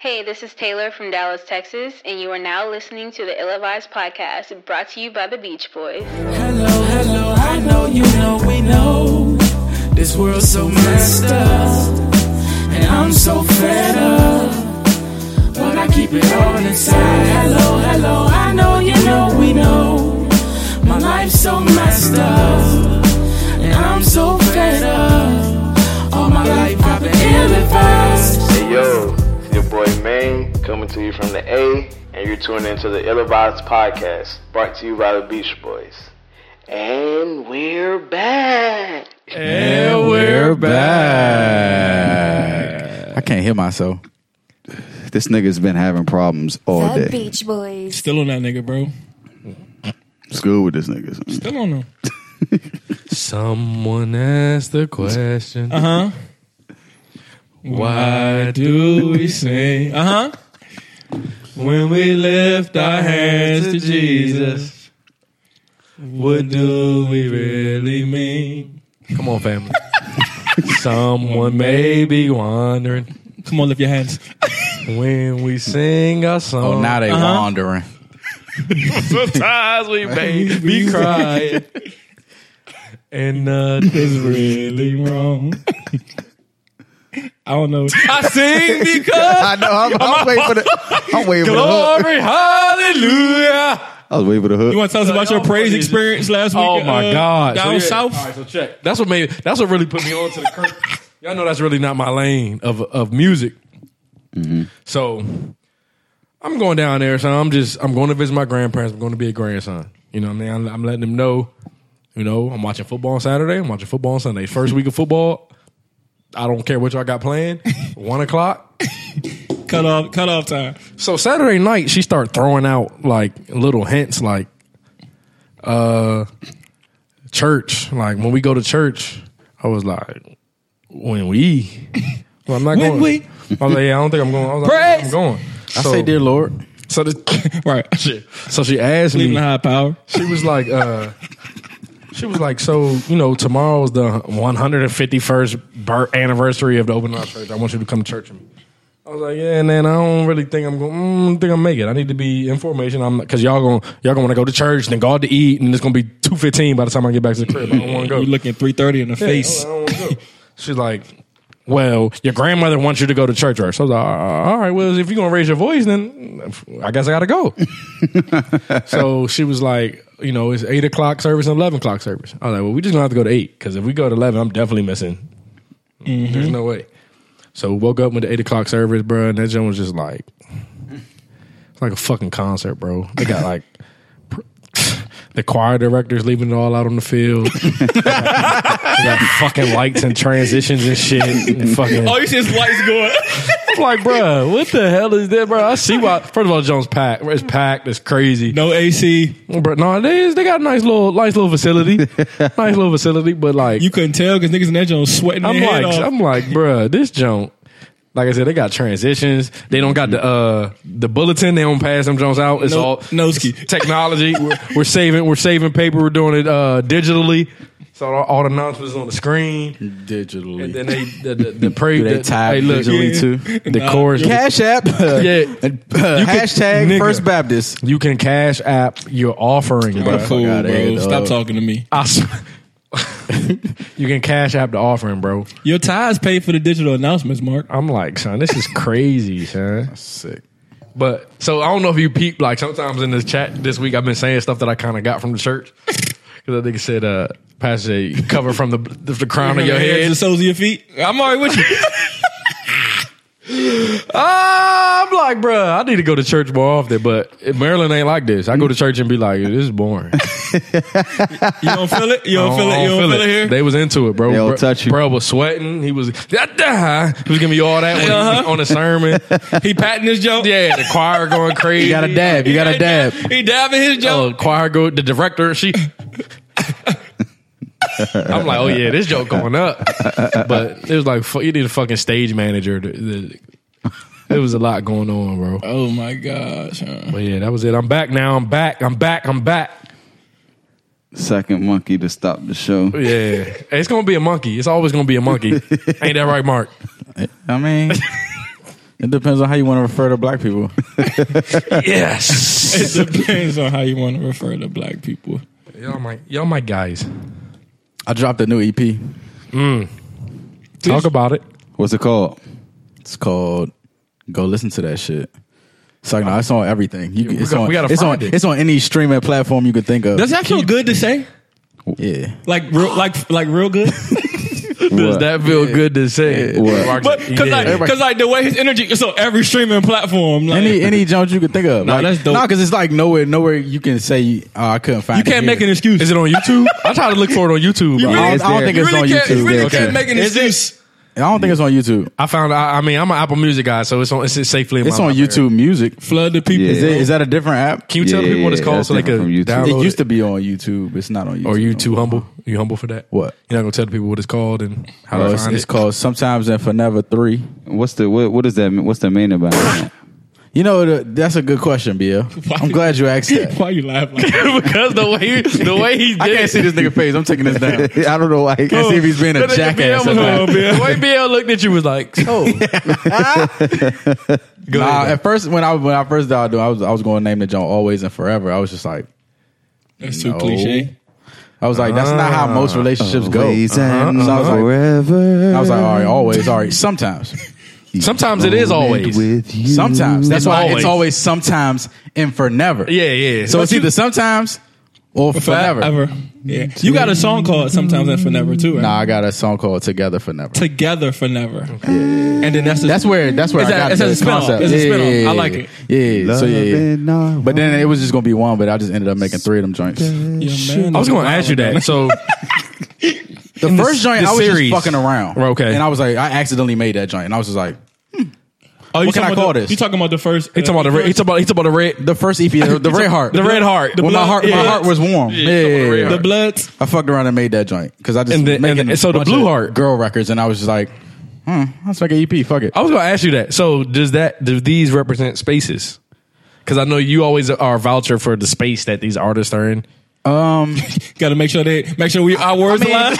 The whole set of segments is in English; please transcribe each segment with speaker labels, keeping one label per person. Speaker 1: Hey, this is Taylor from Dallas, Texas, and you are now listening to the Ill Advised Podcast brought to you by the Beach Boys.
Speaker 2: Hello, hello, I know you know we know this world's so messed up, and I'm so fed up. But I keep it all inside. Hello, hello, I know you know we know my life's so messed up, and I'm so fed up. All my life I've been ill advised.
Speaker 3: Hey yo, it's your boy Maine coming to you from the A, and you're tuning into the Ill Advised Podcast, brought to you by the Beach Boys. And we're back.
Speaker 4: And we're back.
Speaker 5: I can't hear myself. This nigga's been having problems all
Speaker 6: The
Speaker 5: day.
Speaker 6: Beach Boys.
Speaker 4: Still on that nigga, bro.
Speaker 5: It's good with this nigga.
Speaker 4: Still on him.
Speaker 7: Someone asked the question,
Speaker 4: Uh huh.
Speaker 7: why
Speaker 4: Why do we sing? Uh huh. When we lift our hands to Jesus, what do we really mean?
Speaker 7: Come on, family. Someone may be wondering
Speaker 4: Come on, lift your hands.
Speaker 7: when we sing our song.
Speaker 5: Oh, now they
Speaker 4: Uh-huh.
Speaker 5: wandering.
Speaker 7: sometimes we may be crying, and nothing
Speaker 4: It's uh, really wrong. I don't know.
Speaker 7: I sing because
Speaker 5: I know. I'm, I'm waiting for the. I'm waiting for the hook.
Speaker 7: glory, hallelujah.
Speaker 5: I was waiting for the
Speaker 4: You
Speaker 5: hook.
Speaker 4: want to tell us about your praise experience last week?
Speaker 7: Oh my
Speaker 4: uh,
Speaker 7: god!
Speaker 4: down
Speaker 7: So, yeah.
Speaker 4: south.
Speaker 7: All right, so check. That's what made. That's what really put me on to the current. Y'all know that's really not my lane of of music. So I'm going down there. So I'm just I'm going to visit my grandparents. I'm going to be a grandson. You know, what I mean, I'm, I'm letting them know. You know, I'm watching football on Saturday. I'm watching football on Sunday. First week of football. I don't care what y'all got planned. One o'clock.
Speaker 4: Cut off, cut off time.
Speaker 7: So Saturday night, she started throwing out like little hints, like uh, church. Like when we go to church, I was like, when we, well, I'm not
Speaker 4: When
Speaker 7: going.
Speaker 4: we-
Speaker 7: I was like, yeah, I don't think I'm going. I was like,
Speaker 4: Praise.
Speaker 7: I'm going.
Speaker 5: I
Speaker 7: So-
Speaker 5: say, dear Lord.
Speaker 7: So, the,
Speaker 4: Right.
Speaker 7: so she asked
Speaker 4: Leaving the
Speaker 7: me.
Speaker 4: high power.
Speaker 7: She was like, uh, she was like, so you know, tomorrow's the 151st birth anniversary of the open our church. I want you to come to church with me. I was like, yeah, and then I don't really think I'm going. Mm, I don't think I'm make it. I need to be in formation. I'm because y'all going y'all going to go to church, then go out to eat, and it's going to be two fifteen by the time I get back to the crib. I don't want to go.
Speaker 4: You're looking 330 in the
Speaker 7: Yeah, I was
Speaker 4: face.
Speaker 7: like, I don't wanna go. She's like, well, your grandmother wants you to go to church. Right? So I was like, "Uh, all right, well, if you're going to raise your voice, then I guess I got to go. so she was like, you know, it's 8 o'clock service and 11 o'clock service. I was like, well, we just going to have to go to 8 because if we go to 11, I'm definitely missing. There's no way. So woke up with the 8 o'clock service, bro, and that joint was just like, it's like a fucking concert, bro. They got like, pr- The choir director's leaving it all out on the field. They got fucking lights and transitions and shit. And fucking,
Speaker 4: Oh, you see his lights
Speaker 7: I'm
Speaker 4: going.
Speaker 7: Oh, like, bro, what the hell is that, bro? I see why. First of all, Jones packed. It's packed. It's crazy.
Speaker 4: no AC.
Speaker 7: bro, no, it is. They got a nice little, nice little facility, nice little facility. But like,
Speaker 4: You couldn't tell because niggas in that joint sweating
Speaker 7: I'm
Speaker 4: their head
Speaker 7: like,
Speaker 4: off.
Speaker 7: I'm like, bro, this junk. Like I said, they got transitions. They don't got the uh the bulletin. They don't pass them Jones out. It's
Speaker 4: No-
Speaker 7: all
Speaker 4: no ski.
Speaker 7: it's technology. we're, we're saving. We're saving paper. We're doing it uh digitally. So all, all the announcements on the screen.
Speaker 5: Digitally.
Speaker 7: And then they the, the, the pray.
Speaker 5: Do they
Speaker 7: the-
Speaker 5: tie
Speaker 7: hey, look,
Speaker 5: digitally
Speaker 7: yeah.
Speaker 5: too?
Speaker 7: The chorus.
Speaker 5: Cash app.
Speaker 7: Yeah.
Speaker 5: and, uh,
Speaker 7: You can-
Speaker 5: hashtag
Speaker 7: nigga.
Speaker 5: First Baptist.
Speaker 7: You can cash app your offering,
Speaker 4: Bro,
Speaker 7: bro.
Speaker 5: fuck
Speaker 4: cool,
Speaker 5: outta
Speaker 4: bro.
Speaker 5: here, dog.
Speaker 4: Stop talking to me.
Speaker 7: I s- you can cash app the offering, bro.
Speaker 4: Your ties pay for the digital announcements, Mark.
Speaker 7: I'm like, son, this is crazy, son.
Speaker 5: Sick.
Speaker 7: But so I don't know if you peep. Like sometimes in this chat this week, I've been saying stuff that I kind of got from the church because that nigga said, uh, "Pastor, you cover from the the crown of your
Speaker 4: to
Speaker 7: head."
Speaker 4: the soles of your feet. I'm alright with you.
Speaker 7: Ah, I'm like, bro, I need to go to church more often. But Maryland ain't like this. I go to church and be like, this is boring.
Speaker 4: You don't feel it. You don't feel it. You don't feel, it here.
Speaker 7: They was into it, bro.
Speaker 5: They'll
Speaker 7: bro,
Speaker 5: touch you.
Speaker 7: Bro was sweating. He was da-da. He was giving me all that when he
Speaker 4: Uh-huh.
Speaker 7: was on the sermon.
Speaker 4: he patting his joint.
Speaker 7: yeah, the choir going crazy.
Speaker 5: You got to dab. You got to dab.
Speaker 4: He dabbing his
Speaker 7: Oh,
Speaker 4: joint.
Speaker 7: choir go. The director, she. I'm like, oh yeah, this joke going up. But it was like fu- you need a fucking stage manager. to- the- There was a lot going on, bro.
Speaker 4: Oh, my gosh. huh.
Speaker 7: But yeah, that was it. I'm back now. I'm back. I'm back. I'm back.
Speaker 5: Second monkey to stop the show.
Speaker 7: Yeah, it's gonna be a monkey. It's always gonna be a monkey. Ain't that right, Mark?
Speaker 5: I mean, It depends on how you want to refer to black people.
Speaker 7: Yes.
Speaker 4: It depends on how you want to refer to black people.
Speaker 7: y'all my y'all my guys.
Speaker 5: I dropped a new E EP.
Speaker 7: Talk about it.
Speaker 8: What's it called?
Speaker 5: It's called Go Listen to That Shit. It's like, no, it's on everything. You, can-
Speaker 7: we
Speaker 5: it's
Speaker 7: got-
Speaker 5: on,
Speaker 7: we gotta
Speaker 5: it's
Speaker 7: find
Speaker 5: on,
Speaker 7: it.
Speaker 5: It's on any streaming platform you could think of.
Speaker 4: Does that feel good to say?
Speaker 5: yeah.
Speaker 4: Like real, like like real good.
Speaker 8: What?
Speaker 7: feel good to say?
Speaker 8: What?
Speaker 4: But because like, cause like the way his energy, so every streaming platform, like,
Speaker 5: Any any jump you could think of.
Speaker 4: Nah,
Speaker 5: like,
Speaker 4: that's dope.
Speaker 5: because it's like nowhere nowhere you can say oh, I couldn't find.
Speaker 4: you can't
Speaker 5: it here.
Speaker 4: make an excuse.
Speaker 7: Is it on YouTube? I try to look for it on YouTube.
Speaker 4: You
Speaker 7: I-
Speaker 4: really-
Speaker 5: I don't, I don't
Speaker 8: there.
Speaker 5: think
Speaker 8: You
Speaker 5: it's on
Speaker 4: can't,
Speaker 5: YouTube.
Speaker 4: you really
Speaker 8: Okay.
Speaker 4: can't make an
Speaker 7: Is it-
Speaker 4: excuse.
Speaker 5: I don't think it's on YouTube.
Speaker 7: I found. I, I mean, I'm an Apple Music guy, so it's on. It's safely. In
Speaker 5: It's
Speaker 7: my
Speaker 5: on
Speaker 7: library.
Speaker 5: YouTube Music.
Speaker 4: Flood the people.
Speaker 5: Is,
Speaker 8: Yeah.
Speaker 5: it, is that a different app?
Speaker 7: Can you tell
Speaker 8: Yeah,
Speaker 7: people what it's
Speaker 8: yeah,
Speaker 7: called
Speaker 8: that's
Speaker 7: so they could
Speaker 8: different from YouTube.
Speaker 7: download
Speaker 5: It used to be on YouTube. It's not on YouTube.
Speaker 7: Or you
Speaker 5: no
Speaker 7: too
Speaker 5: more.
Speaker 7: humble? You humble for that?
Speaker 5: What?
Speaker 7: You're not gonna tell the people what it's called and how
Speaker 5: Oh,
Speaker 7: to
Speaker 5: it's,
Speaker 7: find
Speaker 5: it's
Speaker 7: it.
Speaker 5: called Sometimes and Forever Three.
Speaker 8: What's the what? What is that? What's the main about it?
Speaker 5: You know the, that's a good question, Bia. I'm glad you asked that.
Speaker 4: Why you laugh like that?
Speaker 7: because the way the way he did
Speaker 5: I can't
Speaker 7: it.
Speaker 5: see this nigga face. I'm taking this down.
Speaker 8: I don't know why.
Speaker 5: I see if he's being a
Speaker 7: The nigga
Speaker 5: jackass.
Speaker 7: BL
Speaker 5: or
Speaker 7: was-
Speaker 5: not.
Speaker 7: The way BL looked at you was like, oh. Go
Speaker 5: Nah,
Speaker 7: ahead.
Speaker 5: at first when I when I first dialed, I was I was going to name the joint Always and Forever. I was just like,
Speaker 4: That's too
Speaker 5: No.
Speaker 4: cliche.
Speaker 5: I was like, that's not how
Speaker 7: Ah.
Speaker 5: most relationships go. Uh-huh.
Speaker 8: Always and
Speaker 5: So I was like-
Speaker 8: forever.
Speaker 5: I was like, all right, always, all right, sometimes,
Speaker 7: Sometimes it is always.
Speaker 8: with you.
Speaker 5: sometimes. That's
Speaker 7: It's
Speaker 5: why
Speaker 7: always.
Speaker 5: it's always sometimes and for never.
Speaker 7: Yeah, yeah.
Speaker 5: So
Speaker 7: But
Speaker 5: it's
Speaker 7: you-
Speaker 5: either sometimes or forever.
Speaker 4: Ever. Yeah. You got a song called Sometimes and For Never too, right?
Speaker 5: Nah, I got a song called Together for Never.
Speaker 4: Together for Never. And then that's the,
Speaker 5: That's where that's where
Speaker 4: It's
Speaker 5: I
Speaker 4: a-
Speaker 5: got
Speaker 4: it's a
Speaker 5: the
Speaker 4: spin-off.
Speaker 5: concept.
Speaker 4: It's a
Speaker 5: Yeah,
Speaker 4: spin-off.
Speaker 5: yeah, yeah,
Speaker 4: I like it.
Speaker 5: Yeah, yeah, yeah. so yeah, yeah.
Speaker 8: Loving our
Speaker 5: But then it was just gonna be one, but I just ended up making three of them joints. The
Speaker 4: Your man
Speaker 7: I was going
Speaker 4: is
Speaker 7: to
Speaker 4: wild.
Speaker 7: ask you that. So
Speaker 5: first joint
Speaker 7: the
Speaker 5: I was
Speaker 7: series.
Speaker 5: just fucking around.
Speaker 7: Okay.
Speaker 5: And I was like, I accidentally made that joint. And I was just like,
Speaker 4: Oh, you
Speaker 5: What can
Speaker 4: talking
Speaker 5: I
Speaker 4: about
Speaker 5: call
Speaker 4: the-
Speaker 5: this?
Speaker 4: You talking about the first?
Speaker 7: he talking about the red. He talking about he talking about the red.
Speaker 5: the first EP, the, the Red Heart.
Speaker 7: The Red Heart.
Speaker 5: When my heart
Speaker 4: yeah.
Speaker 5: my heart was warm. Yeah, yeah, yeah, yeah.
Speaker 4: the Bloods.
Speaker 5: I fucked around and made that joint. Because I just
Speaker 7: And the-
Speaker 5: making
Speaker 7: and the- so the
Speaker 5: bunch
Speaker 7: Blue
Speaker 5: of
Speaker 7: Heart.
Speaker 5: girl records and I was just like, hmm, let's make an EP. Fuck it.
Speaker 7: I was going to ask you that. So does that do these represent spaces? Because I know you always are a voucher for the space that these artists are in.
Speaker 5: Um
Speaker 4: Got to make sure they make sure we our words
Speaker 5: I mean-
Speaker 4: line.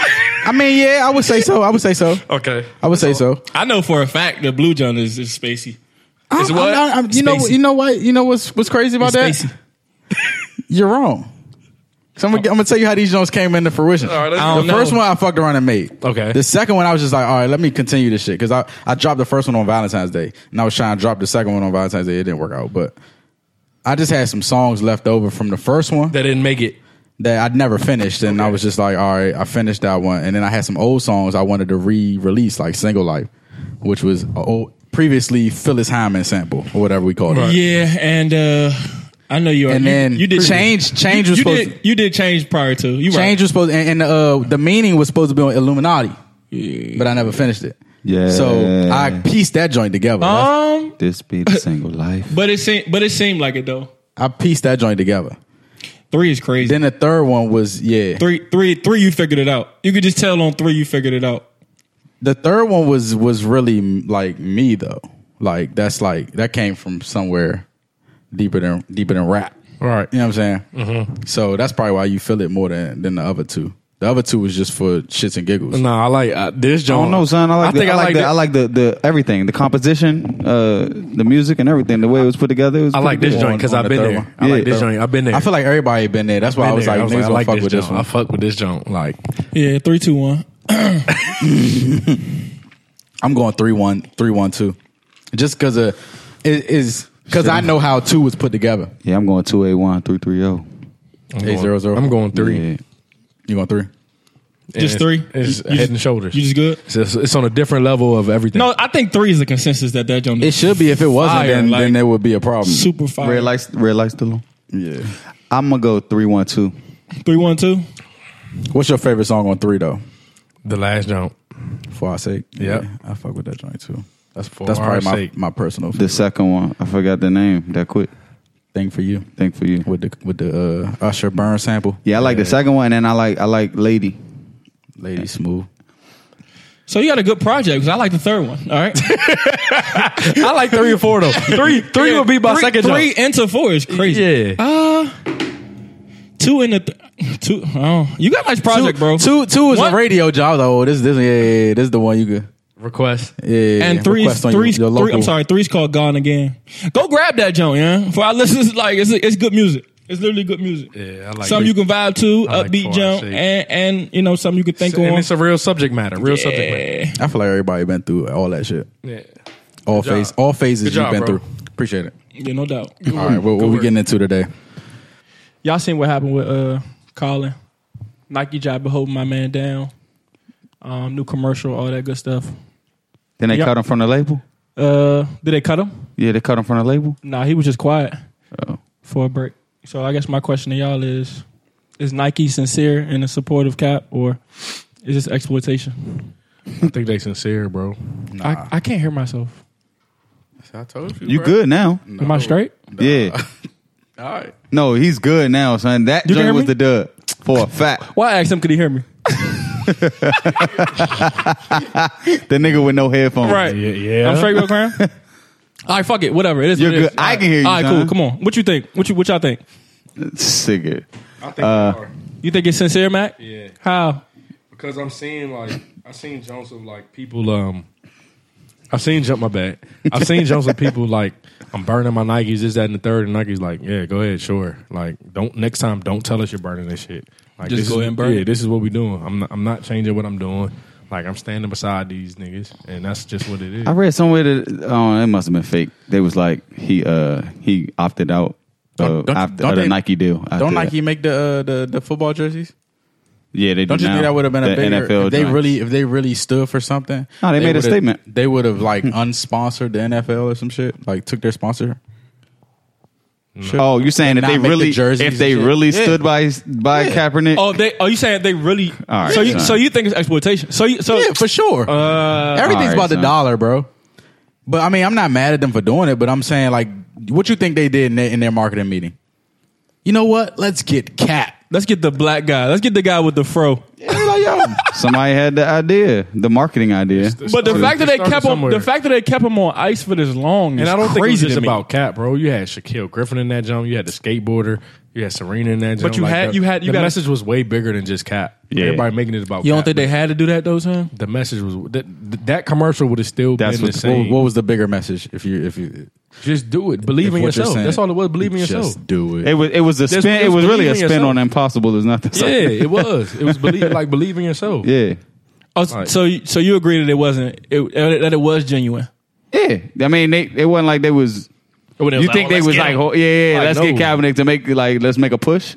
Speaker 5: I mean, yeah, I would say so. I would say so.
Speaker 7: Okay.
Speaker 5: I would say so.
Speaker 4: I know for a fact the blue John is, is
Speaker 7: It's
Speaker 4: spacey.
Speaker 5: I'm-
Speaker 7: what?
Speaker 5: I'm not- I'm- you know,
Speaker 7: Spacey.
Speaker 5: you know what? You know what's what's crazy about that?
Speaker 4: Spacey.
Speaker 5: You're wrong. So I'm gonna, I'm gonna tell you how these joints came into fruition.
Speaker 7: right, let's
Speaker 5: the
Speaker 7: go.
Speaker 5: first one I fucked around and made.
Speaker 7: Okay.
Speaker 5: The second one I was just like, all right, let me continue this shit because I, I dropped the first one on Valentine's Day and I was trying to drop the second one on Valentine's Day. It didn't work out, but I just had some songs left over from the first one
Speaker 7: That didn't make it.
Speaker 5: that I'd never finished, and I was just like, all right, I finished that one, and then I had some old songs I wanted to re-release, like "Single Life," which was a old, previously Phyllis Hyman sample or whatever we called it.
Speaker 4: Yeah, and uh, I know you. Are.
Speaker 5: And
Speaker 4: you,
Speaker 5: then
Speaker 4: you did
Speaker 5: change, change
Speaker 4: You,
Speaker 5: was
Speaker 4: you
Speaker 5: supposed
Speaker 4: did. You did change prior to. You
Speaker 5: to, change was supposed, and, and uh, the meaning was supposed to be on Illuminati,
Speaker 4: Right.
Speaker 5: but I never finished it.
Speaker 8: Yeah.
Speaker 5: So I pieced that joint together.
Speaker 4: Um,
Speaker 8: This be the single life.
Speaker 4: but it seemed. But it seemed like it though.
Speaker 5: I pieced that joint together.
Speaker 4: Three is crazy.
Speaker 5: Then the third one was yeah.
Speaker 4: three, three, three. You figured it out. You could just tell on three. You figured it out.
Speaker 5: The third one was was really like me though. Like that's like that came from somewhere deeper than deeper than rap.
Speaker 7: All right.
Speaker 5: You know what I'm saying? So that's probably why you feel it more than than the other two. The other two was just for shits and giggles.
Speaker 7: No, I like uh, this
Speaker 8: I
Speaker 7: John.
Speaker 8: don't know, son. I like. the,
Speaker 7: think
Speaker 8: I, like the, I like the the everything, the composition, uh, the music, and everything. The way it was put together. It was
Speaker 7: I like
Speaker 8: pretty
Speaker 7: this
Speaker 8: good.
Speaker 7: joint because
Speaker 5: on
Speaker 7: I've
Speaker 5: the
Speaker 7: been
Speaker 5: third
Speaker 7: there.
Speaker 5: one.
Speaker 7: I
Speaker 8: Yeah,
Speaker 7: like this
Speaker 8: third
Speaker 7: joint. I've been there.
Speaker 5: I feel like everybody had been there. That's why I was like, niggas
Speaker 7: I
Speaker 5: don't
Speaker 7: like
Speaker 5: fuck with this
Speaker 7: joint. I
Speaker 5: one.
Speaker 7: fuck with this joint. Like
Speaker 4: Yeah, three, two, one.
Speaker 5: I'm going three one three one two, just because of it is because I know how two was put together.
Speaker 8: Yeah, I'm going two eight one three three zero.
Speaker 5: Eight zero zero.
Speaker 7: I'm going three.
Speaker 8: Yeah.
Speaker 5: You going three?
Speaker 4: Just three?
Speaker 7: It's
Speaker 4: You- you
Speaker 7: head
Speaker 4: just-
Speaker 7: and shoulders.
Speaker 4: You just good.
Speaker 7: So it's, it's on a different level of everything.
Speaker 4: No, I think three is the consensus that that joint
Speaker 5: It
Speaker 4: is
Speaker 5: should be. If it wasn't,
Speaker 4: Fire,
Speaker 5: then
Speaker 4: like-
Speaker 5: then there would be a problem.
Speaker 4: super fire.
Speaker 8: Red lights. Red lights still on.
Speaker 5: Yeah.
Speaker 8: I'm gonna go three one two.
Speaker 4: Three, one, two.
Speaker 5: What's your favorite song on three though?
Speaker 7: the last joint.
Speaker 5: For our sake.
Speaker 7: Yep.
Speaker 5: I fuck with that joint too. That's
Speaker 7: For
Speaker 5: that's
Speaker 7: Our
Speaker 5: probably my,
Speaker 7: Sake.
Speaker 5: my personal
Speaker 8: The second one. I forgot the name. That quick.
Speaker 5: thing for you
Speaker 8: Thank for you.
Speaker 5: with the with the uh, Usher Burn sample.
Speaker 8: Yeah, I like the second one, and I like I like Lady.
Speaker 5: Lady Smooth.
Speaker 4: So you got a good project because I like the third one. All right,
Speaker 7: I like three and four though. Three, three would be my
Speaker 4: three,
Speaker 7: second
Speaker 4: Three
Speaker 7: joint.
Speaker 4: into four is crazy. Uh,
Speaker 7: Yeah.
Speaker 4: Two in the th- two. Oh, you got nice project,
Speaker 5: two,
Speaker 4: bro.
Speaker 5: Two two is
Speaker 4: One-
Speaker 5: a radio job. I was like, oh, this this yeah, yeah, yeah, this is the one you could.
Speaker 4: Request.
Speaker 5: yeah, yeah.
Speaker 4: And three's
Speaker 5: Request on your-
Speaker 4: three's
Speaker 5: your
Speaker 4: three,
Speaker 5: local-
Speaker 4: I'm sorry, three's called Gone Again. Go grab that joint, yeah. For our listeners, like it's it's good music. It's literally good music.
Speaker 7: Yeah, I like
Speaker 4: Something
Speaker 7: it.
Speaker 4: you can vibe to,
Speaker 7: I like
Speaker 4: upbeat
Speaker 7: four
Speaker 4: jump,
Speaker 7: shake.
Speaker 4: and and you know something you can think
Speaker 7: and
Speaker 4: on.
Speaker 7: it's a real subject matter. Real subject matter.
Speaker 4: yeah.
Speaker 5: I feel like everybody been through all that shit.
Speaker 7: Yeah.
Speaker 5: All
Speaker 7: job.
Speaker 5: phase, all phases
Speaker 7: Good job,
Speaker 5: you've been
Speaker 7: bro.
Speaker 5: through. Appreciate it.
Speaker 4: yeah, no doubt.
Speaker 5: All right, what, what we
Speaker 7: work.
Speaker 5: getting into today?
Speaker 4: Y'all seen what happened with uh Colin? Nike job been holding my man down. Um, new commercial, all that good stuff.
Speaker 8: Then they
Speaker 4: Yep.
Speaker 8: cut him from the label.
Speaker 4: Uh, did they cut him?
Speaker 8: Yeah, they cut him from the label.
Speaker 4: Nah, he was just quiet
Speaker 8: Oh.
Speaker 4: for a break. So I guess my question to y'all is: Is Nike sincere in the support of Cap, or is this exploitation?
Speaker 7: I think they sincere, bro.
Speaker 4: I, I can't hear myself.
Speaker 5: I told
Speaker 8: You good now?
Speaker 4: Am I straight?
Speaker 8: Yeah.
Speaker 5: All right.
Speaker 8: No, he's good now, son. That
Speaker 4: You can hear
Speaker 8: joint was
Speaker 4: me?
Speaker 8: the dud for a fact.
Speaker 4: Why I asked him? Could he hear me?
Speaker 8: the nigga with no headphones.
Speaker 7: Yeah, yeah.
Speaker 4: I'm straight, Will Crown. all right, fuck it. Whatever. It is.
Speaker 8: You're
Speaker 4: what it
Speaker 8: good.
Speaker 4: is.
Speaker 8: I can hear you,
Speaker 4: All right,
Speaker 8: son.
Speaker 4: cool. Come on. What you think? What you? What y'all think?
Speaker 8: Cigarette.
Speaker 7: I think uh,
Speaker 4: You think it's sincere, Mac?
Speaker 7: Yeah.
Speaker 4: How?
Speaker 7: Because I'm seeing like I seen jumps of like people um I've seen jump my bad. I've seen jumps of people like I'm burning my Nikes, this, that, and the third, and Nike's like, yeah, go ahead, sure. Like don't next time don't tell us you're burning this shit. Like
Speaker 4: Just
Speaker 7: this
Speaker 4: go
Speaker 7: is,
Speaker 4: ahead and burn
Speaker 7: Yeah,
Speaker 4: it.
Speaker 7: this is what we doing. I'm not, I'm not changing what I'm doing. Like I'm standing beside these niggas, and that's just what it is.
Speaker 8: I read somewhere that oh, it must have been fake. They was like he uh he opted out
Speaker 5: Don't-
Speaker 8: uh,
Speaker 5: don't-
Speaker 8: after,
Speaker 5: don't
Speaker 8: of the
Speaker 5: they-
Speaker 8: Nike deal. after
Speaker 5: Don't
Speaker 8: that.
Speaker 5: Nike make the uh, the the football jerseys?
Speaker 8: Yeah, they do
Speaker 5: Don't you
Speaker 8: now.
Speaker 5: think that would have been a
Speaker 8: The
Speaker 5: bigger
Speaker 8: NFL
Speaker 5: if they
Speaker 8: joints.
Speaker 5: really if they really stood for something?
Speaker 8: No, they made a
Speaker 5: would've-
Speaker 8: statement.
Speaker 5: They would have like unsponsored the NFL or some shit. Like took their sponsor.
Speaker 8: Oh, you're saying if
Speaker 5: not
Speaker 8: they
Speaker 5: make the
Speaker 8: really
Speaker 5: jerseys
Speaker 8: if they
Speaker 5: and shit.
Speaker 8: really
Speaker 5: Yeah.
Speaker 8: stood by by Kaepernick?
Speaker 4: Oh, they. Are you saying they really?
Speaker 8: All right,
Speaker 4: so you.
Speaker 8: son.
Speaker 4: So you think it's exploitation? So you.
Speaker 8: Oh,
Speaker 4: So
Speaker 5: Yeah, for sure. Everything's
Speaker 8: Alright,
Speaker 5: about the
Speaker 8: son.
Speaker 5: dollar, bro. But I mean, I'm not mad at them for doing it. But I'm saying, like, what you think they did in their, in their marketing meeting? You know what? Let's get cat.
Speaker 4: let's get the black guy. Let's get the guy with the fro.
Speaker 8: Somebody had the idea, the marketing idea.
Speaker 4: But the
Speaker 7: Started-
Speaker 4: fact that they
Speaker 7: started
Speaker 4: kept him,
Speaker 7: somewhere.
Speaker 4: the fact that they kept him on ice for this long,
Speaker 7: and I don't think it was
Speaker 4: crazy
Speaker 7: just
Speaker 4: to me.
Speaker 7: about Cap, bro. You had Shaquille Griffin in that jump. You had the skateboarder. You had Serena in that jump.
Speaker 4: you had-
Speaker 7: the,
Speaker 4: you had- you
Speaker 7: the
Speaker 4: gotta-
Speaker 7: message was way bigger than just Cap.
Speaker 8: Yeah.
Speaker 7: Everybody making it about.
Speaker 4: You don't
Speaker 7: Cap,
Speaker 4: think
Speaker 7: but
Speaker 4: they had to do that though, son?
Speaker 7: the message was that that commercial would have still
Speaker 8: That's
Speaker 7: been
Speaker 8: what-
Speaker 7: the
Speaker 5: What,
Speaker 7: same.
Speaker 5: what was the bigger message? If you if you
Speaker 7: just do it. Believe
Speaker 5: if
Speaker 7: in
Speaker 5: what you're
Speaker 7: yourself.
Speaker 5: saying-
Speaker 7: That's all it was. Believe in yourself.
Speaker 5: Just do it.
Speaker 8: It was it was a
Speaker 7: There's-
Speaker 8: spin. It
Speaker 7: there's
Speaker 8: was really a
Speaker 7: believing
Speaker 8: spin
Speaker 7: yourself.
Speaker 8: on impossible. Is not the
Speaker 7: yeah, it was. It was believe like believe in yourself.
Speaker 8: yeah.
Speaker 4: Oh, so you- so you agree that it wasn't it, uh, that it was genuine?
Speaker 8: Yeah, I mean, they, it wasn't like they was. you
Speaker 7: "Oh,
Speaker 8: think they was like, ho- yeah, yeah, yeah,
Speaker 7: Like,
Speaker 8: let's get
Speaker 7: no.
Speaker 8: Kaepernick to make like, let's make a push.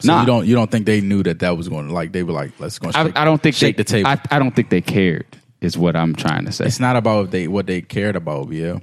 Speaker 5: So
Speaker 8: nah.
Speaker 5: you don't you don't think they knew that that was going to like they were like let's go.
Speaker 8: I,
Speaker 5: shake-
Speaker 8: I don't think
Speaker 5: shake
Speaker 8: they,
Speaker 5: the table.
Speaker 8: I, I don't think they cared. Is what I'm trying to say.
Speaker 5: It's not about they what they cared about, yeah.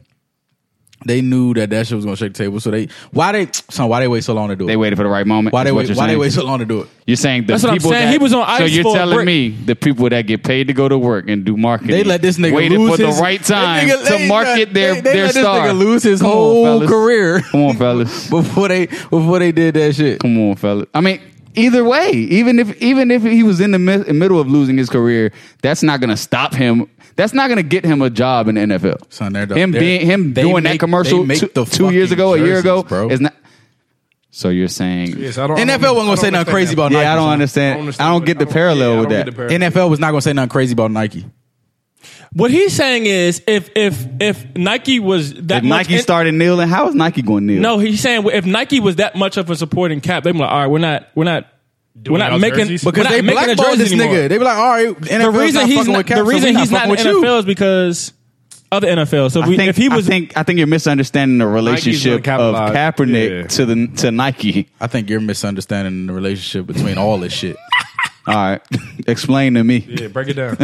Speaker 5: They knew that that shit was gonna shake the table, so they why they son why they wait so long to do it?
Speaker 8: They waited for the right moment.
Speaker 5: why they
Speaker 8: is what
Speaker 5: wait,
Speaker 8: you're
Speaker 5: why they
Speaker 8: saying.
Speaker 5: wait so long to do it?
Speaker 8: You're saying the
Speaker 4: That's what I'm
Speaker 8: people
Speaker 4: saying.
Speaker 8: that-
Speaker 4: He was on
Speaker 8: So
Speaker 4: ice
Speaker 8: you're
Speaker 4: for a
Speaker 8: telling
Speaker 4: brick.
Speaker 8: me the people that get paid to go to work and do marketing.
Speaker 5: They let this nigga
Speaker 8: waited
Speaker 5: lose
Speaker 8: for the
Speaker 5: his-
Speaker 8: right
Speaker 5: that
Speaker 8: time
Speaker 5: nigga-
Speaker 8: to
Speaker 5: they-
Speaker 8: market their
Speaker 5: they- they
Speaker 8: their
Speaker 5: let this
Speaker 8: star.
Speaker 5: nigga lose his
Speaker 8: Come on,
Speaker 5: whole
Speaker 8: fellas.
Speaker 5: career.
Speaker 8: Come on, fellas.
Speaker 5: Before they before they did that shit.
Speaker 8: Come on, fellas. I mean, either way, even if even if he was in the mi- middle of losing his career, that's not going to stop him. That's not going to get him a job in the NFL.
Speaker 5: Son, they're the-
Speaker 8: him
Speaker 5: they're-
Speaker 8: being him
Speaker 5: they
Speaker 8: doing
Speaker 5: make-
Speaker 8: that commercial
Speaker 5: they make
Speaker 8: two,
Speaker 5: the
Speaker 8: two years
Speaker 5: fucking
Speaker 8: ago, a year
Speaker 5: jerseys,
Speaker 8: ago
Speaker 5: bro.
Speaker 8: is not. So you're saying?
Speaker 7: Yes, I don't, I
Speaker 5: NFL wasn't
Speaker 7: don't-
Speaker 5: gonna
Speaker 7: I don't
Speaker 5: say nothing
Speaker 7: understand
Speaker 5: crazy
Speaker 7: that.
Speaker 5: about Nike.
Speaker 8: Yeah, I don't
Speaker 5: son.
Speaker 8: understand. I don't, get the parallel
Speaker 7: yeah, I
Speaker 8: with
Speaker 7: don't
Speaker 8: that.
Speaker 7: get the parallel.
Speaker 5: NFL was not gonna say nothing crazy about Nike.
Speaker 4: What he's saying is, if if if Nike was that
Speaker 8: if
Speaker 4: much
Speaker 8: Nike
Speaker 4: in-
Speaker 8: started kneeling, how is Nike going to kneel?
Speaker 4: no, he's saying if Nike was that much of a supporting cap, they'd be like, all right, we're not we're not we're
Speaker 7: our
Speaker 4: not making
Speaker 7: jerseys?
Speaker 4: we're
Speaker 5: Because
Speaker 4: not
Speaker 5: they
Speaker 4: making the
Speaker 5: blackballed
Speaker 4: jerseys
Speaker 5: this
Speaker 4: anymore.
Speaker 5: nigga. They were like, all right,
Speaker 4: the
Speaker 5: NFL's
Speaker 4: reason
Speaker 5: not
Speaker 4: he's
Speaker 5: fucking
Speaker 4: not,
Speaker 5: with Cap,
Speaker 4: the
Speaker 5: so we
Speaker 4: reason he's not in
Speaker 5: fucking
Speaker 4: the
Speaker 5: with you.
Speaker 4: NFL is because of the NFL. So if,
Speaker 8: I
Speaker 4: we,
Speaker 8: think,
Speaker 4: if he was
Speaker 8: I think I think you're misunderstanding the relationship
Speaker 7: gonna
Speaker 8: of
Speaker 7: capitalize.
Speaker 8: Kaepernick
Speaker 7: Yeah.
Speaker 8: to the to Nike.
Speaker 5: I think you're misunderstanding the relationship between all this shit.
Speaker 8: All right, explain to me.
Speaker 7: Yeah, break it down.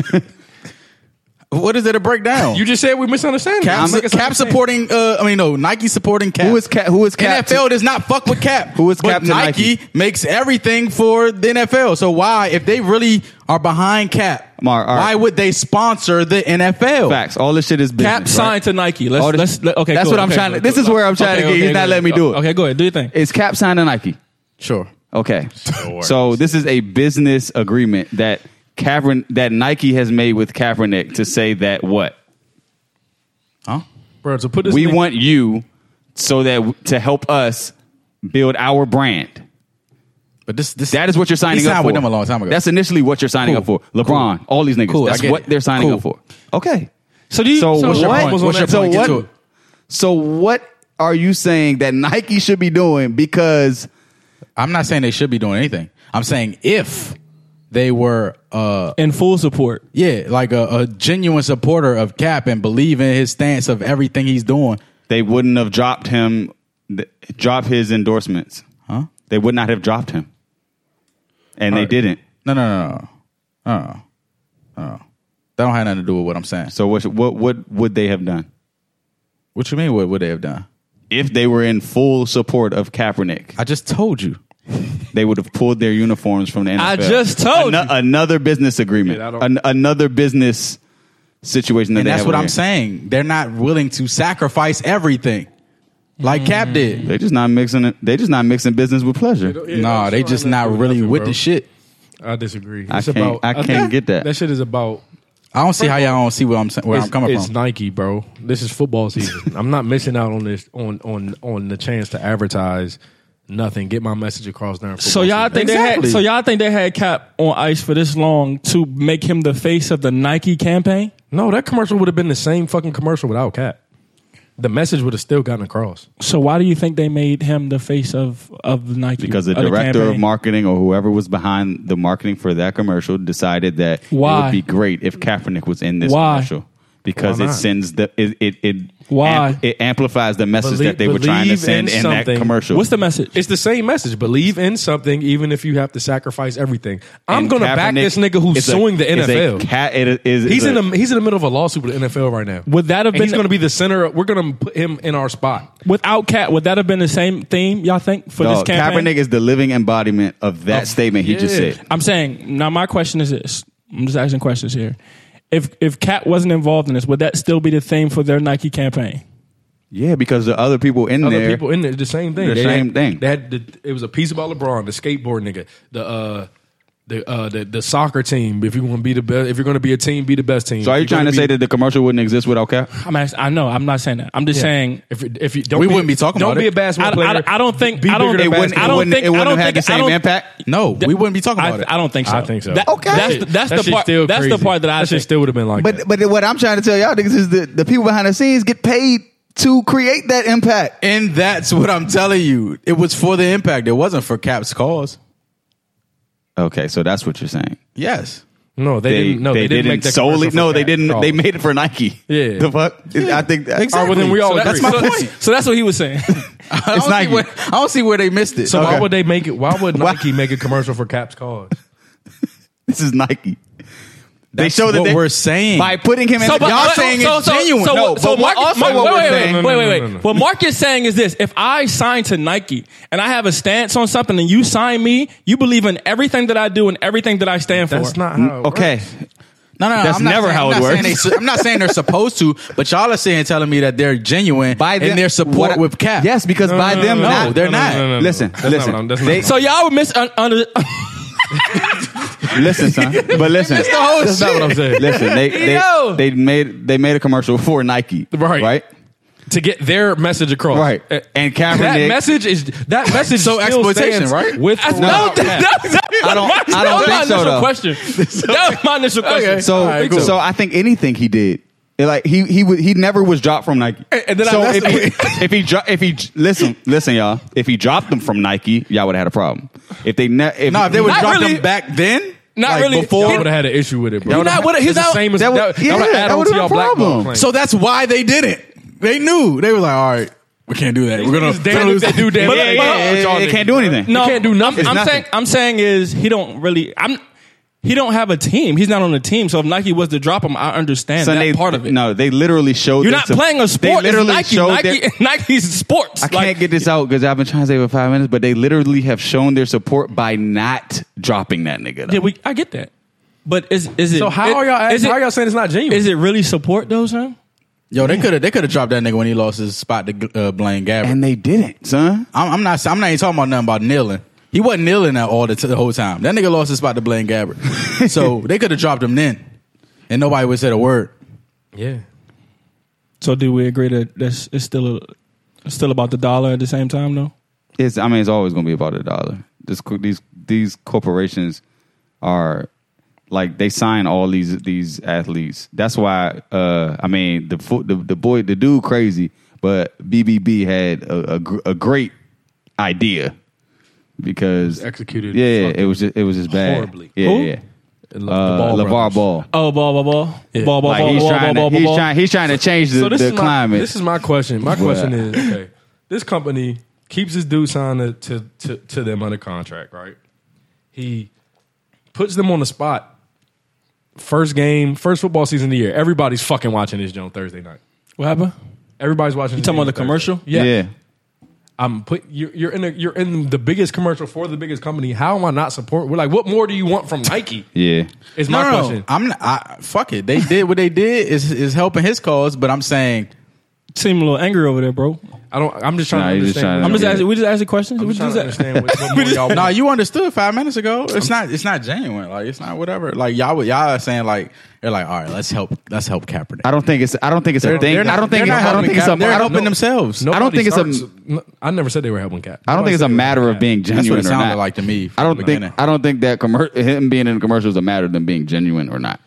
Speaker 5: what is there to break down?
Speaker 7: you just said we misunderstand.
Speaker 5: Cap, Cap supporting. Uh, I mean, no, Nike supporting Cap.
Speaker 8: Who is Cap? Who is Cap?
Speaker 5: NFL does not fuck with Cap.
Speaker 8: Who is
Speaker 5: But
Speaker 8: Cap to
Speaker 5: Nike,
Speaker 8: Nike?
Speaker 5: makes everything for the NFL. So why, if they really are behind Cap,
Speaker 8: Mark, all right.
Speaker 5: why would they sponsor the NFL?
Speaker 8: Facts. All this shit is business.
Speaker 4: Cap
Speaker 8: right?
Speaker 4: signed to Nike. Let's,
Speaker 8: All this-
Speaker 4: let's let, okay.
Speaker 8: That's
Speaker 4: cool,
Speaker 8: what I'm
Speaker 4: okay,
Speaker 8: trying to-
Speaker 4: cool,
Speaker 8: this is
Speaker 4: cool.
Speaker 8: where I'm trying to get- he's not
Speaker 4: good.
Speaker 8: letting me do it.
Speaker 4: Okay, go ahead. Do your thing.
Speaker 8: Is Cap signed to Nike?
Speaker 5: Sure.
Speaker 8: Okay. So this is a business agreement that Kaepern, that Nike has made with Kaepernick to say that what
Speaker 5: Huh?
Speaker 7: bro. To put this,
Speaker 8: we
Speaker 7: nigga-
Speaker 8: want you so that to help us build our brand.
Speaker 5: But this, this
Speaker 8: That is what you're signing
Speaker 5: he
Speaker 8: up
Speaker 5: signed
Speaker 8: for.
Speaker 5: with them a long time ago.
Speaker 8: That's initially what you're signing
Speaker 5: Cool.
Speaker 8: up for. LeBron, all these niggas.
Speaker 5: Cool, I
Speaker 8: That's
Speaker 5: get
Speaker 8: what
Speaker 5: it.
Speaker 8: they're signing
Speaker 5: Cool.
Speaker 8: up for. Okay.
Speaker 7: So do you?
Speaker 8: So
Speaker 7: so
Speaker 8: what?
Speaker 5: your point?
Speaker 7: was on
Speaker 5: What's
Speaker 7: that
Speaker 5: your
Speaker 8: so
Speaker 5: point?
Speaker 7: point?
Speaker 5: Get
Speaker 8: what?
Speaker 5: to it.
Speaker 8: So what are you saying that Nike should be doing? Because
Speaker 5: I'm not saying they should be doing anything. I'm saying if they were, uh,
Speaker 4: in full support.
Speaker 5: yeah, like a, a genuine supporter of Cap and believe in his stance of everything he's doing.
Speaker 8: they wouldn't have dropped him, th- dropped his endorsements. Huh? They would not have dropped him, and they didn't.
Speaker 5: No, no, no, no, no, no, no. That don't have nothing to do with what I'm saying.
Speaker 8: So what? What? What would they have done
Speaker 5: What you mean? What would they have done?
Speaker 8: if they were in full support of Kaepernick?
Speaker 5: I just told you.
Speaker 8: They would have pulled their uniforms from the NFL.
Speaker 4: I just told
Speaker 8: Ano-
Speaker 4: you.
Speaker 8: another business agreement,
Speaker 7: Yeah, I don't-
Speaker 8: An- another business situation that
Speaker 5: And
Speaker 8: they
Speaker 5: that's
Speaker 8: have
Speaker 5: what
Speaker 8: over
Speaker 5: I'm
Speaker 8: here.
Speaker 5: saying. They're not willing to sacrifice everything, like Cap did.
Speaker 8: They just not mixing. It. They just not mixing business with pleasure.
Speaker 7: Yeah,
Speaker 5: nah,
Speaker 7: I'm
Speaker 5: they
Speaker 7: sorry,
Speaker 5: just
Speaker 7: I'm
Speaker 5: not
Speaker 7: doing
Speaker 5: really
Speaker 7: nothing,
Speaker 5: with
Speaker 7: bro.
Speaker 5: the shit.
Speaker 7: I disagree.
Speaker 8: I can't- I can't get that.
Speaker 7: That shit is about
Speaker 5: I don't see how y'all don't see what I'm saying. Where I'm
Speaker 7: it's,
Speaker 5: coming
Speaker 7: it's
Speaker 5: from.
Speaker 7: Nike, bro. This is football season. I'm not missing out on this on on on the chance to advertise nothing. Get my message across during football.
Speaker 4: So y'all
Speaker 7: season.
Speaker 4: think they
Speaker 5: Exactly.
Speaker 4: had so y'all think they had Cap on ice for this long to make him the face of the Nike campaign?
Speaker 7: no, that commercial would have been the same fucking commercial without Cap. The message would have still gotten across.
Speaker 4: So why do you think they made him the face of of the Nike?
Speaker 8: Because the
Speaker 4: of
Speaker 8: director of
Speaker 4: campaign?
Speaker 8: marketing or whoever was behind the marketing for that commercial decided that it
Speaker 4: Why?
Speaker 8: would be great if Kaepernick was in this
Speaker 4: Why?
Speaker 8: commercial because
Speaker 7: Why
Speaker 8: it
Speaker 7: not?
Speaker 8: sends the it it it,
Speaker 4: Why?
Speaker 8: amp- it amplifies the message
Speaker 7: Believe-
Speaker 8: that they were trying to
Speaker 7: believe in
Speaker 8: send in, that
Speaker 7: something.
Speaker 8: commercial.
Speaker 4: What's the message?
Speaker 7: It's the same message. Believe in something, even if you have to sacrifice everything. I'm
Speaker 8: And
Speaker 7: gonna back
Speaker 8: Kaepernick
Speaker 7: this nigga who's
Speaker 8: is a-
Speaker 7: suing the
Speaker 8: is a
Speaker 7: NFL.
Speaker 8: ca- it is-
Speaker 7: he's
Speaker 8: is
Speaker 7: in
Speaker 8: a-
Speaker 7: the he's in the middle of a lawsuit with the NFL right now.
Speaker 4: Would that
Speaker 7: And
Speaker 4: have been-
Speaker 7: he's going to be the center? Of, we're going to put him in our spot.
Speaker 4: Without Cap, would that have been the same theme? Y'all think for this
Speaker 8: Dog,
Speaker 4: campaign?
Speaker 8: Kaepernick is the living embodiment of that statement he just
Speaker 7: Oh, yeah.
Speaker 8: said.
Speaker 4: I'm saying now. My question is this: I'm just asking questions here. If if Cap wasn't involved in this, would that still be the theme for their Nike campaign?
Speaker 8: Yeah, because the other people in
Speaker 7: Other
Speaker 8: there,
Speaker 7: people in there, the same thing.
Speaker 8: The
Speaker 7: They
Speaker 8: same
Speaker 7: had-
Speaker 8: thing.
Speaker 7: They had the, it was a piece about LeBron, the skateboard nigga, the uh, the uh, the, the soccer team. If you want to be the best, if you're going to be a team, be the best team.
Speaker 8: so are you
Speaker 7: If you're
Speaker 8: trying to
Speaker 7: gonna
Speaker 8: say
Speaker 7: be-
Speaker 8: that the commercial wouldn't exist without Cap?
Speaker 4: I'm asking, I know. I'm not saying that. I'm just
Speaker 7: Yeah.
Speaker 4: saying.
Speaker 7: If you- if you don't,
Speaker 5: We wouldn't be talking
Speaker 7: Don't
Speaker 5: about
Speaker 7: be
Speaker 5: it.
Speaker 7: a basketball
Speaker 4: I,
Speaker 7: player.
Speaker 4: I, I don't think. I don't.
Speaker 7: bigger than
Speaker 4: It wouldn't, I
Speaker 8: it
Speaker 4: don't
Speaker 8: wouldn't,
Speaker 4: think.
Speaker 8: it wouldn't
Speaker 4: I don't
Speaker 8: have had
Speaker 4: think,
Speaker 8: the
Speaker 4: I
Speaker 8: same
Speaker 4: don't-
Speaker 8: impact.
Speaker 5: No, we wouldn't be talking
Speaker 4: I,
Speaker 5: about it.
Speaker 4: I don't think so.
Speaker 7: I think so.
Speaker 4: That,
Speaker 8: Okay.
Speaker 4: That's, the- that's
Speaker 7: That
Speaker 4: the
Speaker 7: shit
Speaker 4: part.
Speaker 7: still
Speaker 4: That's the
Speaker 7: crazy.
Speaker 4: part that I
Speaker 7: That shit
Speaker 4: think.
Speaker 7: still would have been like. that.
Speaker 8: But but what I'm trying to tell y'all niggas is the, the people behind the scenes get paid to create that impact.
Speaker 5: And that's what I'm telling you. It was for the impact. It wasn't for Cap's cause.
Speaker 8: Okay, so that's what you're saying.
Speaker 5: Yes.
Speaker 7: no, they, didn't. No, they, didn't, make that
Speaker 8: solely.
Speaker 7: commercial for
Speaker 8: No, they
Speaker 7: Cat
Speaker 8: didn't.
Speaker 7: Dog.
Speaker 8: They made it for Nike.
Speaker 7: Yeah.
Speaker 8: the fuck. I think that,
Speaker 5: Exactly.
Speaker 7: well, then we all
Speaker 5: So
Speaker 7: agree.
Speaker 5: That's my
Speaker 4: so,
Speaker 5: point.
Speaker 4: So that's what he was saying.
Speaker 5: I don't,
Speaker 8: It's
Speaker 5: see
Speaker 8: Nike.
Speaker 5: where, I don't see where they missed it.
Speaker 7: So
Speaker 8: Okay.
Speaker 7: why would they make it? Why would Nike make a commercial for Cap's cause?
Speaker 8: this is Nike. They
Speaker 5: That's
Speaker 8: show that
Speaker 5: what
Speaker 8: they,
Speaker 5: we're saying.
Speaker 8: by putting him in. the,
Speaker 4: but-
Speaker 8: y'all
Speaker 4: but-
Speaker 8: saying
Speaker 4: so-
Speaker 8: it's
Speaker 4: so-
Speaker 8: genuine.
Speaker 4: So,
Speaker 8: no,
Speaker 4: so
Speaker 8: but
Speaker 4: Mark,
Speaker 8: also
Speaker 4: Mark-
Speaker 8: what
Speaker 4: wait,
Speaker 8: we're
Speaker 4: wait,
Speaker 8: saying.
Speaker 4: wait, wait, wait, wait.
Speaker 7: No, no, no, no.
Speaker 4: What Mark is saying is this: If I sign to Nike and I have a stance on something, and you sign me, you believe in everything that I do and everything that I stand for.
Speaker 7: That's not how. It
Speaker 8: Okay,
Speaker 5: no, no, no.
Speaker 8: That's
Speaker 5: I'm not
Speaker 8: never
Speaker 5: saying,
Speaker 8: how
Speaker 5: I'm
Speaker 8: it
Speaker 5: not
Speaker 8: works.
Speaker 5: saying they su- I'm not saying they're supposed to, but y'all are saying telling me that they're genuine by
Speaker 8: them-
Speaker 5: in their support
Speaker 8: what I-
Speaker 5: with Cap.
Speaker 8: Yes, because by
Speaker 7: no,
Speaker 8: them,
Speaker 7: no,
Speaker 8: not,
Speaker 7: no,
Speaker 8: they're
Speaker 7: no, no,
Speaker 8: not.
Speaker 7: no, no, no.
Speaker 8: Listen,
Speaker 7: That's not
Speaker 8: listen.
Speaker 7: what I'm- that's not
Speaker 8: they,
Speaker 7: what
Speaker 4: So y'all would miss un, under.
Speaker 8: listen, son. But listen, that's the whole
Speaker 7: not what I'm saying.
Speaker 8: Listen, they they,
Speaker 4: Yo.
Speaker 8: they made they made a commercial for Nike.
Speaker 7: Right.
Speaker 8: right,
Speaker 7: to get their message across.
Speaker 8: right.
Speaker 7: Uh,
Speaker 8: And
Speaker 7: that
Speaker 8: Kaepernick.
Speaker 7: message is that message.
Speaker 5: So
Speaker 7: still
Speaker 5: exploitation,
Speaker 7: stands
Speaker 5: right?
Speaker 7: With
Speaker 4: That's,
Speaker 7: no,
Speaker 4: that was, that was,
Speaker 8: I don't-
Speaker 4: that was
Speaker 8: I don't
Speaker 4: my
Speaker 8: think so,
Speaker 4: initial
Speaker 8: though.
Speaker 4: question. that was my initial question.
Speaker 8: So, so I think anything he did, it, like he he would he never was dropped from Nike.
Speaker 4: And- and then I-
Speaker 8: so
Speaker 4: that's
Speaker 8: if,
Speaker 4: the-
Speaker 8: he, if he dro- if he listen listen y'all, if he dropped them from Nike, y'all would have had a problem. If they ne- if
Speaker 5: No, if they would
Speaker 4: Not
Speaker 5: drop
Speaker 4: really.
Speaker 5: them back then.
Speaker 4: Not
Speaker 5: like
Speaker 4: really.
Speaker 5: Before,
Speaker 7: y'all would have had an issue with it, bro.
Speaker 4: He
Speaker 7: Y'all
Speaker 4: not
Speaker 7: would've-
Speaker 4: would've- he's
Speaker 7: it's the
Speaker 4: out-
Speaker 7: same as
Speaker 8: that
Speaker 7: that.
Speaker 8: would-
Speaker 7: Would,
Speaker 8: yeah,
Speaker 7: would
Speaker 8: that
Speaker 7: add on
Speaker 8: would've
Speaker 7: to
Speaker 8: been a
Speaker 7: y'all blackball
Speaker 8: problem.
Speaker 7: claim.
Speaker 5: So that's why they did it. They knew. They were like, all right, we can't do that. We're gonna
Speaker 7: It's damn if they do damn.
Speaker 4: But-
Speaker 8: yeah, yeah,
Speaker 7: if
Speaker 4: but-
Speaker 7: not.
Speaker 8: yeah,
Speaker 7: What y'all
Speaker 8: they
Speaker 7: niggas
Speaker 8: can't do
Speaker 7: doing?
Speaker 8: anything.
Speaker 4: No,
Speaker 7: He can't do nothing.
Speaker 4: I'm, I'm
Speaker 8: It's
Speaker 4: saying I'm saying is he don't really I'm he don't have a team. He's not on a team. So if Nike was to drop him, I understand
Speaker 8: Son,
Speaker 4: that
Speaker 8: they,
Speaker 4: part of it.
Speaker 8: No, they literally showed.
Speaker 4: You're
Speaker 8: their
Speaker 4: not
Speaker 8: sup-
Speaker 4: playing a sport.
Speaker 8: They literally
Speaker 4: it's Nike.
Speaker 8: showed.
Speaker 4: Nike
Speaker 8: their,
Speaker 4: Nike's sports.
Speaker 8: I can't get this out because I've been trying to say it for five minutes, but they literally have shown their support by not dropping that nigga. though.
Speaker 4: Yeah, we, I get that. But is is it?
Speaker 7: So how
Speaker 4: it-
Speaker 7: are y'all?
Speaker 4: Is
Speaker 7: Asking,
Speaker 4: it,
Speaker 7: how y'all saying it's not genuine?
Speaker 4: is it really support though, son?
Speaker 5: Yo, they could have. They could have dropped that nigga when he lost his spot to uh, Blaine Gabbert.
Speaker 8: and they didn't, son.
Speaker 5: I'm, I'm not. I'm not even talking about nothing about kneeling. He wasn't kneeling that all the, t- the whole time. That nigga lost his spot to Blaine Gabbert, so they could have dropped him then, and nobody would have said a word.
Speaker 7: Yeah.
Speaker 4: So do we agree that that's it's still a, it's still about the dollar at the same time though?
Speaker 8: It's I mean it's always going to be about a dollar. This co- these these corporations are like they sign all these these athletes. That's why uh I mean the fo- the, the boy the dude crazy, but BBB had a a, gr- a great idea because
Speaker 7: executed
Speaker 8: Yeah,
Speaker 7: fucking
Speaker 8: it was just, it was just bad.
Speaker 7: horribly.
Speaker 8: Yeah,
Speaker 4: Who?
Speaker 8: yeah.
Speaker 7: Le-
Speaker 8: Uh, LeVar
Speaker 7: brothers.
Speaker 8: Ball.
Speaker 4: Oh, ball, ball, ball, ball, ball,
Speaker 8: Like
Speaker 4: ball,
Speaker 8: he's
Speaker 4: ball, ball,
Speaker 8: trying to
Speaker 4: ball,
Speaker 8: he's
Speaker 4: ball.
Speaker 8: trying he's trying to change the,
Speaker 7: So this
Speaker 8: the
Speaker 7: is my,
Speaker 8: climate.
Speaker 7: This is my question. My question is: okay, This company keeps this dude signed to, to to to them under contract, right? He puts them on the spot. First game, first football season of the year. Everybody's fucking watching this Joan Thursday night.
Speaker 4: What happened?
Speaker 7: Everybody's watching. You
Speaker 4: Talking about the commercial.
Speaker 8: yeah.
Speaker 7: I'm put. You're, you're in. A, you're in the biggest commercial for the biggest company. How am I not support? We're like, what more do you want from Nike?
Speaker 8: Yeah.
Speaker 7: Is my
Speaker 5: no,
Speaker 7: question.
Speaker 5: I'm not, I, fuck it. They did what they did is is helping his cause, but I'm saying
Speaker 4: Seem a little angry over there, bro.
Speaker 7: I don't. I'm just trying
Speaker 8: Nah,
Speaker 7: to
Speaker 8: you're just
Speaker 7: understand.
Speaker 8: trying
Speaker 4: I'm
Speaker 8: to-
Speaker 4: just
Speaker 8: Yeah.
Speaker 4: asking. We just asking questions.
Speaker 7: I'm
Speaker 4: we
Speaker 7: just trying
Speaker 4: just
Speaker 7: to understand what, what
Speaker 4: We
Speaker 7: more
Speaker 4: just-
Speaker 7: y'all want.
Speaker 5: No, you understood five minutes ago. It's not. It's not genuine. Like it's not whatever. Like y'all. Y'all are saying like they're like, all right, let's help. Let's help Kaepernick.
Speaker 8: I don't think it's I don't think it's a thing. I don't think
Speaker 5: they're
Speaker 8: it-
Speaker 5: not
Speaker 8: I don't
Speaker 5: helping
Speaker 8: think it's a
Speaker 5: Kaepernick. They're
Speaker 8: I don't
Speaker 5: helping themselves.
Speaker 8: I don't think it's a-
Speaker 7: a. I never said they were helping cat.
Speaker 8: I don't think it's a matter of being
Speaker 5: That's what
Speaker 8: genuine
Speaker 5: it
Speaker 8: or
Speaker 5: sounded
Speaker 8: not.
Speaker 5: like to me.
Speaker 8: I
Speaker 5: from
Speaker 8: don't
Speaker 5: the
Speaker 8: think
Speaker 5: beginning.
Speaker 8: I don't think that commer- him being in the commercial is a matter of them being genuine or not.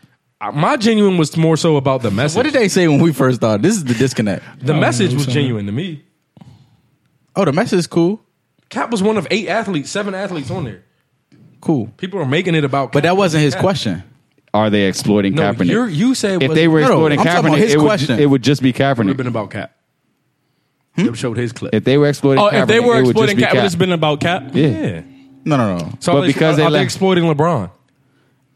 Speaker 7: My genuine was more so about the message.
Speaker 5: What did they say when we first started? This is the disconnect.
Speaker 4: Oh,
Speaker 7: the message was genuine to me.
Speaker 5: Oh, the message is cool.
Speaker 7: Cap was one of eight athletes, seven athletes on there.
Speaker 5: Cool.
Speaker 7: People are making it about,
Speaker 5: But that wasn't his
Speaker 7: Kaepernick.
Speaker 5: question.
Speaker 8: Are they exploiting
Speaker 7: No,
Speaker 8: Kaepernick?
Speaker 7: you're- you said
Speaker 8: if
Speaker 7: was-
Speaker 8: they were
Speaker 5: no, no,
Speaker 8: exploiting
Speaker 5: I'm talking about
Speaker 8: Kaepernick,
Speaker 5: his
Speaker 8: it would, ju-
Speaker 5: question.
Speaker 8: it would just be
Speaker 7: It would have been
Speaker 8: Kaepernick. Hmm?
Speaker 7: about cat. They showed his clip.
Speaker 8: If they were exploiting
Speaker 4: Oh,
Speaker 8: Kaepernick,
Speaker 4: if they were
Speaker 8: it would
Speaker 4: exploiting
Speaker 8: just be
Speaker 4: Cap, it would
Speaker 8: Kaepernick.
Speaker 4: have been about Cap.
Speaker 8: yeah.
Speaker 7: yeah.
Speaker 5: No, no, no.
Speaker 7: So
Speaker 8: But
Speaker 7: are they,
Speaker 8: because
Speaker 7: are,
Speaker 8: they
Speaker 7: are
Speaker 8: left-
Speaker 7: exploiting LeBron?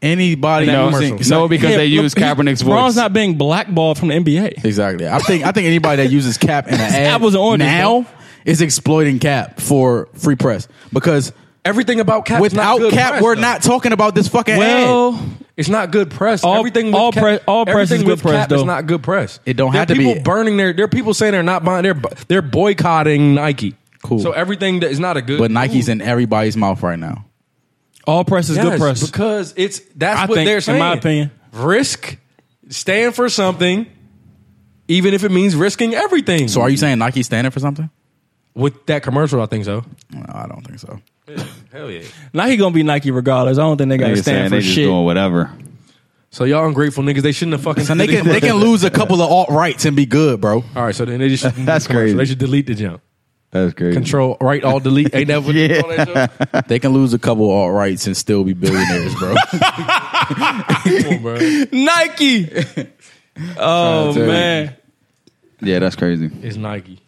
Speaker 5: Anybody
Speaker 7: No,
Speaker 5: using
Speaker 7: commercial.
Speaker 8: No, because
Speaker 4: Yeah,
Speaker 8: they
Speaker 4: Le-
Speaker 8: used Kaepernick's voice.
Speaker 4: LeBron's not being blackballed from the NBA.
Speaker 5: exactly. I think I think anybody that uses cap in an ad
Speaker 4: apples and oranges,
Speaker 5: now
Speaker 4: bro.
Speaker 5: is exploiting cap for free press because
Speaker 7: Everything about cap
Speaker 5: without cap, we're not talking about this fucking ad.
Speaker 4: Well,
Speaker 7: It's not good press.
Speaker 4: All-
Speaker 7: everything with
Speaker 4: all
Speaker 7: Cap-
Speaker 4: press- all press
Speaker 7: everything
Speaker 4: is good
Speaker 7: with
Speaker 4: press,
Speaker 7: Cap is
Speaker 4: though.
Speaker 7: not good press.
Speaker 5: It don't
Speaker 7: There are
Speaker 5: have to
Speaker 7: people
Speaker 5: be.
Speaker 7: burning their. There are people saying they're not buying. They're bu- they're boycotting Nike.
Speaker 5: Cool.
Speaker 7: So everything that is not a good.
Speaker 5: But Nike's in everybody's mouth right now.
Speaker 4: all press is
Speaker 7: Yes,
Speaker 4: good press.
Speaker 7: because it's that's
Speaker 4: I
Speaker 7: what
Speaker 4: think,
Speaker 7: they're
Speaker 4: in
Speaker 7: saying.
Speaker 4: my opinion.
Speaker 7: risk stand for something, even if it means risking everything.
Speaker 5: So are you saying Nike's standing for something?
Speaker 7: with that commercial, I think so.
Speaker 5: No, I don't think so.
Speaker 7: Hell yeah.
Speaker 4: Nike gonna be Nike regardless. I don't think they gotta
Speaker 8: Niggas saying
Speaker 4: stand for
Speaker 8: they just
Speaker 4: shit.
Speaker 8: doing whatever.
Speaker 7: So y'all ungrateful niggas. They shouldn't have fucking.
Speaker 5: So they can they can lose a couple of alt rights and be good, bro.
Speaker 7: All right. So then they just shouldn't do
Speaker 8: That's
Speaker 7: the commercial.
Speaker 8: crazy.
Speaker 7: They should delete the jump.
Speaker 8: That's crazy.
Speaker 7: Control right all delete. Ain't that what they call that jump?
Speaker 5: They can lose a couple of alt rights and still be billionaires, bro.
Speaker 7: Come on, bro.
Speaker 4: Nike. oh man.
Speaker 8: Yeah, that's crazy.
Speaker 7: It's Nike.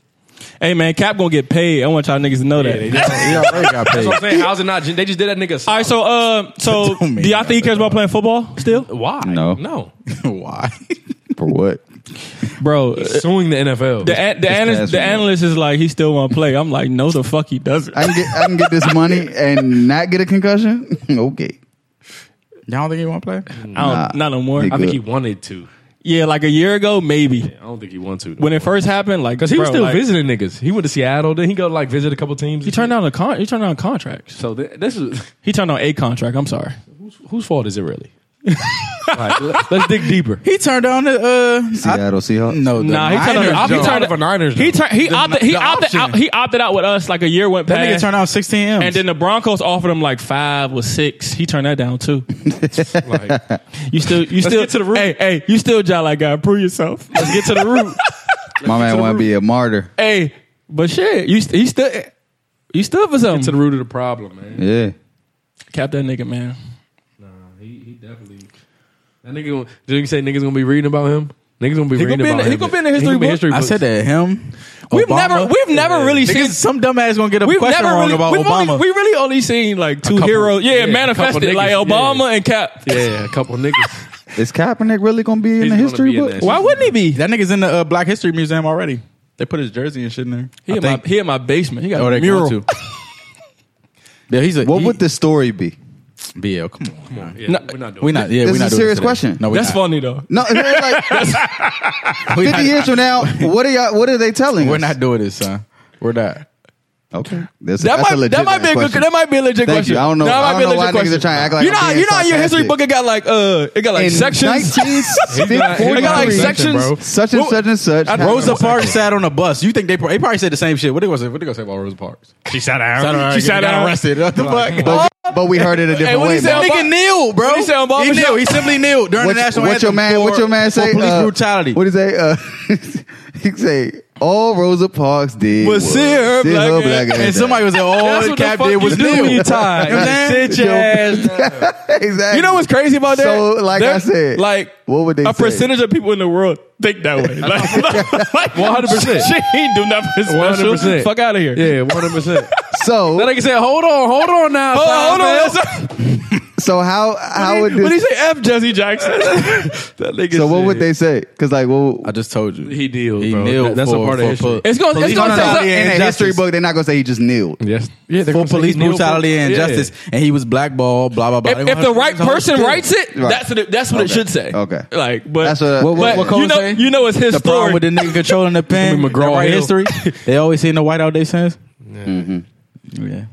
Speaker 4: Hey man, Cap gonna get paid. I want y'all niggas to know that.
Speaker 5: he already got paid.
Speaker 7: So I'm saying, how's it not? They just did that nigga.
Speaker 4: all right, so uh, so
Speaker 5: Don't mean
Speaker 4: do y'all think he
Speaker 5: that.
Speaker 4: cares about playing football still,
Speaker 7: why?
Speaker 8: No.
Speaker 7: no.
Speaker 5: Why?
Speaker 8: For what?
Speaker 4: bro? uh,
Speaker 7: Suing the NFL.
Speaker 4: The an- the, analyst, the
Speaker 8: casual.
Speaker 4: analyst is like he still want to play. I'm like no the fuck he doesn't.
Speaker 8: I can get I can get this money and not get a concussion? okay.
Speaker 5: Y'all don't think he want to play?
Speaker 4: I don't, not no more.
Speaker 7: I
Speaker 8: Nigga.
Speaker 7: think he wanted to.
Speaker 4: yeah, like a year ago maybe
Speaker 7: I don't think he wanted to.
Speaker 4: when it first happened. Like
Speaker 7: because he was
Speaker 4: bro,
Speaker 7: still
Speaker 4: like,
Speaker 7: visiting niggas. He went to Seattle. Then he go like visit a couple teams.
Speaker 4: He turned down a con. He turned down contracts.
Speaker 7: So th- this is
Speaker 4: He turned down a contract. I'm sorry.
Speaker 7: whose, whose fault is it really? All right, let- let's dig deeper.
Speaker 5: He turned down the uh
Speaker 8: Seattle Seahawks.
Speaker 5: No, the
Speaker 4: Nah, he turned
Speaker 5: Niners
Speaker 4: down- I'll be
Speaker 5: job.
Speaker 4: turned-
Speaker 7: of a Niners.
Speaker 4: He turned. He opted. He
Speaker 5: the
Speaker 4: opted
Speaker 5: option.
Speaker 4: out. He opted out with us. Like a year went
Speaker 5: That nigga
Speaker 4: past.
Speaker 5: turned out 16 M's.
Speaker 4: And then the Broncos offered him like five or six. He turned that down too.
Speaker 7: Like,
Speaker 4: You still, you still
Speaker 7: get to the root.
Speaker 4: Hey, hey, you still jolly like God. Prove yourself. Let's get to the root.
Speaker 8: My man want to be a martyr.
Speaker 4: hey, but shit, you st- he still, you stood for
Speaker 7: to
Speaker 4: something.
Speaker 7: the root of the problem, man.
Speaker 8: Yeah.
Speaker 4: Cap that nigga, man.
Speaker 7: He, he definitely. That nigga. Did you say niggas gonna be reading about him? Niggas gonna be
Speaker 4: gonna
Speaker 7: reading
Speaker 4: be in
Speaker 7: about
Speaker 4: the-
Speaker 7: him.
Speaker 4: he gonna be in the history
Speaker 7: gonna be
Speaker 4: book.
Speaker 5: I
Speaker 7: books.
Speaker 5: said that him.
Speaker 4: We've
Speaker 5: Obama.
Speaker 4: never, we've never really
Speaker 5: Niggas,
Speaker 4: seen.
Speaker 5: some dumbass gonna get a
Speaker 4: We've
Speaker 5: question
Speaker 4: never
Speaker 5: wrong
Speaker 4: really,
Speaker 5: about
Speaker 4: we've
Speaker 5: Obama.
Speaker 4: Only, we really only seen like two
Speaker 7: couple-
Speaker 4: heroes. Yeah,
Speaker 7: yeah, a couple
Speaker 4: manifested like
Speaker 7: niggas,
Speaker 4: Obama
Speaker 7: yeah.
Speaker 4: and Cap.
Speaker 7: Yeah, a couple niggas.
Speaker 8: Is Kaepernick really going to be in
Speaker 7: He's
Speaker 8: the
Speaker 7: gonna
Speaker 8: history
Speaker 7: be in
Speaker 8: book?
Speaker 7: that shit.
Speaker 4: Why wouldn't he be?
Speaker 5: that nigga's in the uh, Black History Museum already. They put his jersey and shit in there.
Speaker 4: He
Speaker 5: I
Speaker 4: in, my,
Speaker 5: think.
Speaker 4: he in my basement. He got
Speaker 5: oh,
Speaker 4: a
Speaker 5: they
Speaker 4: mural.
Speaker 5: going to. yeah, he's a.
Speaker 8: What
Speaker 5: he,
Speaker 8: would the story be?
Speaker 5: BL? Come on, come on.
Speaker 7: Yeah,
Speaker 4: No,
Speaker 7: we're not doing.
Speaker 5: We not. Yeah,
Speaker 8: This
Speaker 5: we
Speaker 8: is
Speaker 5: not
Speaker 8: a
Speaker 5: doing
Speaker 8: serious
Speaker 5: today.
Speaker 8: question.
Speaker 5: No, we
Speaker 4: That's
Speaker 5: not.
Speaker 4: funny though.
Speaker 8: No, it's like
Speaker 5: We
Speaker 8: 50
Speaker 5: not-
Speaker 8: years from now, what are y'all? What are they telling
Speaker 5: We're
Speaker 8: us?
Speaker 5: not doing this, son. We're not.
Speaker 8: Okay, that's,
Speaker 4: That
Speaker 8: that's a
Speaker 4: might that
Speaker 8: legitimate
Speaker 4: might be a good,
Speaker 8: question.
Speaker 4: that might be a legit
Speaker 8: Thank
Speaker 4: question.
Speaker 8: you. I don't know.
Speaker 4: That
Speaker 8: I
Speaker 4: might be
Speaker 8: don't
Speaker 4: a
Speaker 8: know why
Speaker 4: legit
Speaker 8: niggas are
Speaker 4: question.
Speaker 8: trying to act like
Speaker 4: you know
Speaker 8: I'm
Speaker 4: how-
Speaker 8: being
Speaker 4: you know how your history
Speaker 8: sarcastic.
Speaker 4: book it got like uh it got like
Speaker 8: in
Speaker 4: sections.
Speaker 8: 1953,
Speaker 4: They got like
Speaker 7: Forty-three.
Speaker 4: sections,
Speaker 7: Bro.
Speaker 8: such and
Speaker 4: Well,
Speaker 8: such and such. happened.
Speaker 5: Rosa Parks sat on a bus. You think they pro- they probably said the same shit? What they gonna say? What they gonna say about Rosa Parks?
Speaker 7: She sat down.
Speaker 4: She sat
Speaker 5: got
Speaker 4: down.
Speaker 5: arrested. What the fuck?
Speaker 8: but, but we heard it a different
Speaker 4: what
Speaker 8: way.
Speaker 4: he said
Speaker 8: man.
Speaker 4: about-
Speaker 5: nigga kneeled, bro.
Speaker 4: What he say on Barber
Speaker 5: he
Speaker 4: Shop?
Speaker 5: kneeled. He simply kneeled during
Speaker 8: what,
Speaker 5: the national
Speaker 8: what your
Speaker 5: anthem
Speaker 8: man?
Speaker 5: for-
Speaker 8: what your man
Speaker 5: for
Speaker 8: say?
Speaker 5: Police
Speaker 8: uh,
Speaker 5: brutality.
Speaker 8: What he say? Uh, he say all Rosa Parks did
Speaker 4: Was see her
Speaker 8: see
Speaker 4: black ass.
Speaker 8: ass
Speaker 5: and
Speaker 8: down."
Speaker 5: somebody was like,
Speaker 4: That's
Speaker 5: all
Speaker 4: what the
Speaker 5: Cap
Speaker 4: fuck
Speaker 5: did
Speaker 4: you
Speaker 5: was
Speaker 4: do
Speaker 5: kneel.
Speaker 4: when you're tired.
Speaker 5: You know what I'm saying?
Speaker 4: Sit your ass
Speaker 8: exactly.
Speaker 4: You know what's crazy about that?
Speaker 8: So, like I
Speaker 4: There-
Speaker 8: said,
Speaker 4: like
Speaker 8: what would they
Speaker 4: a
Speaker 8: say?
Speaker 4: percentage of people in the world think that way? Like one hundred percent. She ain't do nothing special.
Speaker 7: 100%.
Speaker 4: Fuck out of here.
Speaker 7: Yeah, one hundred percent.
Speaker 8: So
Speaker 7: That nigga said, "Hold on, hold on now."
Speaker 4: Hold on, hold on.
Speaker 7: Seinfeld."
Speaker 4: That's-
Speaker 8: so how how would
Speaker 4: What did he
Speaker 8: this,
Speaker 4: say? F Jesse Jackson. that nigga.
Speaker 8: so what
Speaker 4: said-
Speaker 8: would they say? Because like well,
Speaker 5: I just told you.
Speaker 7: He kneeled,
Speaker 5: He
Speaker 7: bro.
Speaker 5: kneeled.
Speaker 7: That- that's a
Speaker 5: for-
Speaker 7: part of
Speaker 5: for
Speaker 7: history.
Speaker 5: pol-
Speaker 4: It's gonna. It's
Speaker 5: police
Speaker 4: gonna
Speaker 8: no, no,
Speaker 4: sound.
Speaker 5: brutality
Speaker 8: in
Speaker 5: and
Speaker 8: a history
Speaker 5: injustice.
Speaker 8: book they're not gonna say he just kneeled.
Speaker 7: Yes. Yeah, they're
Speaker 5: for
Speaker 7: gonna say
Speaker 5: police
Speaker 7: he kneeled
Speaker 5: brutality
Speaker 7: for-
Speaker 5: and
Speaker 7: Yeah.
Speaker 5: justice, and he was blackballed. Blah blah blah.
Speaker 4: If,
Speaker 5: They
Speaker 4: if the
Speaker 5: wanna-
Speaker 4: right
Speaker 5: they wanna-
Speaker 4: person writes it,
Speaker 8: Right.
Speaker 4: that's what it, that's what it
Speaker 8: Okay.
Speaker 4: should say.
Speaker 8: Okay.
Speaker 4: Like, but
Speaker 8: That's what- What-
Speaker 5: what-
Speaker 4: but
Speaker 5: what
Speaker 4: you know,
Speaker 5: Cole say?
Speaker 4: you know, it's his
Speaker 5: the
Speaker 4: story.
Speaker 5: problem with the nigga controlling the pen,
Speaker 7: Gonna be McGraw
Speaker 5: the right
Speaker 7: Hill.
Speaker 5: history. They always say in the White Out they sense. Yeah,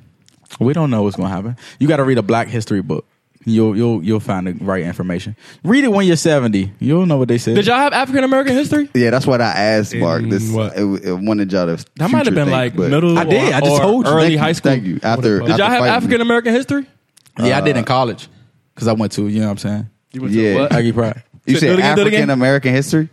Speaker 5: we don't know what's gonna happen. You got to read a Black History book. You'll you'll you'll find the right information. Read it when you're seventy. You'll know what they said.
Speaker 4: Did y'all have African American history?
Speaker 8: Yeah, that's what I asked Mark. This
Speaker 7: what?
Speaker 8: It, it wanted y'all to.
Speaker 4: That might have
Speaker 8: future
Speaker 4: been
Speaker 8: think,
Speaker 4: like
Speaker 8: but-
Speaker 4: middle.
Speaker 5: I did.
Speaker 4: Or,
Speaker 5: I just
Speaker 4: or
Speaker 5: told you.
Speaker 4: Early
Speaker 8: Thank you,
Speaker 4: high school.
Speaker 8: Thank you. After
Speaker 4: Did y'all have African American history?
Speaker 5: yeah, I did in college because I went to. You know what I'm saying?
Speaker 8: Yeah,
Speaker 5: Aggie Pride.
Speaker 8: you
Speaker 4: Say, do it
Speaker 8: said
Speaker 4: again, do it again.
Speaker 8: African American history.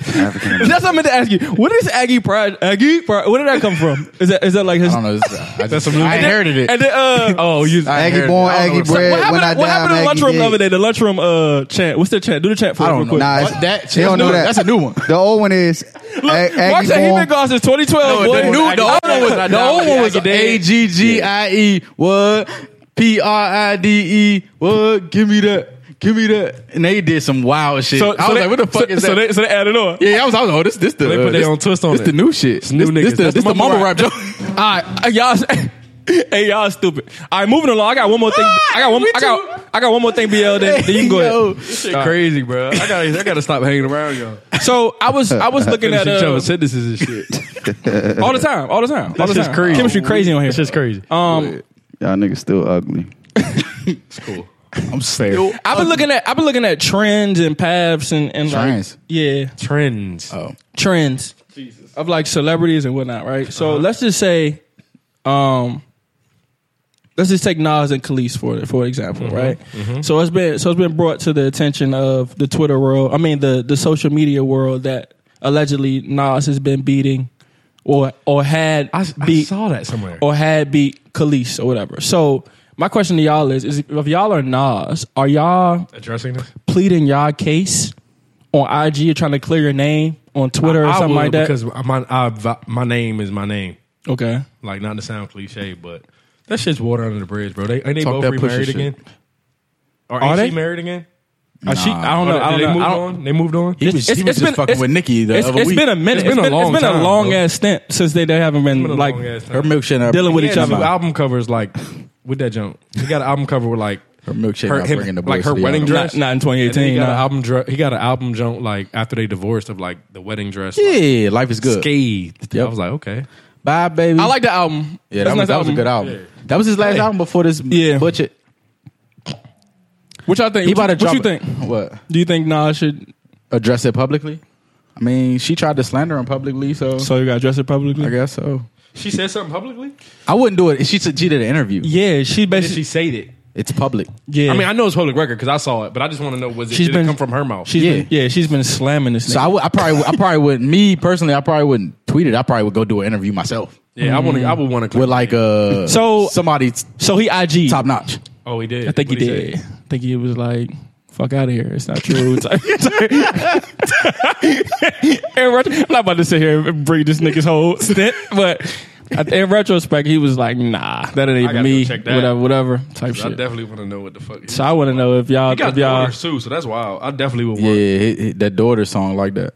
Speaker 8: African American.
Speaker 4: That's what I meant to ask you. What is Aggie Pride? Aggie Pride. Where did that come from? Is that is that like his?
Speaker 5: I don't know. This is- I, just,
Speaker 7: some new-
Speaker 5: I
Speaker 7: And
Speaker 5: inherited it.
Speaker 4: And then, uh, oh, you.
Speaker 5: I
Speaker 8: Aggie
Speaker 5: inherited
Speaker 8: born,
Speaker 5: it. I don't know
Speaker 8: Aggie
Speaker 5: what's up.
Speaker 8: bred.
Speaker 4: what happened,
Speaker 8: when I die,
Speaker 4: what happened in
Speaker 8: I'm
Speaker 4: the
Speaker 8: Aggie
Speaker 4: lunchroom the
Speaker 8: dead.
Speaker 4: other day? The lunchroom uh, chant. What's the chant? Do the chant for
Speaker 5: I
Speaker 4: us
Speaker 5: don't
Speaker 4: real
Speaker 5: know.
Speaker 4: quick.
Speaker 8: Nah,
Speaker 5: Fuck
Speaker 8: it's-
Speaker 5: that
Speaker 8: they
Speaker 5: shit. That's
Speaker 8: don't know
Speaker 5: new.
Speaker 8: that.
Speaker 5: That's a new one.
Speaker 8: The old one is
Speaker 4: Look,
Speaker 8: Ag-
Speaker 4: Mark
Speaker 8: Aggie
Speaker 4: said he
Speaker 8: born-
Speaker 4: been gone since 2012. boy.
Speaker 5: the new, the old one was
Speaker 4: the old one was
Speaker 5: A G G I E. What? P R I D E. What? Give me that. Give me that. And they did some wild shit.
Speaker 7: So-
Speaker 5: I was
Speaker 7: so they-
Speaker 5: like, what the fuck
Speaker 4: so,
Speaker 5: is
Speaker 4: so
Speaker 5: that?
Speaker 4: they so they added on.
Speaker 5: yeah, I was, I was like, oh, this, this the.
Speaker 7: They put
Speaker 5: uh,
Speaker 7: their
Speaker 5: this,
Speaker 7: own twist on
Speaker 5: This
Speaker 7: it.
Speaker 5: the new shit. It's
Speaker 7: new
Speaker 5: this, This
Speaker 7: niggas.
Speaker 5: the,
Speaker 7: That's
Speaker 5: this
Speaker 7: the
Speaker 5: the mumble
Speaker 7: mumble
Speaker 5: rap joke.
Speaker 4: All right, Uh, y'all. Hey y'all, stupid. All right, moving along. I got one more thing. I got one. I got. I got one more thing. BL. Then, then you can go ahead.
Speaker 5: Yo.
Speaker 7: Shit crazy, bro. I gotta, I gotta stop hanging around y'all.
Speaker 4: So I was. I was looking at
Speaker 7: each
Speaker 4: uh,
Speaker 7: other sentences and shit.
Speaker 4: all the time. All the time. All
Speaker 7: That's
Speaker 4: the
Speaker 7: just
Speaker 4: time.
Speaker 7: crazy.
Speaker 4: Chemistry crazy on here.
Speaker 7: It's just crazy.
Speaker 4: Um,
Speaker 8: Y'all niggas still ugly.
Speaker 7: I'm still
Speaker 4: I've been looking at. I've been looking at trends and paths and and
Speaker 5: Trends?
Speaker 4: like yeah
Speaker 7: trends.
Speaker 4: trends of like celebrities and whatnot. Right. So
Speaker 7: Uh-huh.
Speaker 4: let's just say, um. Let's just take Nas and Khalees for for example,
Speaker 7: Mm-hmm.
Speaker 4: right? So it's been so it's been brought to the attention of the Twitter world. I mean the the social media world that allegedly Nas has been beating or or had
Speaker 7: I, I
Speaker 4: beat
Speaker 7: saw that somewhere.
Speaker 4: or had beat Khalees or whatever. So my question to y'all is: Is if y'all are Nas, are y'all
Speaker 7: Addressing this,
Speaker 4: pleading y'all case on IG or trying to clear your name on Twitter or
Speaker 7: I
Speaker 4: something
Speaker 7: would,
Speaker 4: like that?
Speaker 7: Because my, I, vi- my name is my name.
Speaker 4: okay,
Speaker 7: Like not to sound cliche, but that shit's water under the bridge, bro. They ain't they
Speaker 5: Talk
Speaker 7: both
Speaker 5: that pusher
Speaker 7: remarried
Speaker 5: shit.
Speaker 7: again? Or
Speaker 4: Are
Speaker 7: ain't
Speaker 4: they?
Speaker 7: she married again?
Speaker 4: Are she, I don't
Speaker 7: Or
Speaker 4: know.
Speaker 7: did
Speaker 4: I don't
Speaker 7: they
Speaker 4: know.
Speaker 7: moved
Speaker 4: I don't-
Speaker 7: on. They moved on.
Speaker 5: He was, he was just fucking with Nikki the
Speaker 4: it's-
Speaker 5: other
Speaker 4: it's
Speaker 5: week.
Speaker 4: been a minute. it's been a long, it's been a
Speaker 7: time,
Speaker 4: long
Speaker 7: bro.
Speaker 4: ass stint since they, they haven't been,
Speaker 7: been a
Speaker 4: like.
Speaker 7: long-ass time.
Speaker 5: her milkshake and her-
Speaker 4: Dealing with
Speaker 7: He
Speaker 4: each
Speaker 7: had
Speaker 4: other.
Speaker 7: two Album covers like with that junk. He got an album cover with like
Speaker 5: Her milkshake not bringing the
Speaker 7: like
Speaker 5: boys
Speaker 7: her
Speaker 5: to the
Speaker 7: wedding
Speaker 5: album.
Speaker 7: dress.
Speaker 4: Not- not in
Speaker 7: And then
Speaker 4: 2018,
Speaker 7: He got an
Speaker 4: nah.
Speaker 7: album. Dr- he got an album junk like after they divorced of like the wedding dress. like,
Speaker 5: Yeah, life is good.
Speaker 7: scathed.
Speaker 5: Yep.
Speaker 7: I was like, okay,
Speaker 5: Bye, baby.
Speaker 4: I like the album.
Speaker 5: Yeah, that
Speaker 4: That's a
Speaker 5: was,
Speaker 4: nice
Speaker 5: that was a good album. That was his last album before this.
Speaker 4: Yeah.
Speaker 5: butcher.
Speaker 4: What y'all think?
Speaker 5: He about
Speaker 4: what
Speaker 5: to
Speaker 4: you, what
Speaker 5: drop
Speaker 4: you
Speaker 5: it.
Speaker 4: think?
Speaker 5: What
Speaker 4: Do you think Nas should?
Speaker 5: address it publicly? I mean, she tried to slander him publicly, so,
Speaker 4: So you got to dress it publicly.
Speaker 5: I guess so.
Speaker 7: she said something publicly.
Speaker 5: I wouldn't do it. She said she did an interview.
Speaker 4: Yeah, she
Speaker 7: Did she
Speaker 4: basically.
Speaker 7: say it?
Speaker 5: It's public.
Speaker 4: Yeah,
Speaker 7: I mean, I know it's public record because I saw it, but I just want to know was it,
Speaker 4: She's
Speaker 7: did it
Speaker 4: been-
Speaker 7: come from her mouth?
Speaker 4: She's
Speaker 5: Yeah.
Speaker 4: been, yeah, she's been slamming this.
Speaker 5: So I would. I probably. would- I probably wouldn't. Me personally, I probably wouldn't tweet it. I probably would go do an interview myself
Speaker 7: yeah, I want to. I would want to.
Speaker 5: with like uh
Speaker 4: So-
Speaker 5: somebody t-
Speaker 4: so he IG.
Speaker 5: top notch.
Speaker 7: oh, he did.
Speaker 4: I think he
Speaker 7: What'd
Speaker 4: did.
Speaker 7: say?
Speaker 4: I think he was like, "Fuck out of here, it's not true." Type- type- In retro- I'm not about to sit here and bring this nigga's whole stint, but I- in retrospect, he was like, "Nah, that ain't
Speaker 7: I
Speaker 4: even
Speaker 7: gotta
Speaker 4: me."
Speaker 7: go check that.
Speaker 4: Whatever, whatever type
Speaker 7: I
Speaker 4: shit.
Speaker 7: definitely want to know what the fuck.
Speaker 4: So I want to know if y'all,
Speaker 7: he got
Speaker 4: if y'all,
Speaker 7: daughters too, so that's wild. I definitely would
Speaker 5: Yeah,
Speaker 7: want.
Speaker 5: hit- hit that daughter song like that.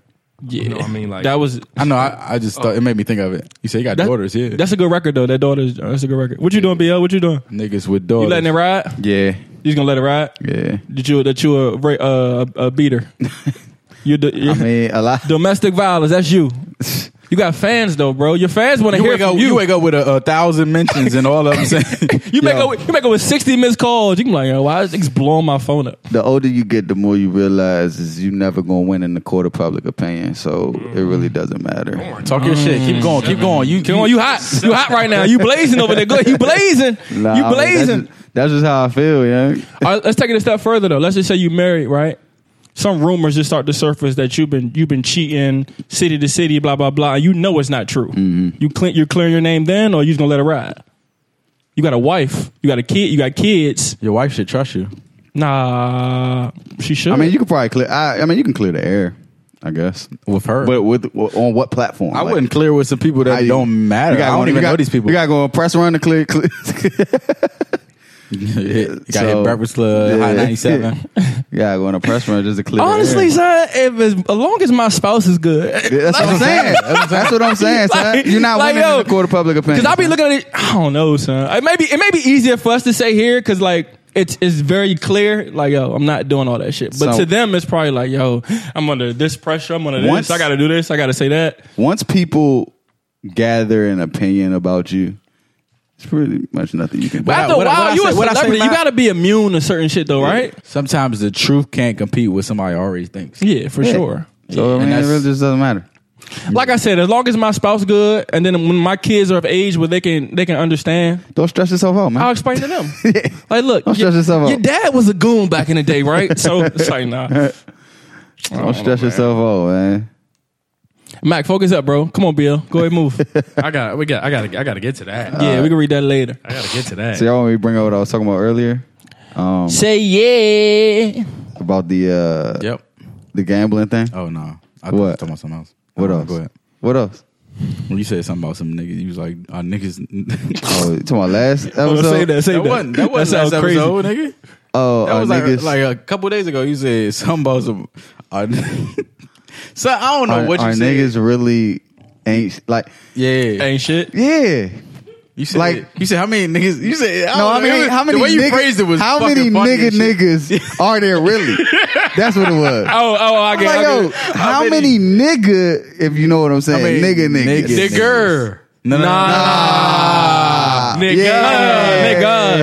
Speaker 4: yeah.
Speaker 7: You know what I mean? Like
Speaker 4: that was
Speaker 5: I know. I, I just thought it made me think of it. You say you got
Speaker 4: that-
Speaker 5: daughters, yeah?
Speaker 4: That's a good record though. That daughter's uh, that's a good record. What you doing, BL? What you doing?
Speaker 5: Niggas with daughters.
Speaker 4: You letting it ride?
Speaker 8: Yeah,
Speaker 4: You just gonna let it ride?
Speaker 8: yeah.
Speaker 4: That you that you a ra- uh, a, a beater? you do,
Speaker 8: I mean, a lot.
Speaker 4: domestic violence. That's you. You got fans though, bro. Your fans want to
Speaker 5: You
Speaker 4: hear
Speaker 5: wake
Speaker 4: from
Speaker 5: up.
Speaker 4: you.
Speaker 5: You wake up with a, a thousand mentions and all of them saying
Speaker 4: You make
Speaker 8: Yo.
Speaker 4: up with, you make up with sixty missed calls. You can be like, yo, why is it's blowing my phone up?
Speaker 8: the older you get, the more you realize is you never gonna win in the court of public opinion. So it really
Speaker 5: Mm.
Speaker 8: doesn't matter.
Speaker 5: talk your shit. Keep going. Keep going. You
Speaker 4: Come on, you hot. You hot right now. You blazing over there. Good. You blazing.
Speaker 8: Nah, I
Speaker 4: you
Speaker 8: mean, that's
Speaker 4: blazing.
Speaker 8: just- that's just how I feel, yeah.
Speaker 4: All right, let's take it a step further though. Let's just say you married, right? Some rumors just start to surface that you've been you've been cheating city to city, blah blah blah. You know it's not true.
Speaker 8: Mm-hmm.
Speaker 4: You cle- you're clearing your name then, or you just gonna let it ride. You got a wife, you got a kid, you got kids.
Speaker 5: Your wife should trust you.
Speaker 4: Nah, she should.
Speaker 8: I mean, you could probably clear. I, I mean, you can clear the air, I guess.
Speaker 5: With her.
Speaker 8: But with on what platform?
Speaker 5: I wouldn't clear with some people that
Speaker 8: I-
Speaker 5: don't matter. I don't even know these people.
Speaker 8: You gotta go and press run to clear. clear.
Speaker 5: got hit, got
Speaker 8: So-
Speaker 5: hit Breakfast Club, Hot
Speaker 8: Yeah.
Speaker 5: 97.
Speaker 8: you gotta go on a press run just to clear. the air.
Speaker 4: Honestly, son, if as, as long as my spouse is good, eh,
Speaker 8: Yeah, that's what I'm saying. That's what I'm saying. son.
Speaker 4: Like-
Speaker 8: You're not
Speaker 4: like,
Speaker 8: winning
Speaker 4: yo,
Speaker 8: in the court of public opinion.
Speaker 4: Because I be looking at it. I don't know, son. It may be it may be easier for us to say here because like it's it's very clear. Like yo, I'm not doing all that shit. But
Speaker 8: So-
Speaker 4: to them, it's probably like yo, I'm under this pressure. I'm under
Speaker 8: Once-
Speaker 4: this. I got to do this. I got to say that.
Speaker 8: once people gather an opinion about you, it's pretty much nothing you can do.
Speaker 4: But
Speaker 5: I-
Speaker 4: after
Speaker 5: Uh, what
Speaker 4: a
Speaker 5: I-
Speaker 4: while,
Speaker 5: what I
Speaker 4: you
Speaker 5: say-
Speaker 4: a
Speaker 5: what I say
Speaker 4: celebrity. You
Speaker 5: now-
Speaker 4: got to be immune to certain shit though, right?
Speaker 5: Sometimes the truth can't compete with somebody already thinks.
Speaker 4: Yeah, for sure.
Speaker 8: So I mean, it
Speaker 5: that's-
Speaker 8: really just doesn't matter.
Speaker 4: Like I said, as long as my spouse good, and then when my kids are of age where they can they can understand,
Speaker 8: Don't stress yourself out, man.
Speaker 4: I'll explain to them.
Speaker 5: Oh,
Speaker 4: Like, look,
Speaker 8: Don't stress yourself out.
Speaker 4: your dad was a goon back in the day, right? So it's like, nah.
Speaker 8: Don't stress yourself out, man.
Speaker 4: Mac, focus up, bro. Come on, Bill. Go ahead, move.
Speaker 7: I got. We got. I got. I got to get to that.
Speaker 4: Yeah, we can read that later.
Speaker 7: I got to get to that.
Speaker 8: So y'all want me to bring up what I was talking about earlier
Speaker 4: Say yeah.
Speaker 8: about the uh,
Speaker 5: Yep.
Speaker 8: the gambling thing?
Speaker 5: Oh no. I
Speaker 8: What?
Speaker 5: was talking about something else.
Speaker 8: what
Speaker 5: Oh,
Speaker 8: else?
Speaker 5: Go ahead.
Speaker 8: What else?
Speaker 5: When you said something about some niggas, you was like, uh, niggas.
Speaker 8: Oh, to my last episode.
Speaker 4: say that. Say that. that sounds crazy.
Speaker 5: nigga.
Speaker 8: Oh,
Speaker 5: That
Speaker 8: uh,
Speaker 5: was
Speaker 8: niggas.
Speaker 5: like, like a couple days ago. You said something about some. Uh, so I don't know
Speaker 8: are,
Speaker 5: what you
Speaker 8: are
Speaker 5: said.
Speaker 8: niggas really ain't like?
Speaker 5: yeah,
Speaker 4: Ain't shit.
Speaker 8: Yeah.
Speaker 5: you said
Speaker 8: like-
Speaker 5: you said how many niggas? You said I
Speaker 8: No,
Speaker 5: don't know,
Speaker 8: I
Speaker 5: it
Speaker 8: mean,
Speaker 5: was-
Speaker 8: how many
Speaker 5: The way you
Speaker 8: niggas,
Speaker 5: phrased it was
Speaker 8: how
Speaker 5: fucking
Speaker 8: many
Speaker 5: funny
Speaker 8: nigga
Speaker 5: and shit.
Speaker 8: niggas are there really? That's what it was.
Speaker 4: Oh, oh, I
Speaker 8: I'm
Speaker 4: get,
Speaker 8: like,
Speaker 4: I
Speaker 8: yo,
Speaker 4: get.
Speaker 8: how many nigga? If you know what I'm saying,
Speaker 5: many
Speaker 8: nigga, niggas.
Speaker 5: niggas?
Speaker 7: Nigger.
Speaker 5: No, no, no, no, no.
Speaker 8: Ah,
Speaker 4: Niggas,
Speaker 8: yeah.
Speaker 4: niggas,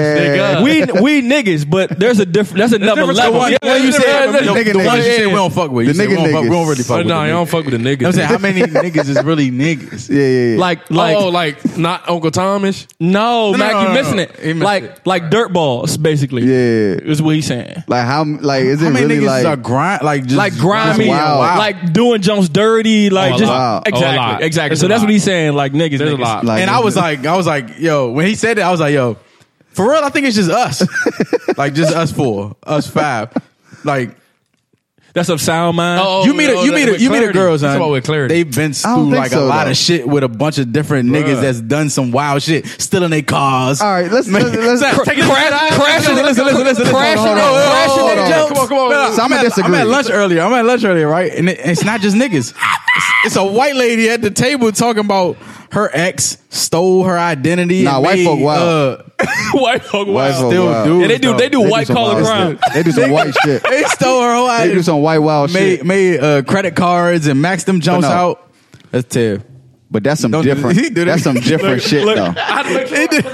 Speaker 4: niggas. We we niggas, but there's a different. That's another
Speaker 7: difference
Speaker 4: level.
Speaker 7: to one-
Speaker 4: Yeah,
Speaker 7: one you
Speaker 4: yeah,
Speaker 7: said,
Speaker 4: yeah,
Speaker 5: The,
Speaker 8: nigga
Speaker 5: the
Speaker 8: niggas.
Speaker 5: ones you said we
Speaker 4: Yeah.
Speaker 5: don't fuck with. You
Speaker 8: The
Speaker 5: said we
Speaker 8: nigga
Speaker 5: don't, fuck, we
Speaker 8: niggas.
Speaker 5: don't really fuck
Speaker 7: But
Speaker 5: with.
Speaker 7: nah,
Speaker 5: the
Speaker 7: you don't fuck with the niggas.
Speaker 5: You know what I'm saying how many niggas is really niggas?
Speaker 8: yeah, yeah, yeah.
Speaker 4: Like, like,
Speaker 7: oh, like not Uncle Thomas.
Speaker 4: no,
Speaker 5: No,
Speaker 4: Mac,
Speaker 5: no,
Speaker 4: you
Speaker 5: no,
Speaker 4: missing
Speaker 5: no.
Speaker 4: it.
Speaker 5: He missed
Speaker 4: like,
Speaker 5: it.
Speaker 4: like dirt balls, basically.
Speaker 8: yeah,
Speaker 4: is what he's saying.
Speaker 8: like how? Like is it
Speaker 5: How many
Speaker 8: really
Speaker 5: niggas
Speaker 8: like?
Speaker 5: are grind like just,
Speaker 4: Like grimy,
Speaker 8: Just wild.
Speaker 4: like doing Jones dirty, like
Speaker 7: Oh, a
Speaker 4: just
Speaker 8: lot.
Speaker 7: Oh, a
Speaker 4: exactly,
Speaker 7: lot.
Speaker 4: exactly.
Speaker 7: There's
Speaker 4: so
Speaker 7: a
Speaker 4: that's
Speaker 7: lot.
Speaker 4: what he's saying. Like niggas,
Speaker 7: There's a
Speaker 4: niggas.
Speaker 7: lot.
Speaker 8: Like,
Speaker 5: and I was like, I was like, yo, when he said that, I was like, yo, for real, I think it's just us, like just us four, us five, like.
Speaker 4: That's of sound mind.
Speaker 7: Oh,
Speaker 5: you meet a,
Speaker 7: no,
Speaker 5: you
Speaker 7: that-
Speaker 5: meet a,
Speaker 7: with
Speaker 5: you meet a
Speaker 7: clarity.
Speaker 5: girl,
Speaker 7: It's
Speaker 5: son.
Speaker 7: about with clarity.
Speaker 5: They've been
Speaker 8: I don't
Speaker 5: through
Speaker 8: think
Speaker 5: like
Speaker 8: so,
Speaker 5: a lot
Speaker 8: though.
Speaker 5: of shit with a bunch of different niggas that's done some wild shit, still in their cars.
Speaker 8: all right, let's let's, let's
Speaker 5: Son, take it-
Speaker 4: Crash- crashing-
Speaker 5: listen, listen, listen, listen.
Speaker 4: crashing-
Speaker 5: Hold on, hold on,
Speaker 4: crashing
Speaker 5: hold
Speaker 4: their
Speaker 5: on.
Speaker 4: jokes.
Speaker 5: Come on, come on.
Speaker 8: So I'm
Speaker 5: I'm
Speaker 8: gonna
Speaker 5: at- I'm
Speaker 8: disagree.
Speaker 5: at lunch earlier. I'm at lunch earlier, right? And it, it's not just niggas. It's a white lady at the table talking about her ex stole her identity.
Speaker 8: Nah,
Speaker 5: and
Speaker 8: white
Speaker 5: made,
Speaker 8: folk wild.
Speaker 5: Uh,
Speaker 4: white folk
Speaker 8: White folk
Speaker 5: still
Speaker 8: wild.
Speaker 5: do
Speaker 4: Yeah, they do.
Speaker 5: though.
Speaker 4: They do
Speaker 8: They
Speaker 4: white
Speaker 8: some
Speaker 4: collar
Speaker 8: wild
Speaker 4: crime.
Speaker 8: shit. They do some white shit.
Speaker 5: They stole her whole
Speaker 8: They
Speaker 5: identity.
Speaker 8: do some white wild
Speaker 5: made,
Speaker 8: shit.
Speaker 5: made uh, credit cards and maxed them Jones
Speaker 8: no.
Speaker 5: out. That's terrible.
Speaker 8: But that's some
Speaker 5: Don't do-
Speaker 8: different.
Speaker 5: he do that.
Speaker 8: that's some different shit though.
Speaker 5: he, did, he did it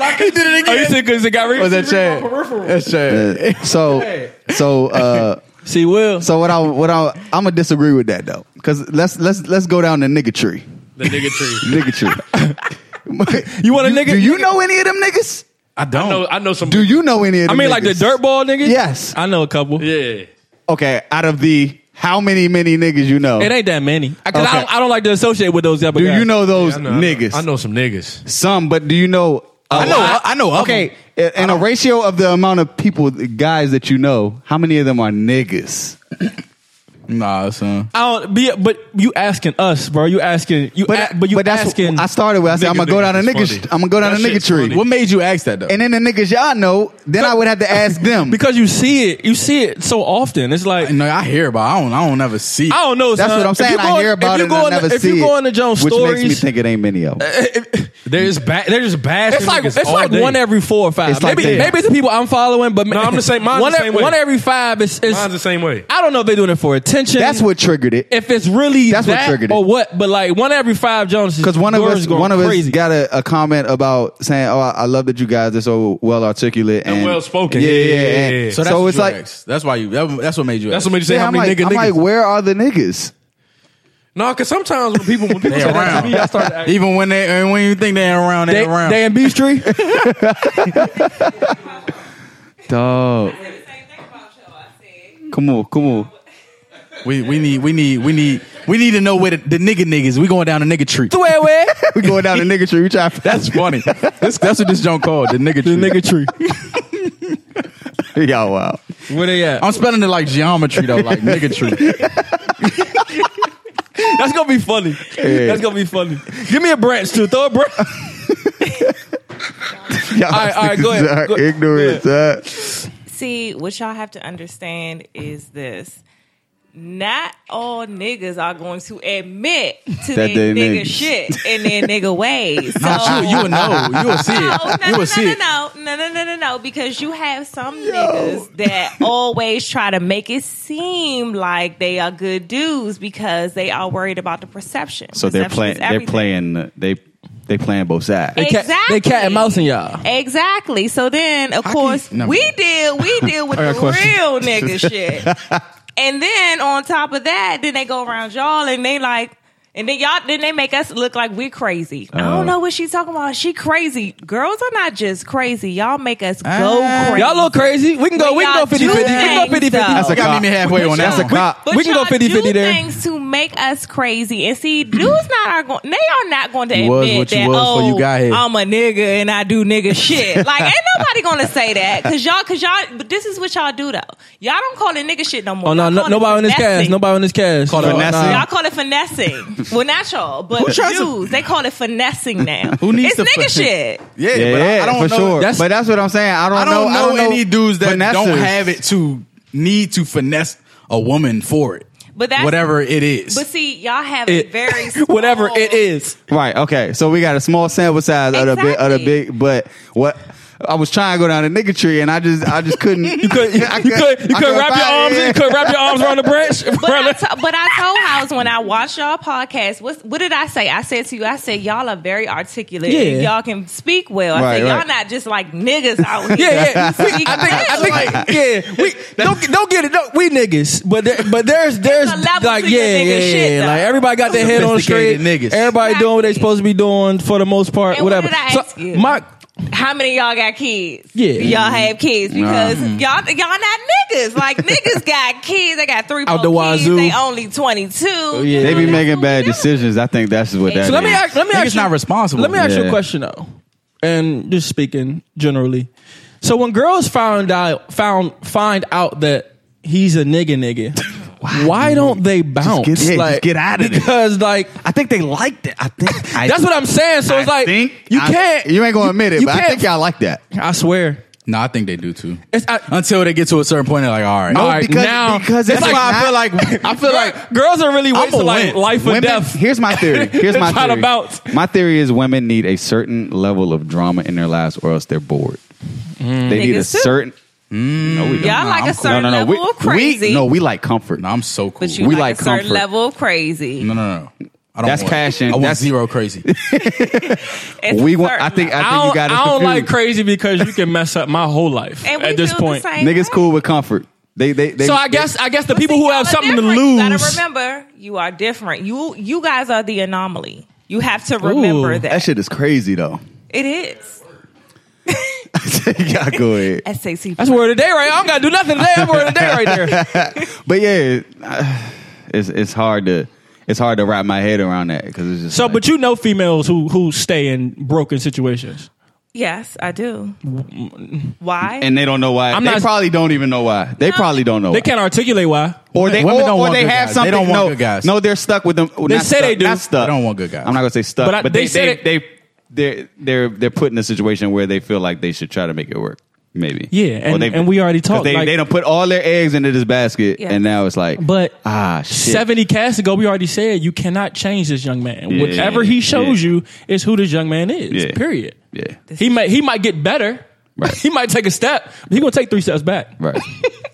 Speaker 4: Oh, you
Speaker 5: again.
Speaker 4: said because it got rid
Speaker 5: was that Chad? That's Chad.
Speaker 8: Uh, so so uh
Speaker 4: See, Will.
Speaker 8: so what I what I I'm gonna disagree with that though because let's let's let's go down the nigga tree
Speaker 7: The nigga tree.
Speaker 8: nigga tree.
Speaker 4: You want a nigga?
Speaker 8: Do you know any of them niggas?
Speaker 5: I don't.
Speaker 7: I know. I know some.
Speaker 8: Do you know any of
Speaker 4: I
Speaker 8: them?
Speaker 4: mean, like the
Speaker 8: niggas?
Speaker 4: dirt ball niggas.
Speaker 8: Yes.
Speaker 4: I know a couple.
Speaker 7: Yeah.
Speaker 8: Okay, out of the how many many niggas you know?
Speaker 4: It ain't that many. Because
Speaker 8: Okay.
Speaker 4: I, don't, I don't like to associate with those other
Speaker 8: do
Speaker 4: guys.
Speaker 8: you know those
Speaker 7: I know,
Speaker 8: niggas?
Speaker 7: I know some niggas.
Speaker 8: some, but do you know?
Speaker 5: I know- I know of
Speaker 8: Okay, in a ratio of the amount of people, guys that you know, how many of them are niggas?
Speaker 5: Nah, son.
Speaker 4: I don't be, but you asking us, bro. You asking you, but, but you
Speaker 8: that's
Speaker 4: asking.
Speaker 8: I started with. I said,
Speaker 7: Nigga,
Speaker 8: I'm gonna go
Speaker 7: nigga,
Speaker 8: down a
Speaker 7: it's
Speaker 8: nigga.
Speaker 7: funny.
Speaker 8: I'm gonna go down
Speaker 7: That
Speaker 8: a nigga
Speaker 7: shit's
Speaker 8: tree.
Speaker 7: funny.
Speaker 5: What made you ask that though?
Speaker 8: And then the niggas y'all know, then I would have to ask them.
Speaker 4: because you see it, you see it so often. It's like
Speaker 5: no, I hear about. I don't. I don't ever see.
Speaker 4: I don't know.
Speaker 8: That's
Speaker 4: son.
Speaker 8: what I'm
Speaker 4: If you
Speaker 8: saying.
Speaker 4: go-
Speaker 8: I hear about
Speaker 4: if you
Speaker 8: it.
Speaker 4: go
Speaker 8: and
Speaker 4: in
Speaker 8: I
Speaker 4: the-
Speaker 8: never
Speaker 4: if
Speaker 8: see
Speaker 4: you go
Speaker 8: it,
Speaker 4: into Jones
Speaker 8: which
Speaker 4: stories,
Speaker 8: makes me think it ain't many of them.
Speaker 7: There's ba- There's just bashing.
Speaker 4: It's like
Speaker 7: niggas
Speaker 4: it's
Speaker 7: all
Speaker 4: like
Speaker 7: day.
Speaker 4: one every four or five.
Speaker 8: It's like
Speaker 4: maybe
Speaker 8: that.
Speaker 4: maybe it's the people I'm following, but
Speaker 7: No, I'm the same- mine's
Speaker 4: one
Speaker 7: the
Speaker 4: ev-
Speaker 7: same way.
Speaker 4: one every five is, is
Speaker 7: Mine's the same way.
Speaker 4: I don't know if they're doing it for attention. attention.
Speaker 8: That's what triggered it.
Speaker 4: If it's really
Speaker 8: That's what
Speaker 4: that
Speaker 8: triggered it.
Speaker 4: or what, but like one every five Joneses.
Speaker 8: Because one of
Speaker 4: girls
Speaker 8: us,
Speaker 4: going
Speaker 8: one of us
Speaker 4: crazy.
Speaker 8: got a, a comment about saying, "Oh, I, I love that you guys are so well articulate and,
Speaker 7: well-spoken.
Speaker 8: Yeah,
Speaker 7: Yeah,
Speaker 8: yeah,
Speaker 7: yeah,
Speaker 8: yeah.
Speaker 7: yeah, yeah.
Speaker 8: So,
Speaker 5: that's what
Speaker 8: it's
Speaker 5: you
Speaker 8: like,
Speaker 5: asked. that's why you. That, that's what made you. ask.
Speaker 7: That's what made you say
Speaker 8: yeah,
Speaker 7: how
Speaker 8: I'm,
Speaker 7: many
Speaker 8: like,
Speaker 7: nigga
Speaker 8: I'm like,
Speaker 7: niggas.
Speaker 8: where are the niggas?
Speaker 7: no, because sometimes when people when people
Speaker 5: They
Speaker 7: say that
Speaker 5: around.
Speaker 7: to me, I start. Acting,
Speaker 5: Even when they, and when you think they're around, they're around.
Speaker 4: They in B Street.
Speaker 8: Dog, come on, come on.
Speaker 5: we we need we need we need we need to know where the, the nigga niggas. We going down the nigga tree.
Speaker 4: Where where?
Speaker 8: We going down the nigga tree. We try.
Speaker 5: That's funny. That's, that's what this joint called the nigga tree.
Speaker 4: tree.
Speaker 8: Y'all wow.
Speaker 4: Where they at?
Speaker 5: I'm spelling it like geometry though, like nigga tree.
Speaker 4: That's gonna be funny. That's gonna be funny. Give me a branch too. Throw a branch.
Speaker 8: Y'all
Speaker 4: right, all right, go
Speaker 8: niggas
Speaker 4: ahead.
Speaker 8: are
Speaker 4: Go-
Speaker 8: ignorant. huh?
Speaker 2: See, what y'all have to understand is this. Not all niggas are going to admit to
Speaker 8: That
Speaker 2: their
Speaker 8: they
Speaker 2: nigga
Speaker 8: niggas.
Speaker 2: shit and their nigga ways. So
Speaker 5: you, you would know. You would see
Speaker 2: no,
Speaker 5: it.
Speaker 2: no,
Speaker 5: you
Speaker 2: no,
Speaker 5: would see
Speaker 2: no,
Speaker 5: it.
Speaker 2: no, no, no, no, no, no, because you have some niggas that always try to make it seem like they are good dudes because they are worried about the perception.
Speaker 8: So they're
Speaker 2: Perception is
Speaker 8: playing. They're
Speaker 2: everything.
Speaker 8: playing. uh, They they playing both sides.
Speaker 2: Hey,
Speaker 4: Cat- They cat and mouse in y'all.
Speaker 2: Exactly. So then, of course,
Speaker 5: no.
Speaker 2: we deal we deal with
Speaker 4: I got
Speaker 2: the
Speaker 4: a question.
Speaker 2: real nigga shit. and then on top of that, then they go around y'all and they like, and then y'all then they make us look like we're crazy. I don't know what she's talking about. She crazy. Girls are not just crazy. Y'all make us go
Speaker 5: Ah.
Speaker 2: crazy.
Speaker 4: Y'all look crazy. We can go.
Speaker 2: But
Speaker 4: We can go
Speaker 2: y'all
Speaker 4: 50
Speaker 2: do
Speaker 4: 50. We can go 50 50.
Speaker 2: things,
Speaker 5: You got me halfway on that.
Speaker 8: That's a
Speaker 5: one.
Speaker 8: cop.
Speaker 2: But
Speaker 4: We can go
Speaker 2: y'all
Speaker 4: 50-50
Speaker 2: do
Speaker 4: there.
Speaker 2: things to make us crazy. And see, dudes not are going. They are not going to
Speaker 5: You was
Speaker 2: admit
Speaker 5: what you
Speaker 2: that.
Speaker 5: was before
Speaker 2: Oh,
Speaker 5: you got here."
Speaker 2: I'm a nigga and I do nigga shit. like ain't nobody going to say that because y'all, because y'all. But this is what y'all do though. Y'all don't call it nigga shit no more.
Speaker 4: Oh no,
Speaker 2: Y'all
Speaker 4: no
Speaker 2: call it
Speaker 4: nobody on this cast.
Speaker 2: finessing.
Speaker 4: Nobody on this cast.
Speaker 8: Call it
Speaker 4: No,
Speaker 8: finessing.
Speaker 4: nah.
Speaker 2: Y'all call it finessing. well, not y'all, but
Speaker 5: tries
Speaker 2: dudes.
Speaker 5: to-
Speaker 2: they call it finessing now.
Speaker 5: Who needs
Speaker 2: it's
Speaker 5: to
Speaker 2: nigga
Speaker 5: fin-
Speaker 2: shit.
Speaker 5: Yeah,
Speaker 8: Yeah,
Speaker 5: but I, I
Speaker 8: yeah,
Speaker 5: don't
Speaker 8: for
Speaker 5: know.
Speaker 8: sure.
Speaker 4: That's-
Speaker 8: but that's what I'm saying. I don't,
Speaker 5: I don't know,
Speaker 8: know.
Speaker 5: any dudes that don't
Speaker 8: finessers.
Speaker 5: have it to need to finesse a woman for it.
Speaker 2: But that's-
Speaker 5: whatever it is.
Speaker 2: But see, y'all have
Speaker 4: It-
Speaker 2: it very small.
Speaker 4: Whatever it is.
Speaker 8: Right. Okay. So we got a small sample size of the big, of the
Speaker 2: Exactly.
Speaker 8: big, but what I was trying to go down the nigga tree and I just, I just couldn't. you
Speaker 4: Could, you, could, you could wrap your arms. in You could wrap your arms around the branch.
Speaker 2: But I, to- but I told House when I watched y'all podcast, what, what did I say? I said to you, I said, y'all are very articulate. and
Speaker 4: Yeah.
Speaker 2: Y'all can speak well. I
Speaker 8: Right,
Speaker 2: said, y'all
Speaker 8: right.
Speaker 2: not just like niggas out here.
Speaker 4: Yeah, yeah.
Speaker 2: You speak
Speaker 4: I
Speaker 2: well.
Speaker 4: think, I think, yeah. We don't get- don't get it. Don't, we niggas, but there, but there's there's
Speaker 2: There's a level
Speaker 4: like
Speaker 2: to
Speaker 4: yeah
Speaker 2: your
Speaker 4: yeah,
Speaker 2: nigga shit,
Speaker 4: yeah.
Speaker 2: though.
Speaker 4: like everybody got their head on straight.
Speaker 5: Sophisticated niggas.
Speaker 4: Everybody doing what they
Speaker 2: Exactly.
Speaker 4: supposed to be doing for the most part.
Speaker 2: And what
Speaker 4: whatever.
Speaker 2: did I
Speaker 4: So,
Speaker 2: ask you?
Speaker 4: My
Speaker 2: How many of y'all got kids?
Speaker 4: Yeah.
Speaker 2: Do y'all have kids because
Speaker 8: Mm-hmm.
Speaker 2: y'all y'all not niggas. Like niggas got kids. They got three four
Speaker 4: Out the
Speaker 2: kids.
Speaker 4: wazoo.
Speaker 2: They only twenty two.
Speaker 4: yeah.
Speaker 8: They be making bad
Speaker 2: decisions.
Speaker 8: decisions. I think that's what that
Speaker 4: so let me
Speaker 8: is.
Speaker 4: ask, let me
Speaker 5: Niggas
Speaker 4: ask you,
Speaker 5: not responsible.
Speaker 4: Let me ask you
Speaker 8: Yeah.
Speaker 4: a question though, and just speaking generally. So when girls found out found find out that he's a nigga nigga, why, don't they bounce?
Speaker 8: get- yeah, just get out of there.
Speaker 4: because like
Speaker 8: I think they liked it. I think I,
Speaker 4: that's what I'm saying. So it's
Speaker 8: I
Speaker 4: like
Speaker 8: think
Speaker 4: you
Speaker 8: I-
Speaker 4: can't.
Speaker 8: You ain't gonna admit it,
Speaker 4: you
Speaker 8: but I
Speaker 4: can't-
Speaker 8: think y'all like that.
Speaker 4: I swear.
Speaker 5: no, I think they do too.
Speaker 4: It's, I,
Speaker 5: Until they get to a certain point, they're like, all right,
Speaker 8: No,
Speaker 5: all right,
Speaker 8: because-
Speaker 5: now
Speaker 8: because
Speaker 5: that's
Speaker 8: it's
Speaker 5: why
Speaker 8: like
Speaker 5: I feel
Speaker 8: not-
Speaker 5: like I feel like
Speaker 4: girls are really
Speaker 5: I'ma
Speaker 4: waiting to like
Speaker 5: win.
Speaker 4: life or
Speaker 8: Women,
Speaker 4: death.
Speaker 8: here's my theory. Here's my
Speaker 4: Try to
Speaker 8: theory.
Speaker 4: bounce.
Speaker 8: My theory is women need a certain level of drama in their lives, or else they're bored. They need a
Speaker 2: Niggas too.
Speaker 8: certain. no, we don't.
Speaker 2: Y'all
Speaker 8: Nah,
Speaker 2: like a
Speaker 8: I'm cool.
Speaker 2: certain
Speaker 8: no, no, no.
Speaker 2: level
Speaker 8: we,
Speaker 2: of crazy.
Speaker 8: We, no, oh, we like comfort.
Speaker 5: no, I'm so cool.
Speaker 2: But you
Speaker 8: We
Speaker 2: like,
Speaker 8: like
Speaker 2: a certain
Speaker 8: comfort.
Speaker 2: level of crazy.
Speaker 5: no, no, no. I don't
Speaker 8: That's
Speaker 5: want-
Speaker 8: passion.
Speaker 5: I want
Speaker 8: That's-
Speaker 5: zero crazy.
Speaker 2: It's
Speaker 8: we
Speaker 2: a
Speaker 8: want.
Speaker 2: certain
Speaker 8: I
Speaker 2: level.
Speaker 8: think. I think
Speaker 4: I
Speaker 8: you
Speaker 4: don't,
Speaker 8: got
Speaker 4: I
Speaker 8: us
Speaker 4: don't
Speaker 8: confused.
Speaker 4: like crazy because you can mess up my whole life
Speaker 2: And we
Speaker 4: at this
Speaker 2: feel
Speaker 4: point.
Speaker 2: The same
Speaker 8: Niggas
Speaker 2: way.
Speaker 8: cool with comfort. They. They. they
Speaker 4: So I guess I guess the people who
Speaker 2: Y'all
Speaker 4: have
Speaker 2: are
Speaker 4: something to
Speaker 2: different. You gotta
Speaker 4: lose.
Speaker 2: remember, you are different. You you guys are the anomaly. You have to remember
Speaker 4: Ooh,
Speaker 2: that.
Speaker 8: That shit is crazy though.
Speaker 2: It is.
Speaker 8: yeah, go ahead.
Speaker 2: SAC.
Speaker 4: That's word of the day, right? I don't gotta do nothing today. I'm word of the day right there.
Speaker 8: But yeah, uh, it's it's hard to it's hard to wrap my head around that because it's just
Speaker 4: So,
Speaker 8: like-
Speaker 4: but you know, females who who stay in broken situations.
Speaker 2: Yes, I do. Why?
Speaker 8: and they don't know why.
Speaker 4: I'm
Speaker 8: they
Speaker 4: not-
Speaker 8: probably don't even know why. They probably don't know.
Speaker 4: They
Speaker 8: why.
Speaker 4: can't articulate why.
Speaker 8: or they
Speaker 5: Women
Speaker 8: or,
Speaker 5: don't
Speaker 8: or
Speaker 5: want
Speaker 8: they
Speaker 5: good
Speaker 8: have
Speaker 5: guys. They
Speaker 8: something.
Speaker 5: don't want
Speaker 8: no,
Speaker 5: good guys.
Speaker 8: No, they're stuck with them.
Speaker 4: They
Speaker 8: not
Speaker 4: say
Speaker 8: stuck,
Speaker 4: they do.
Speaker 8: Not stuck.
Speaker 5: They don't want good guys.
Speaker 8: I'm not gonna say stuck,
Speaker 4: But
Speaker 8: but,
Speaker 4: I-
Speaker 8: they,
Speaker 4: they said it-
Speaker 8: they, they are they're they're put in a situation where they feel like they should try to make it work. Maybe.
Speaker 4: Yeah,
Speaker 8: Or
Speaker 4: and-
Speaker 8: they've-
Speaker 4: and we already
Speaker 8: 'cause
Speaker 4: talked,
Speaker 8: They
Speaker 4: like-
Speaker 8: they don't put all their eggs into this basket,
Speaker 2: Yeah.
Speaker 8: and now it's like,
Speaker 4: But
Speaker 8: ah, shit.
Speaker 4: seventy casts ago, we already said you cannot change this young man.
Speaker 8: Yeah,
Speaker 4: Whatever he
Speaker 8: yeah.
Speaker 4: shows you is who this young man is.
Speaker 8: Yeah.
Speaker 4: Period.
Speaker 8: Yeah.
Speaker 4: He might he might get better.
Speaker 8: Right.
Speaker 4: He might take a step. He gonna take three steps back.
Speaker 8: Right.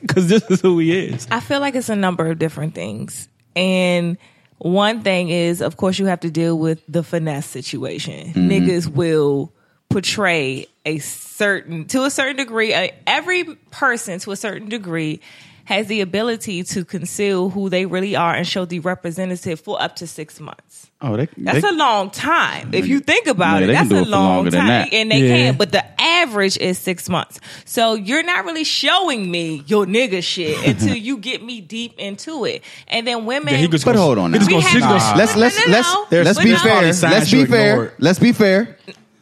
Speaker 4: because this is who he is.
Speaker 2: I feel like it's a number of different things. And one thing is, of course, you have to deal with the finesse situation.
Speaker 8: Mm-hmm.
Speaker 2: Niggas will portray a certain, to a certain degree, a, every person to a certain degree has the ability to conceal who they really are and show the representative for up to six months.
Speaker 8: Oh, they,
Speaker 2: That's a long time. If you think about
Speaker 8: Yeah,
Speaker 2: it,
Speaker 8: they
Speaker 2: that's
Speaker 8: can do
Speaker 2: a
Speaker 8: it for
Speaker 2: long
Speaker 8: longer than
Speaker 2: time.
Speaker 8: that.
Speaker 2: And they
Speaker 4: Yeah.
Speaker 2: can, but the average is six months. So you're not really showing me your nigga shit until you get me deep into it. and then women.
Speaker 9: he just
Speaker 8: But
Speaker 9: gonna-
Speaker 8: hold on
Speaker 9: he just
Speaker 8: now.
Speaker 9: gonna-
Speaker 2: We
Speaker 9: she just
Speaker 2: have-
Speaker 9: gonna-
Speaker 8: let's let's
Speaker 2: No, no,
Speaker 8: let's
Speaker 2: no.
Speaker 8: let's
Speaker 2: But
Speaker 8: be
Speaker 2: no.
Speaker 8: fair.
Speaker 5: Signs
Speaker 8: Let's
Speaker 5: you
Speaker 8: be
Speaker 5: ignore
Speaker 8: fair.
Speaker 5: it.
Speaker 8: Let's be fair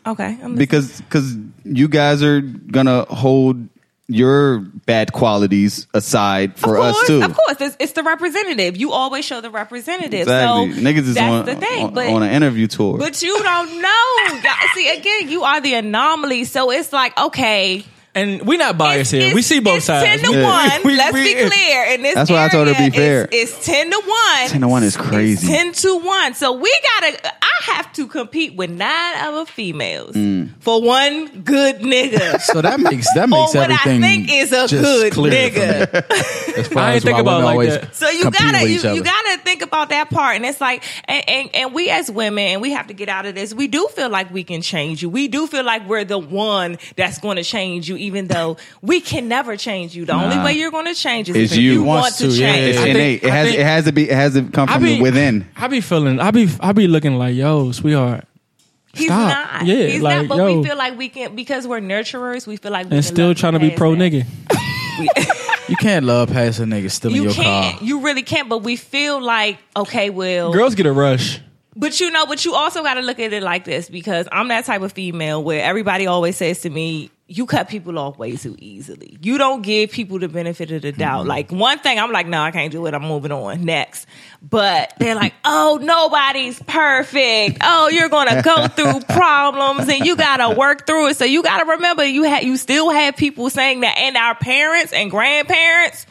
Speaker 2: Okay, I'm listening.
Speaker 8: because because you guys are gonna hold your bad qualities aside for
Speaker 2: of course,
Speaker 8: us too.
Speaker 2: Of course, it's, it's the representative. You always show the representative.
Speaker 8: Exactly.
Speaker 2: So
Speaker 8: Niggas is
Speaker 2: that's
Speaker 8: on,
Speaker 2: the thing.
Speaker 8: on,
Speaker 2: but
Speaker 8: on an interview tour.
Speaker 2: but you don't know. See, again, you are the anomaly. So it's like okay.
Speaker 4: And we're not biased here.
Speaker 2: It's-
Speaker 4: we see both
Speaker 2: it's
Speaker 4: sides.
Speaker 2: Ten to
Speaker 8: Yeah.
Speaker 2: one.
Speaker 4: We-
Speaker 2: Let's be
Speaker 4: we-
Speaker 2: clear. In this
Speaker 8: That's why I told her to
Speaker 2: area,
Speaker 8: be fair.
Speaker 2: It's, it's ten to one.
Speaker 8: 10 to 1 is
Speaker 2: It's
Speaker 8: crazy.
Speaker 2: ten to one. So we gotta. I have to compete with nine other females
Speaker 8: Mm.
Speaker 2: for one good nigga.
Speaker 5: So that makes that
Speaker 2: Or
Speaker 5: makes
Speaker 2: what I
Speaker 5: everything
Speaker 2: think is a
Speaker 5: just
Speaker 2: good
Speaker 5: clear for me.
Speaker 2: nigga.
Speaker 5: As far
Speaker 4: I
Speaker 5: as
Speaker 4: ain't think
Speaker 5: why
Speaker 4: about
Speaker 5: women
Speaker 4: it like
Speaker 5: always
Speaker 4: that.
Speaker 2: So you
Speaker 5: compete
Speaker 2: gotta
Speaker 5: with
Speaker 2: you,
Speaker 5: each other.
Speaker 2: you gotta think about that part, and it's like, and, and and we as women, and we have to get out of this. We do feel like we can change you. We do feel like we're the one that's going to change you, even though we can never change you. The only way you're going to change is
Speaker 8: It's
Speaker 2: if
Speaker 8: you.
Speaker 2: you, want
Speaker 8: Wants
Speaker 2: to,
Speaker 5: to, yeah.
Speaker 2: change.
Speaker 8: it's
Speaker 4: I think-
Speaker 8: innate. it
Speaker 4: I
Speaker 8: has
Speaker 4: think-
Speaker 8: it has to be it has to come from within.
Speaker 4: I be feeling. I be. I be looking like, yo, sweetheart.
Speaker 2: He's
Speaker 4: Stop.
Speaker 2: not.
Speaker 4: Yeah,
Speaker 2: He's
Speaker 4: like,
Speaker 2: not. But
Speaker 4: yo.
Speaker 2: we feel like we can because we're nurturers. We feel like we
Speaker 4: And
Speaker 2: can
Speaker 4: still
Speaker 2: love
Speaker 4: trying to be
Speaker 2: past
Speaker 4: pro
Speaker 2: that.
Speaker 4: nigga.
Speaker 5: You can't love past a nigga still in
Speaker 2: You
Speaker 5: your
Speaker 2: can't.
Speaker 5: car.
Speaker 2: You really can't. But we feel like okay, well,
Speaker 4: Girls get a rush.
Speaker 2: But you know, but you also got to look at it like this because I'm that type of female where everybody always says to me, "You cut people off way too easily. You don't give people the benefit
Speaker 5: Hmm.
Speaker 2: of the doubt." Like one thing, I'm like, "No, I can't do it. I'm moving on next." But they're like, "Oh, nobody's perfect. Oh, you're gonna go through problems and you gotta work through it." So you gotta remember, you had you still have people saying that, and our parents and grandparents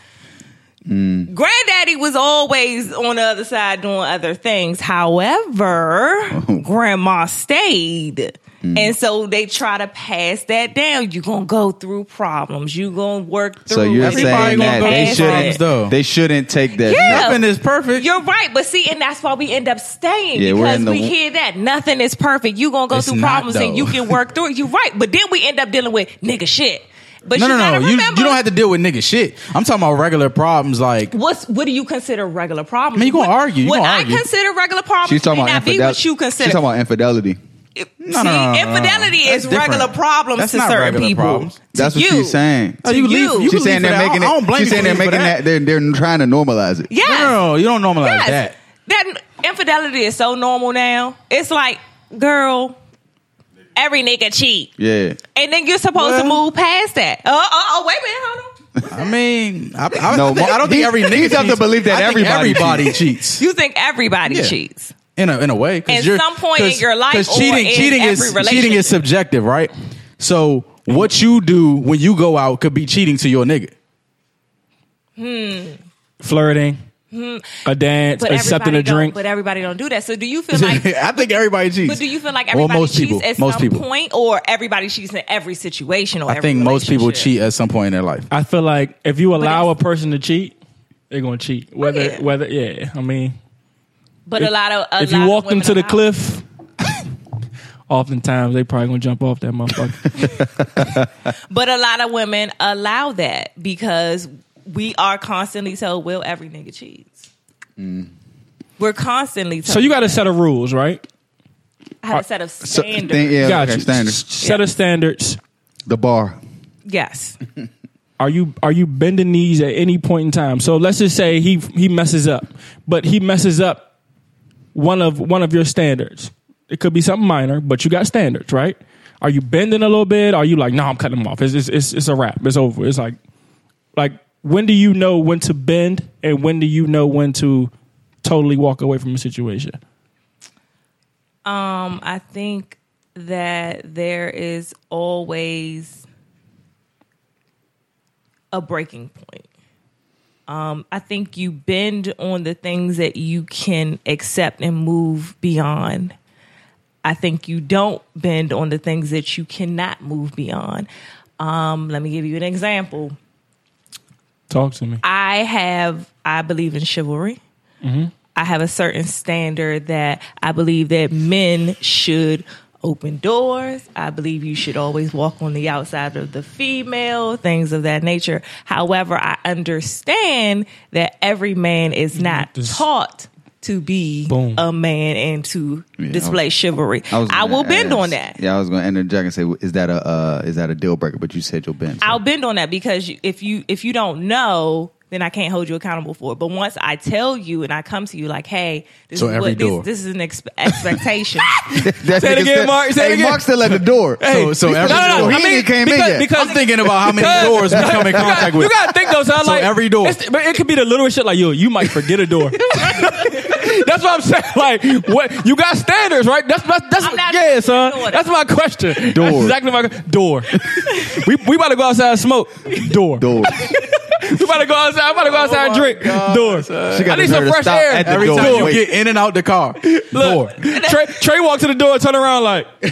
Speaker 2: granddaddy was always on the other side doing other things. However, grandma stayed. And so they try to pass that down. You're going to go through problems. You're going to work through
Speaker 8: So you're
Speaker 2: it.
Speaker 8: saying that
Speaker 2: gonna
Speaker 8: they
Speaker 2: pass
Speaker 8: shouldn't
Speaker 2: it.
Speaker 5: though.
Speaker 8: they shouldn't take that.
Speaker 2: Yeah.
Speaker 5: Nothing is perfect.
Speaker 2: You're right, but see, and that's why we end up staying
Speaker 8: Yeah, we're
Speaker 2: because
Speaker 8: in the-
Speaker 2: we hear that nothing is perfect. You gonna go
Speaker 5: It's
Speaker 2: through
Speaker 5: not,
Speaker 2: problems
Speaker 5: though.
Speaker 2: and you can work through it. You're right, but then we end up dealing with nigga shit. But
Speaker 5: no,
Speaker 2: you
Speaker 5: no, no.
Speaker 2: gotta
Speaker 5: You, you
Speaker 2: remember,
Speaker 5: don't have to deal with nigga shit. I'm talking about regular problems like
Speaker 2: what's what do you consider regular problems?
Speaker 5: I mean, you gonna
Speaker 2: What-
Speaker 5: argue, you
Speaker 2: what
Speaker 5: gonna
Speaker 2: I
Speaker 5: argue.
Speaker 2: consider regular problems
Speaker 8: Oh, She's talking
Speaker 2: may
Speaker 8: about
Speaker 2: not be
Speaker 8: infidelity.
Speaker 2: what you consider.
Speaker 8: She's talking about infidelity.
Speaker 2: See,
Speaker 5: no, no, no, no.
Speaker 2: infidelity is
Speaker 5: That's different.
Speaker 2: regular problems
Speaker 5: That's
Speaker 2: to
Speaker 5: not
Speaker 2: certain
Speaker 5: regular
Speaker 2: people.
Speaker 5: problems.
Speaker 8: That's
Speaker 2: To
Speaker 8: what
Speaker 2: you.
Speaker 8: she's saying.
Speaker 5: Oh, you
Speaker 2: you.
Speaker 5: leave. You
Speaker 2: She's
Speaker 5: can
Speaker 8: she's saying
Speaker 5: leave
Speaker 8: they're
Speaker 5: for that.
Speaker 8: making
Speaker 5: I,
Speaker 8: it.
Speaker 5: I don't blame
Speaker 8: she's
Speaker 5: you
Speaker 8: saying
Speaker 5: for
Speaker 8: they're
Speaker 5: leaving for
Speaker 8: making
Speaker 5: that.
Speaker 8: that. They're they're trying to normalize it.
Speaker 2: Yes.
Speaker 5: No, no, no, you don't normalize
Speaker 2: yes.
Speaker 5: that.
Speaker 2: That infidelity is so normal now. It's like, girl, every nigga cheat.
Speaker 8: Yeah.
Speaker 2: And then you're supposed to
Speaker 5: Well-
Speaker 2: move past that. Oh, oh, oh, wait a minute, hold on.
Speaker 5: I mean, I, I,
Speaker 8: No,
Speaker 5: I, think, I don't think
Speaker 8: he's-
Speaker 5: every nigga
Speaker 8: he's of the
Speaker 5: cheats.
Speaker 8: belief that
Speaker 5: I think
Speaker 8: everybody
Speaker 5: everybody cheats
Speaker 2: You think everybody
Speaker 5: Yeah.
Speaker 2: cheats.
Speaker 5: in a in a way. 'cause
Speaker 2: At
Speaker 5: you're-
Speaker 2: some point in
Speaker 5: 'cause-
Speaker 2: your life
Speaker 5: 'cause
Speaker 2: or
Speaker 5: cheating
Speaker 2: in
Speaker 5: cheating
Speaker 2: every
Speaker 5: is cheating
Speaker 2: relationship.
Speaker 5: is subjective, right? So what you do when you go out could be cheating to your nigga.
Speaker 4: Flirting. A dance.
Speaker 2: Hmm. But
Speaker 4: accepting
Speaker 2: everybody
Speaker 4: a drink.
Speaker 2: don't, but everybody don't do that. So do you feel like
Speaker 5: I think everybody cheats.
Speaker 2: But do you feel like
Speaker 5: Well,
Speaker 2: everybody
Speaker 5: most
Speaker 2: cheats
Speaker 5: people.
Speaker 2: at
Speaker 5: most
Speaker 2: some
Speaker 5: people.
Speaker 2: point or everybody cheats in every situation or
Speaker 5: I
Speaker 2: every
Speaker 5: think most people
Speaker 2: relationship?
Speaker 5: cheat at some point in their life.
Speaker 4: I feel like if you allow a
Speaker 2: it's- Oh,
Speaker 4: person to cheat, they're gonna cheat. Whether
Speaker 2: yeah.
Speaker 4: whether yeah, I mean,
Speaker 2: But a lot of a
Speaker 4: if
Speaker 2: lot
Speaker 4: you
Speaker 2: of
Speaker 4: walk them
Speaker 2: women
Speaker 4: to the
Speaker 2: allow-
Speaker 4: cliff, oftentimes they probably gonna jump off that motherfucker.
Speaker 2: But a lot of women allow that because we are constantly told, "Will every nigga cheats?" We're constantly told.
Speaker 4: so you got a set of rules, right?
Speaker 2: I have a set of
Speaker 8: So,
Speaker 2: standards.
Speaker 8: think- yeah.
Speaker 4: Got
Speaker 8: okay,
Speaker 4: you.
Speaker 8: standards.
Speaker 4: S- Set of standards.
Speaker 8: The bar.
Speaker 2: Yes,
Speaker 4: Are you are you bending knees at any point in time? So let's just say he he messes up, but he messes up one of one of your standards. It could be something minor, but you got standards, right? Are you bending a little bit? Are you like, no, I'm cutting him off. It's it's it's, it's a wrap. It's over. It's like like when do you know when to bend and when do you know when to totally walk away from a situation?
Speaker 2: um, I think that there is always a breaking point. Um, I think you bend on the things that you can accept and move beyond. I think you don't bend on the things that you cannot move beyond. Um, let me give you an example.
Speaker 4: Talk to me.
Speaker 6: I have, I believe in chivalry.
Speaker 4: Mm-hmm.
Speaker 6: I have a certain standard that I believe that men should open doors. I believe you should always walk on the outside of the female, things of that nature. However, I understand that every man is not taught to be a man and to display chivalry. I,
Speaker 8: was gonna
Speaker 6: will bend
Speaker 8: ask-
Speaker 6: on that.
Speaker 8: Yeah, I was going to enter Jack and say, is that a uh, is that a deal breaker? But you said you'll bend. so-
Speaker 6: I'll bend on that because you- if you if you don't know, then I can't hold you accountable for it. But once I tell you and I come to you like, hey, this
Speaker 5: So
Speaker 6: is
Speaker 5: every
Speaker 6: what this-
Speaker 5: door.
Speaker 6: this, is an ex- expectation.
Speaker 8: That
Speaker 4: Say it
Speaker 8: nigga
Speaker 4: again,
Speaker 8: said-
Speaker 4: Mark. Say it
Speaker 8: hey,
Speaker 4: again.
Speaker 8: Mark's still at the door.
Speaker 4: Hey,
Speaker 8: so, so every
Speaker 4: no, no, no.
Speaker 8: door- he
Speaker 4: I mean,
Speaker 8: ain't came
Speaker 4: because-
Speaker 8: in yet.
Speaker 4: because-
Speaker 5: I'm thinking about how many doors we come in contact with.
Speaker 4: You gotta think though. So, I
Speaker 5: So
Speaker 4: like
Speaker 5: every door.
Speaker 4: it's- but it could be the little shit like yo, you might forget a door. that's what I'm saying. Like what you got standards, right? That's that's,
Speaker 6: I'm
Speaker 4: that's
Speaker 6: not-
Speaker 4: yeah, son.
Speaker 6: Door.
Speaker 4: That's my question. Door. That's exactly my door. we we about to go outside and smoke. Door.
Speaker 8: door. Oh
Speaker 4: We about to go outside. I'm about to go outside and drink. door.
Speaker 8: She got
Speaker 4: I need
Speaker 8: the nerve
Speaker 4: some
Speaker 8: to
Speaker 4: fresh
Speaker 8: stop
Speaker 4: air.
Speaker 8: at the
Speaker 5: Every
Speaker 8: door.
Speaker 5: time you
Speaker 8: Wait.
Speaker 5: get in and out the car,
Speaker 4: Look, Trey, Trey walked to the door, turn around like,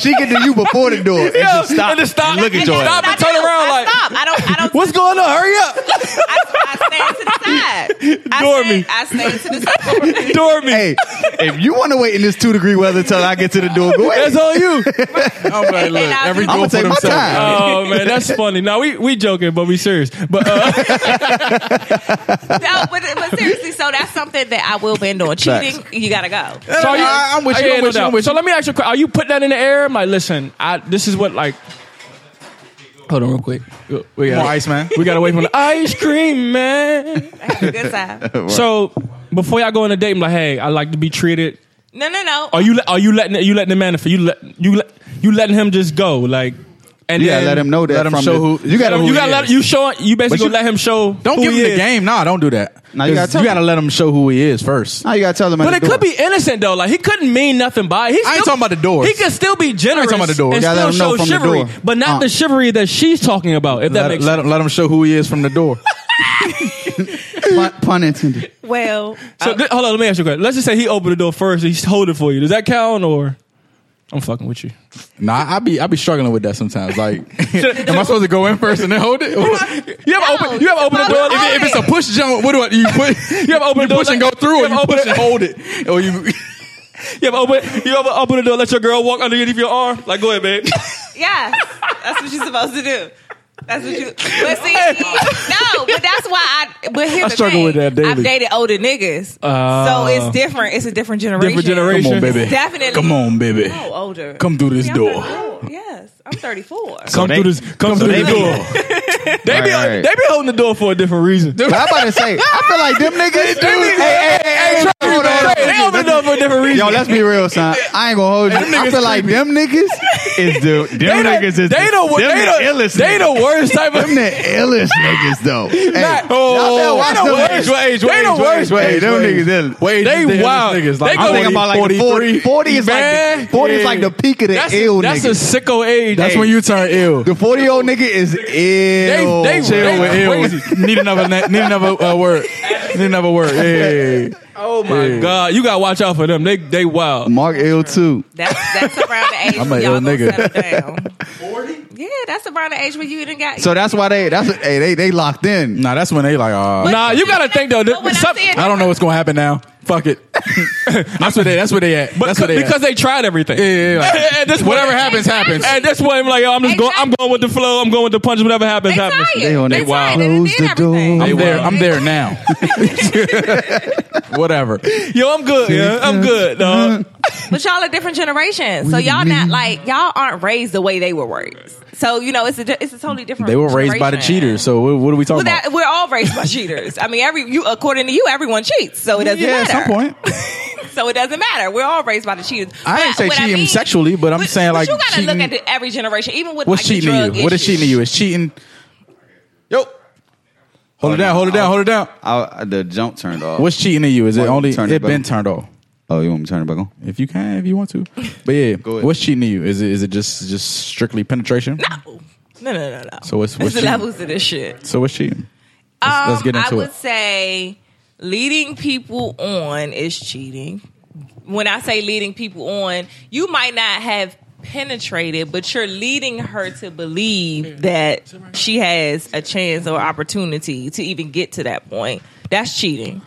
Speaker 8: she get to you before the door. And
Speaker 4: yeah,
Speaker 8: just stop.
Speaker 4: and just stop,
Speaker 8: Look at
Speaker 6: And
Speaker 8: your
Speaker 6: that's
Speaker 8: ass.
Speaker 6: what I
Speaker 4: stop and turn
Speaker 6: do.
Speaker 4: around
Speaker 6: I
Speaker 4: like,
Speaker 6: stop. I don't. I don't.
Speaker 4: what's going on? Hurry up,
Speaker 6: I, I stand to the side.
Speaker 4: Door
Speaker 6: I stand,
Speaker 4: me.
Speaker 6: I stand to the side.
Speaker 4: door me.
Speaker 8: Hey, if you want to wait in this two degree weather till I get to the door, go ahead.
Speaker 4: That's on you.
Speaker 5: I'm like, look,
Speaker 6: I'll
Speaker 5: every
Speaker 6: do-
Speaker 5: door
Speaker 8: I'm gonna
Speaker 5: for
Speaker 8: take my
Speaker 5: themselves.
Speaker 8: time.
Speaker 4: Oh man, that's funny. Now we we joking, but we serious. But uh,
Speaker 6: No, but, but seriously, so that's something that I will bend on. Cheating, you gotta go.
Speaker 4: so are you,
Speaker 5: Oh, I- I'm with you,
Speaker 4: Oh, yeah,
Speaker 5: I'm
Speaker 4: no
Speaker 5: with you,
Speaker 4: doubt.
Speaker 5: I'm with
Speaker 4: so let me ask you: a que- Are you putting that in the air? I'm like, listen, I this is what like. Hold on, real quick. We
Speaker 5: More
Speaker 4: got
Speaker 5: ice, man.
Speaker 4: we got away from the ice cream, man.
Speaker 6: Good time.
Speaker 4: So before y'all go on a date, I'm like, hey, I like to be treated.
Speaker 6: No, no, no.
Speaker 4: Are you le- are you letting you letting the man you let you let you letting him just go like? And
Speaker 8: You gotta
Speaker 4: then-
Speaker 8: let him know that.
Speaker 5: let him
Speaker 8: from
Speaker 5: show
Speaker 8: the-
Speaker 5: who-
Speaker 8: you gotta.
Speaker 4: You gotta let you show you basically
Speaker 8: But you-
Speaker 4: gonna let him show.
Speaker 5: Don't
Speaker 4: who
Speaker 5: give
Speaker 4: he
Speaker 5: him the
Speaker 4: is.
Speaker 5: game. Nah, don't do that.
Speaker 8: Nah, you
Speaker 5: 'Cause
Speaker 8: gotta tell him.
Speaker 5: let him show who he is first.
Speaker 8: Now you gotta tell them. at
Speaker 4: But
Speaker 8: the
Speaker 4: it could
Speaker 8: door.
Speaker 4: be innocent though. Like he couldn't mean nothing by it.
Speaker 5: I
Speaker 4: He
Speaker 5: ain't
Speaker 4: still-
Speaker 5: talking about the doors.
Speaker 4: He could still be generous.
Speaker 5: talking about the doors.
Speaker 4: And
Speaker 8: Yeah, let
Speaker 4: still
Speaker 8: him
Speaker 4: show
Speaker 8: know from the
Speaker 4: chivalry,
Speaker 8: door.
Speaker 4: but not
Speaker 8: Uh.
Speaker 4: the chivalry that she's talking about. If that
Speaker 5: Let,
Speaker 4: makes
Speaker 5: let him let him show who he is from the door.
Speaker 8: pun, pun intended.
Speaker 6: Well,
Speaker 4: sense. So, th- hold on, let me ask you a question. Let's just say he opened the door first. and He's holding for you. Does that count or? I'm fucking with you.
Speaker 5: nah, I be I be struggling with that sometimes. Like, am I supposed to go in first and then hold it? Or-
Speaker 4: You ever
Speaker 6: No,
Speaker 4: open? You ever
Speaker 6: you
Speaker 4: open the
Speaker 6: supposed
Speaker 4: door?
Speaker 6: to
Speaker 4: If,
Speaker 6: open
Speaker 4: it- if it's
Speaker 6: it.
Speaker 4: a
Speaker 5: a push jump. What do I? You put
Speaker 4: you ever open the door?
Speaker 5: push and go
Speaker 4: let-
Speaker 5: through,
Speaker 4: You
Speaker 5: or
Speaker 4: ever
Speaker 5: you
Speaker 4: open
Speaker 5: push
Speaker 4: it?
Speaker 5: and hold it, or you
Speaker 4: You ever open? You ever open the door? Let your girl walk underneath your arm? Like, go ahead, babe.
Speaker 6: Yeah, that's what you're supposed to do. That's what you. But see, no, but that's why I. But here's
Speaker 5: I
Speaker 6: the
Speaker 5: struggle
Speaker 6: thing.
Speaker 5: with that daily.
Speaker 6: I've dated older niggas,
Speaker 4: Oh.
Speaker 6: so it's different. It's a different generation.
Speaker 4: Different generation.
Speaker 5: come on, baby,
Speaker 6: Definitely.
Speaker 5: come on, baby,
Speaker 6: No, older.
Speaker 5: come through this
Speaker 6: See, I'm
Speaker 5: door.
Speaker 6: 34. Yes, I'm 34.
Speaker 4: Come
Speaker 8: they-
Speaker 4: through this. Come through
Speaker 8: they
Speaker 4: the
Speaker 8: be-
Speaker 4: door. They be
Speaker 8: Right, right.
Speaker 4: they be holding the door for a different reason.
Speaker 8: But I'm about to say, I feel like them niggas. hey, hey, hey, hey, hold on, hold
Speaker 4: They
Speaker 8: on.
Speaker 4: open the door for a different reason.
Speaker 8: Yo, let's be real, son. I ain't gonna hold you. I feel like them niggas is the
Speaker 4: They
Speaker 8: them
Speaker 4: the-
Speaker 8: niggas is
Speaker 4: they
Speaker 8: the,
Speaker 4: the wor-
Speaker 8: them
Speaker 4: they
Speaker 8: the,
Speaker 4: the-
Speaker 8: illest.
Speaker 4: they the
Speaker 8: niggas.
Speaker 4: worst type of
Speaker 8: them the illest niggas though. Hey,
Speaker 4: Not-
Speaker 8: y'all better
Speaker 4: oh,
Speaker 8: watch
Speaker 4: they the
Speaker 8: them
Speaker 4: worst.
Speaker 8: niggas.
Speaker 4: Wait, They the worst.
Speaker 8: Hey, them
Speaker 5: wait.
Speaker 8: niggas ill.
Speaker 5: Wait,
Speaker 4: They
Speaker 5: is the illest
Speaker 4: wild.
Speaker 5: niggas. Like,
Speaker 4: They
Speaker 8: I'm
Speaker 4: go-
Speaker 8: thinking about like 40, 40 is
Speaker 4: Oh, Man,
Speaker 8: like the, 40 is like
Speaker 4: yeah.
Speaker 8: the peak of the
Speaker 4: that's
Speaker 8: ill
Speaker 4: that's a
Speaker 8: niggas.
Speaker 4: sicko age.
Speaker 5: That's
Speaker 4: Hey,
Speaker 5: when you turn ill.
Speaker 8: the 40 year old nigga is ill.
Speaker 4: they-
Speaker 5: Chill
Speaker 4: they
Speaker 5: with
Speaker 4: crazy.
Speaker 5: ill. Need another na- need another uh, word. Need another word. Yeah.
Speaker 4: Oh my god, you gotta watch out for them. They they wild.
Speaker 8: Mark ill too.
Speaker 6: That's that's around the age
Speaker 5: I'm
Speaker 6: where
Speaker 5: a
Speaker 6: y'all
Speaker 5: ill
Speaker 6: gonna
Speaker 5: nigga.
Speaker 6: settle down. Forty. Yeah, that's around the age where you didn't got.
Speaker 8: So that's why they that's hey they they locked in.
Speaker 5: Nah, that's when they like. Uh,
Speaker 4: Nah, you gotta think though.
Speaker 6: But when I
Speaker 4: some-
Speaker 6: see it-
Speaker 5: I don't know what's gonna happen now. Fuck it. that's what they. That's what they at.
Speaker 4: but
Speaker 5: that's what they
Speaker 4: because
Speaker 5: at.
Speaker 4: they tried everything.
Speaker 5: Yeah, yeah, yeah, like,
Speaker 4: At this point-
Speaker 5: whatever happens, happens.
Speaker 4: At this point, I'm like, yo, I'm just going. I'm going with the flow. I'm going with the punch. Whatever happens,
Speaker 6: they
Speaker 4: happens.
Speaker 6: tired.
Speaker 8: They on
Speaker 6: They tired.
Speaker 8: it. Wow.
Speaker 6: They
Speaker 8: Close
Speaker 6: did
Speaker 8: the
Speaker 6: everything.
Speaker 8: door.
Speaker 5: I'm there.
Speaker 6: They
Speaker 5: I'm there
Speaker 6: tired.
Speaker 5: now. whatever.
Speaker 4: Yo, I'm good. Yeah, I'm good. Dog.
Speaker 6: But y'all are different generations, so y'all not like y'all aren't raised the way they were raised. So you know it's a di- it's a totally different.
Speaker 5: They were raised by the
Speaker 6: generation.
Speaker 5: cheaters. So what, what are we
Speaker 6: Well,
Speaker 5: talking
Speaker 6: that,
Speaker 5: about?
Speaker 6: we're all raised by cheaters. I mean, every you according to you, everyone cheats, so it doesn't
Speaker 5: yeah,
Speaker 6: matter.
Speaker 5: at some point.
Speaker 6: so it doesn't matter. We're all raised by the cheaters.
Speaker 5: I ain't
Speaker 6: But
Speaker 5: say
Speaker 6: what
Speaker 5: cheating sexually, but I'm saying, like,
Speaker 6: you gotta
Speaker 5: cheating-
Speaker 6: look at the, every generation, even with
Speaker 5: What's
Speaker 6: like,
Speaker 5: cheating
Speaker 6: the
Speaker 5: to you?
Speaker 6: drug
Speaker 5: What is
Speaker 6: issue.
Speaker 5: cheating to you? It's cheating. Yo. Hold, it down. Hold it down. Hold it down.
Speaker 8: I, I- the jump turned off.
Speaker 5: What's cheating to you? Is it
Speaker 8: Oh. Why
Speaker 5: only
Speaker 8: you turn
Speaker 5: it
Speaker 8: it
Speaker 5: been
Speaker 8: back?
Speaker 5: turned off?
Speaker 8: oh, you want me to turn it back on?
Speaker 5: If you can, if you want to. But yeah,
Speaker 8: ahead.
Speaker 5: what's cheating to you? Is it is it just just strictly penetration?
Speaker 6: No, no, no, no.
Speaker 5: So what's-
Speaker 6: It's
Speaker 5: what's
Speaker 6: the
Speaker 5: cheating?
Speaker 6: levels of this shit.
Speaker 5: So what's cheating?
Speaker 6: Um,
Speaker 5: let's get into
Speaker 6: I would
Speaker 5: it.
Speaker 6: say leading people on is cheating. When I say leading people on, you might not have penetrated, but you're leading her to believe that she has a chance or opportunity to even get to that point. That's cheating.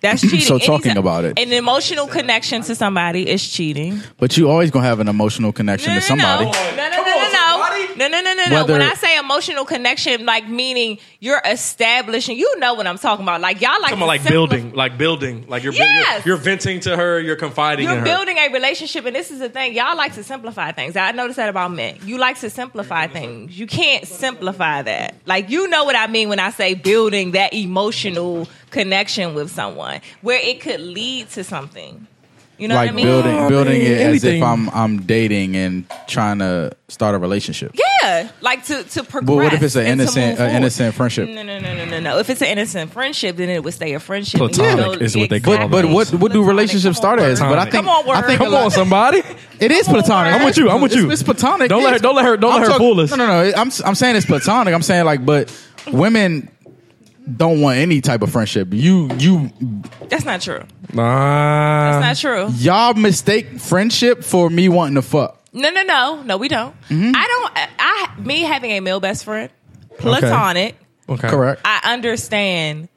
Speaker 6: That's cheating.
Speaker 5: So talking
Speaker 6: Anytime-
Speaker 5: about it.
Speaker 6: an emotional connection to somebody is cheating.
Speaker 5: But you always gonna have an emotional connection to somebody.
Speaker 6: No, no, no, no, no, no, no, no, no, no.
Speaker 5: Whether-
Speaker 6: When I say emotional connection, like meaning you're establishing, you know what I'm talking about. Like y'all like
Speaker 7: Come
Speaker 6: to
Speaker 7: on, like
Speaker 6: simplify-
Speaker 7: building, like building, like you're, building
Speaker 6: Yes.
Speaker 7: you're, you're venting to her, you're confiding
Speaker 6: You're
Speaker 7: in her.
Speaker 6: building a relationship, and this is the thing. Y'all like to simplify things. I noticed that about men. You like to simplify things. You can't simplify that. Like, you know what I mean when I say building that emotional connection with someone where it could lead to something. You know
Speaker 5: like
Speaker 6: what I mean?
Speaker 5: building building
Speaker 4: mean,
Speaker 5: it
Speaker 4: anything.
Speaker 5: as if I'm I'm dating and trying to start a relationship.
Speaker 6: Yeah, like to to progress.
Speaker 5: But what if it's an
Speaker 6: and to move
Speaker 5: innocent
Speaker 6: forward.
Speaker 5: an innocent friendship?
Speaker 6: No, no, no, no, no, no. If it's an innocent friendship, then it would stay a friendship. and you
Speaker 7: Platonic
Speaker 6: know-
Speaker 7: is what they call
Speaker 5: But
Speaker 7: Come
Speaker 5: but
Speaker 7: on.
Speaker 5: what what do
Speaker 6: Platonic,
Speaker 5: relationships
Speaker 6: come on,
Speaker 5: start as? But I
Speaker 7: word.
Speaker 5: think
Speaker 6: Come on,
Speaker 5: I think
Speaker 6: word.
Speaker 5: a
Speaker 7: Come
Speaker 5: lot-
Speaker 7: on, somebody.
Speaker 5: It is platonic.
Speaker 6: word. I'm
Speaker 7: with you. I'm with you.
Speaker 5: It's, it's platonic.
Speaker 7: Don't let her- don't let her- don't let
Speaker 5: I'm
Speaker 7: her
Speaker 5: talk-
Speaker 7: fool us.
Speaker 5: No, no, no. I'm I'm saying it's platonic. I'm saying like, but women don't want any type of friendship. You you
Speaker 6: That's not true.
Speaker 7: Nah.
Speaker 6: That's not true.
Speaker 5: y'all mistake friendship for me wanting to fuck.
Speaker 6: No, no, no, no. We don't.
Speaker 5: Mm-hmm.
Speaker 6: I don't. I I- me having a male best friend, platonic.
Speaker 7: Okay.
Speaker 5: Correct.
Speaker 6: I understand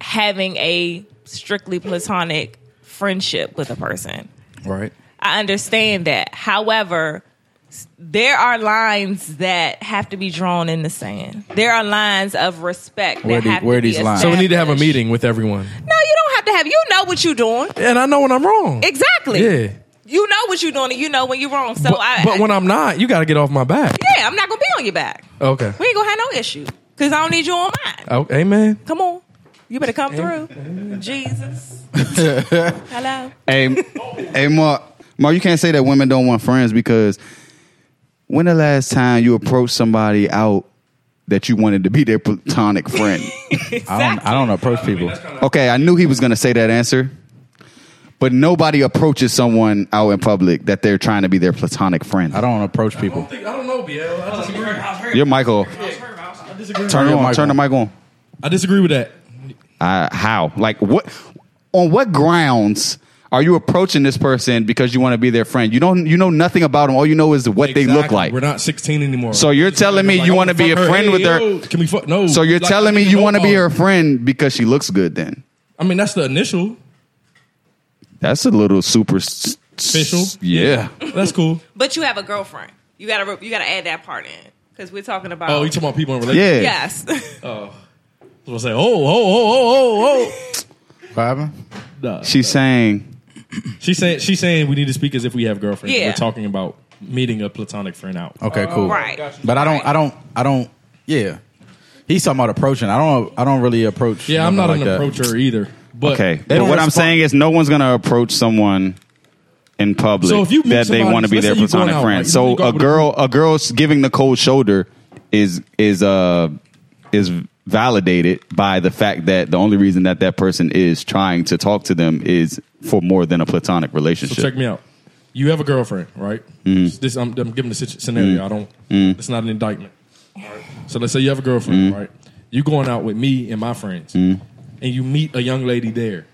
Speaker 6: having a strictly platonic friendship with a person.
Speaker 5: Right.
Speaker 6: I understand that. However, s- there are lines that have to be drawn in the sand. There are lines of respect.
Speaker 5: Where
Speaker 6: that
Speaker 5: do-
Speaker 6: have
Speaker 5: where
Speaker 6: to
Speaker 5: are
Speaker 6: be
Speaker 5: these lines?
Speaker 7: So we need to have a
Speaker 6: established.
Speaker 7: meeting with everyone.
Speaker 6: No, you don't have to have. You know what you're doing
Speaker 7: And I know when I'm wrong.
Speaker 6: exactly.
Speaker 7: Yeah.
Speaker 6: You know what you're doing, and you know when you're wrong. So
Speaker 7: but,
Speaker 6: I,
Speaker 7: but when I'm not, you got to get off my back.
Speaker 6: yeah, I'm not gonna be on your back.
Speaker 7: Okay.
Speaker 6: We ain't gonna have no issue because I don't need you on mine.
Speaker 7: Oh, amen.
Speaker 6: Come on. You better come through. Jesus. Hello.
Speaker 8: Hey, hey, Mark, Mark, you can't say that women don't want friends because when the last time you approached somebody out that you wanted to be their platonic friend?
Speaker 5: I don't I don't approach people.
Speaker 8: okay, I knew he was going to say that answer, but nobody approaches someone out in public that they're trying to be their platonic friend.
Speaker 5: I don't approach people.
Speaker 7: I don't know, BL. I
Speaker 8: Your mic off. Turn it on. Turn the mic on.
Speaker 4: I disagree with that.
Speaker 8: Uh, how? Like what? On what grounds are you approaching this person because you want to be their friend? You don't. You know nothing about them. All you know is what they look like.
Speaker 7: We're not 16 anymore.
Speaker 8: So you're telling me you want to be a friend with her?
Speaker 7: Can we fuck? No.
Speaker 8: So you're
Speaker 7: Like,
Speaker 8: telling
Speaker 7: I
Speaker 8: me
Speaker 7: need
Speaker 8: you want to be
Speaker 7: know
Speaker 8: her
Speaker 7: about-
Speaker 8: friend because she looks good? Then
Speaker 7: I mean, that's the initial.
Speaker 8: that's a little superficial. Yeah.
Speaker 7: That's cool.
Speaker 6: But you have a girlfriend. You gotta you gotta add that part in. Because we're talking about
Speaker 7: Oh, you talking about people in relationships?
Speaker 8: Yeah.
Speaker 6: Yes.
Speaker 7: I was gonna say, oh, oh, oh, oh, oh,
Speaker 5: What happened?
Speaker 8: She's saying
Speaker 7: oh. She's saying she's saying we need to speak as if we have girlfriends.
Speaker 6: Yeah.
Speaker 7: We're talking about meeting a platonic friend out.
Speaker 5: Okay, cool.
Speaker 6: right.
Speaker 5: But I don't. I don't. I don't. Yeah. He's talking about approaching. I don't. I don't really approach.
Speaker 7: Yeah, I'm not
Speaker 5: women
Speaker 7: an
Speaker 5: like that.
Speaker 7: approacher either. But
Speaker 8: okay.
Speaker 5: They
Speaker 8: But
Speaker 5: don't
Speaker 8: what I'm
Speaker 5: respond-
Speaker 8: saying is no one's gonna approach someone in public
Speaker 7: So if you meet
Speaker 8: that they
Speaker 7: somebody-
Speaker 8: want to be
Speaker 7: let's
Speaker 8: their
Speaker 7: say you going
Speaker 8: platonic
Speaker 7: out,
Speaker 8: friend.
Speaker 7: right? You
Speaker 8: So
Speaker 7: go out
Speaker 8: a
Speaker 7: with a
Speaker 8: girl, a girl's giving the cold shoulder is is uh is validated by the fact that the only reason that that person is trying to talk to them is for more than a platonic
Speaker 7: So
Speaker 8: relationship.
Speaker 7: check me out. You have a girlfriend, right?
Speaker 8: Mm.
Speaker 7: This I'm, I'm giving the situ- scenario. I don't. It's not an indictment. Alright? So let's say you have a
Speaker 8: Mm.
Speaker 7: girlfriend, right? You going out with me and my friends, and you meet a young lady there,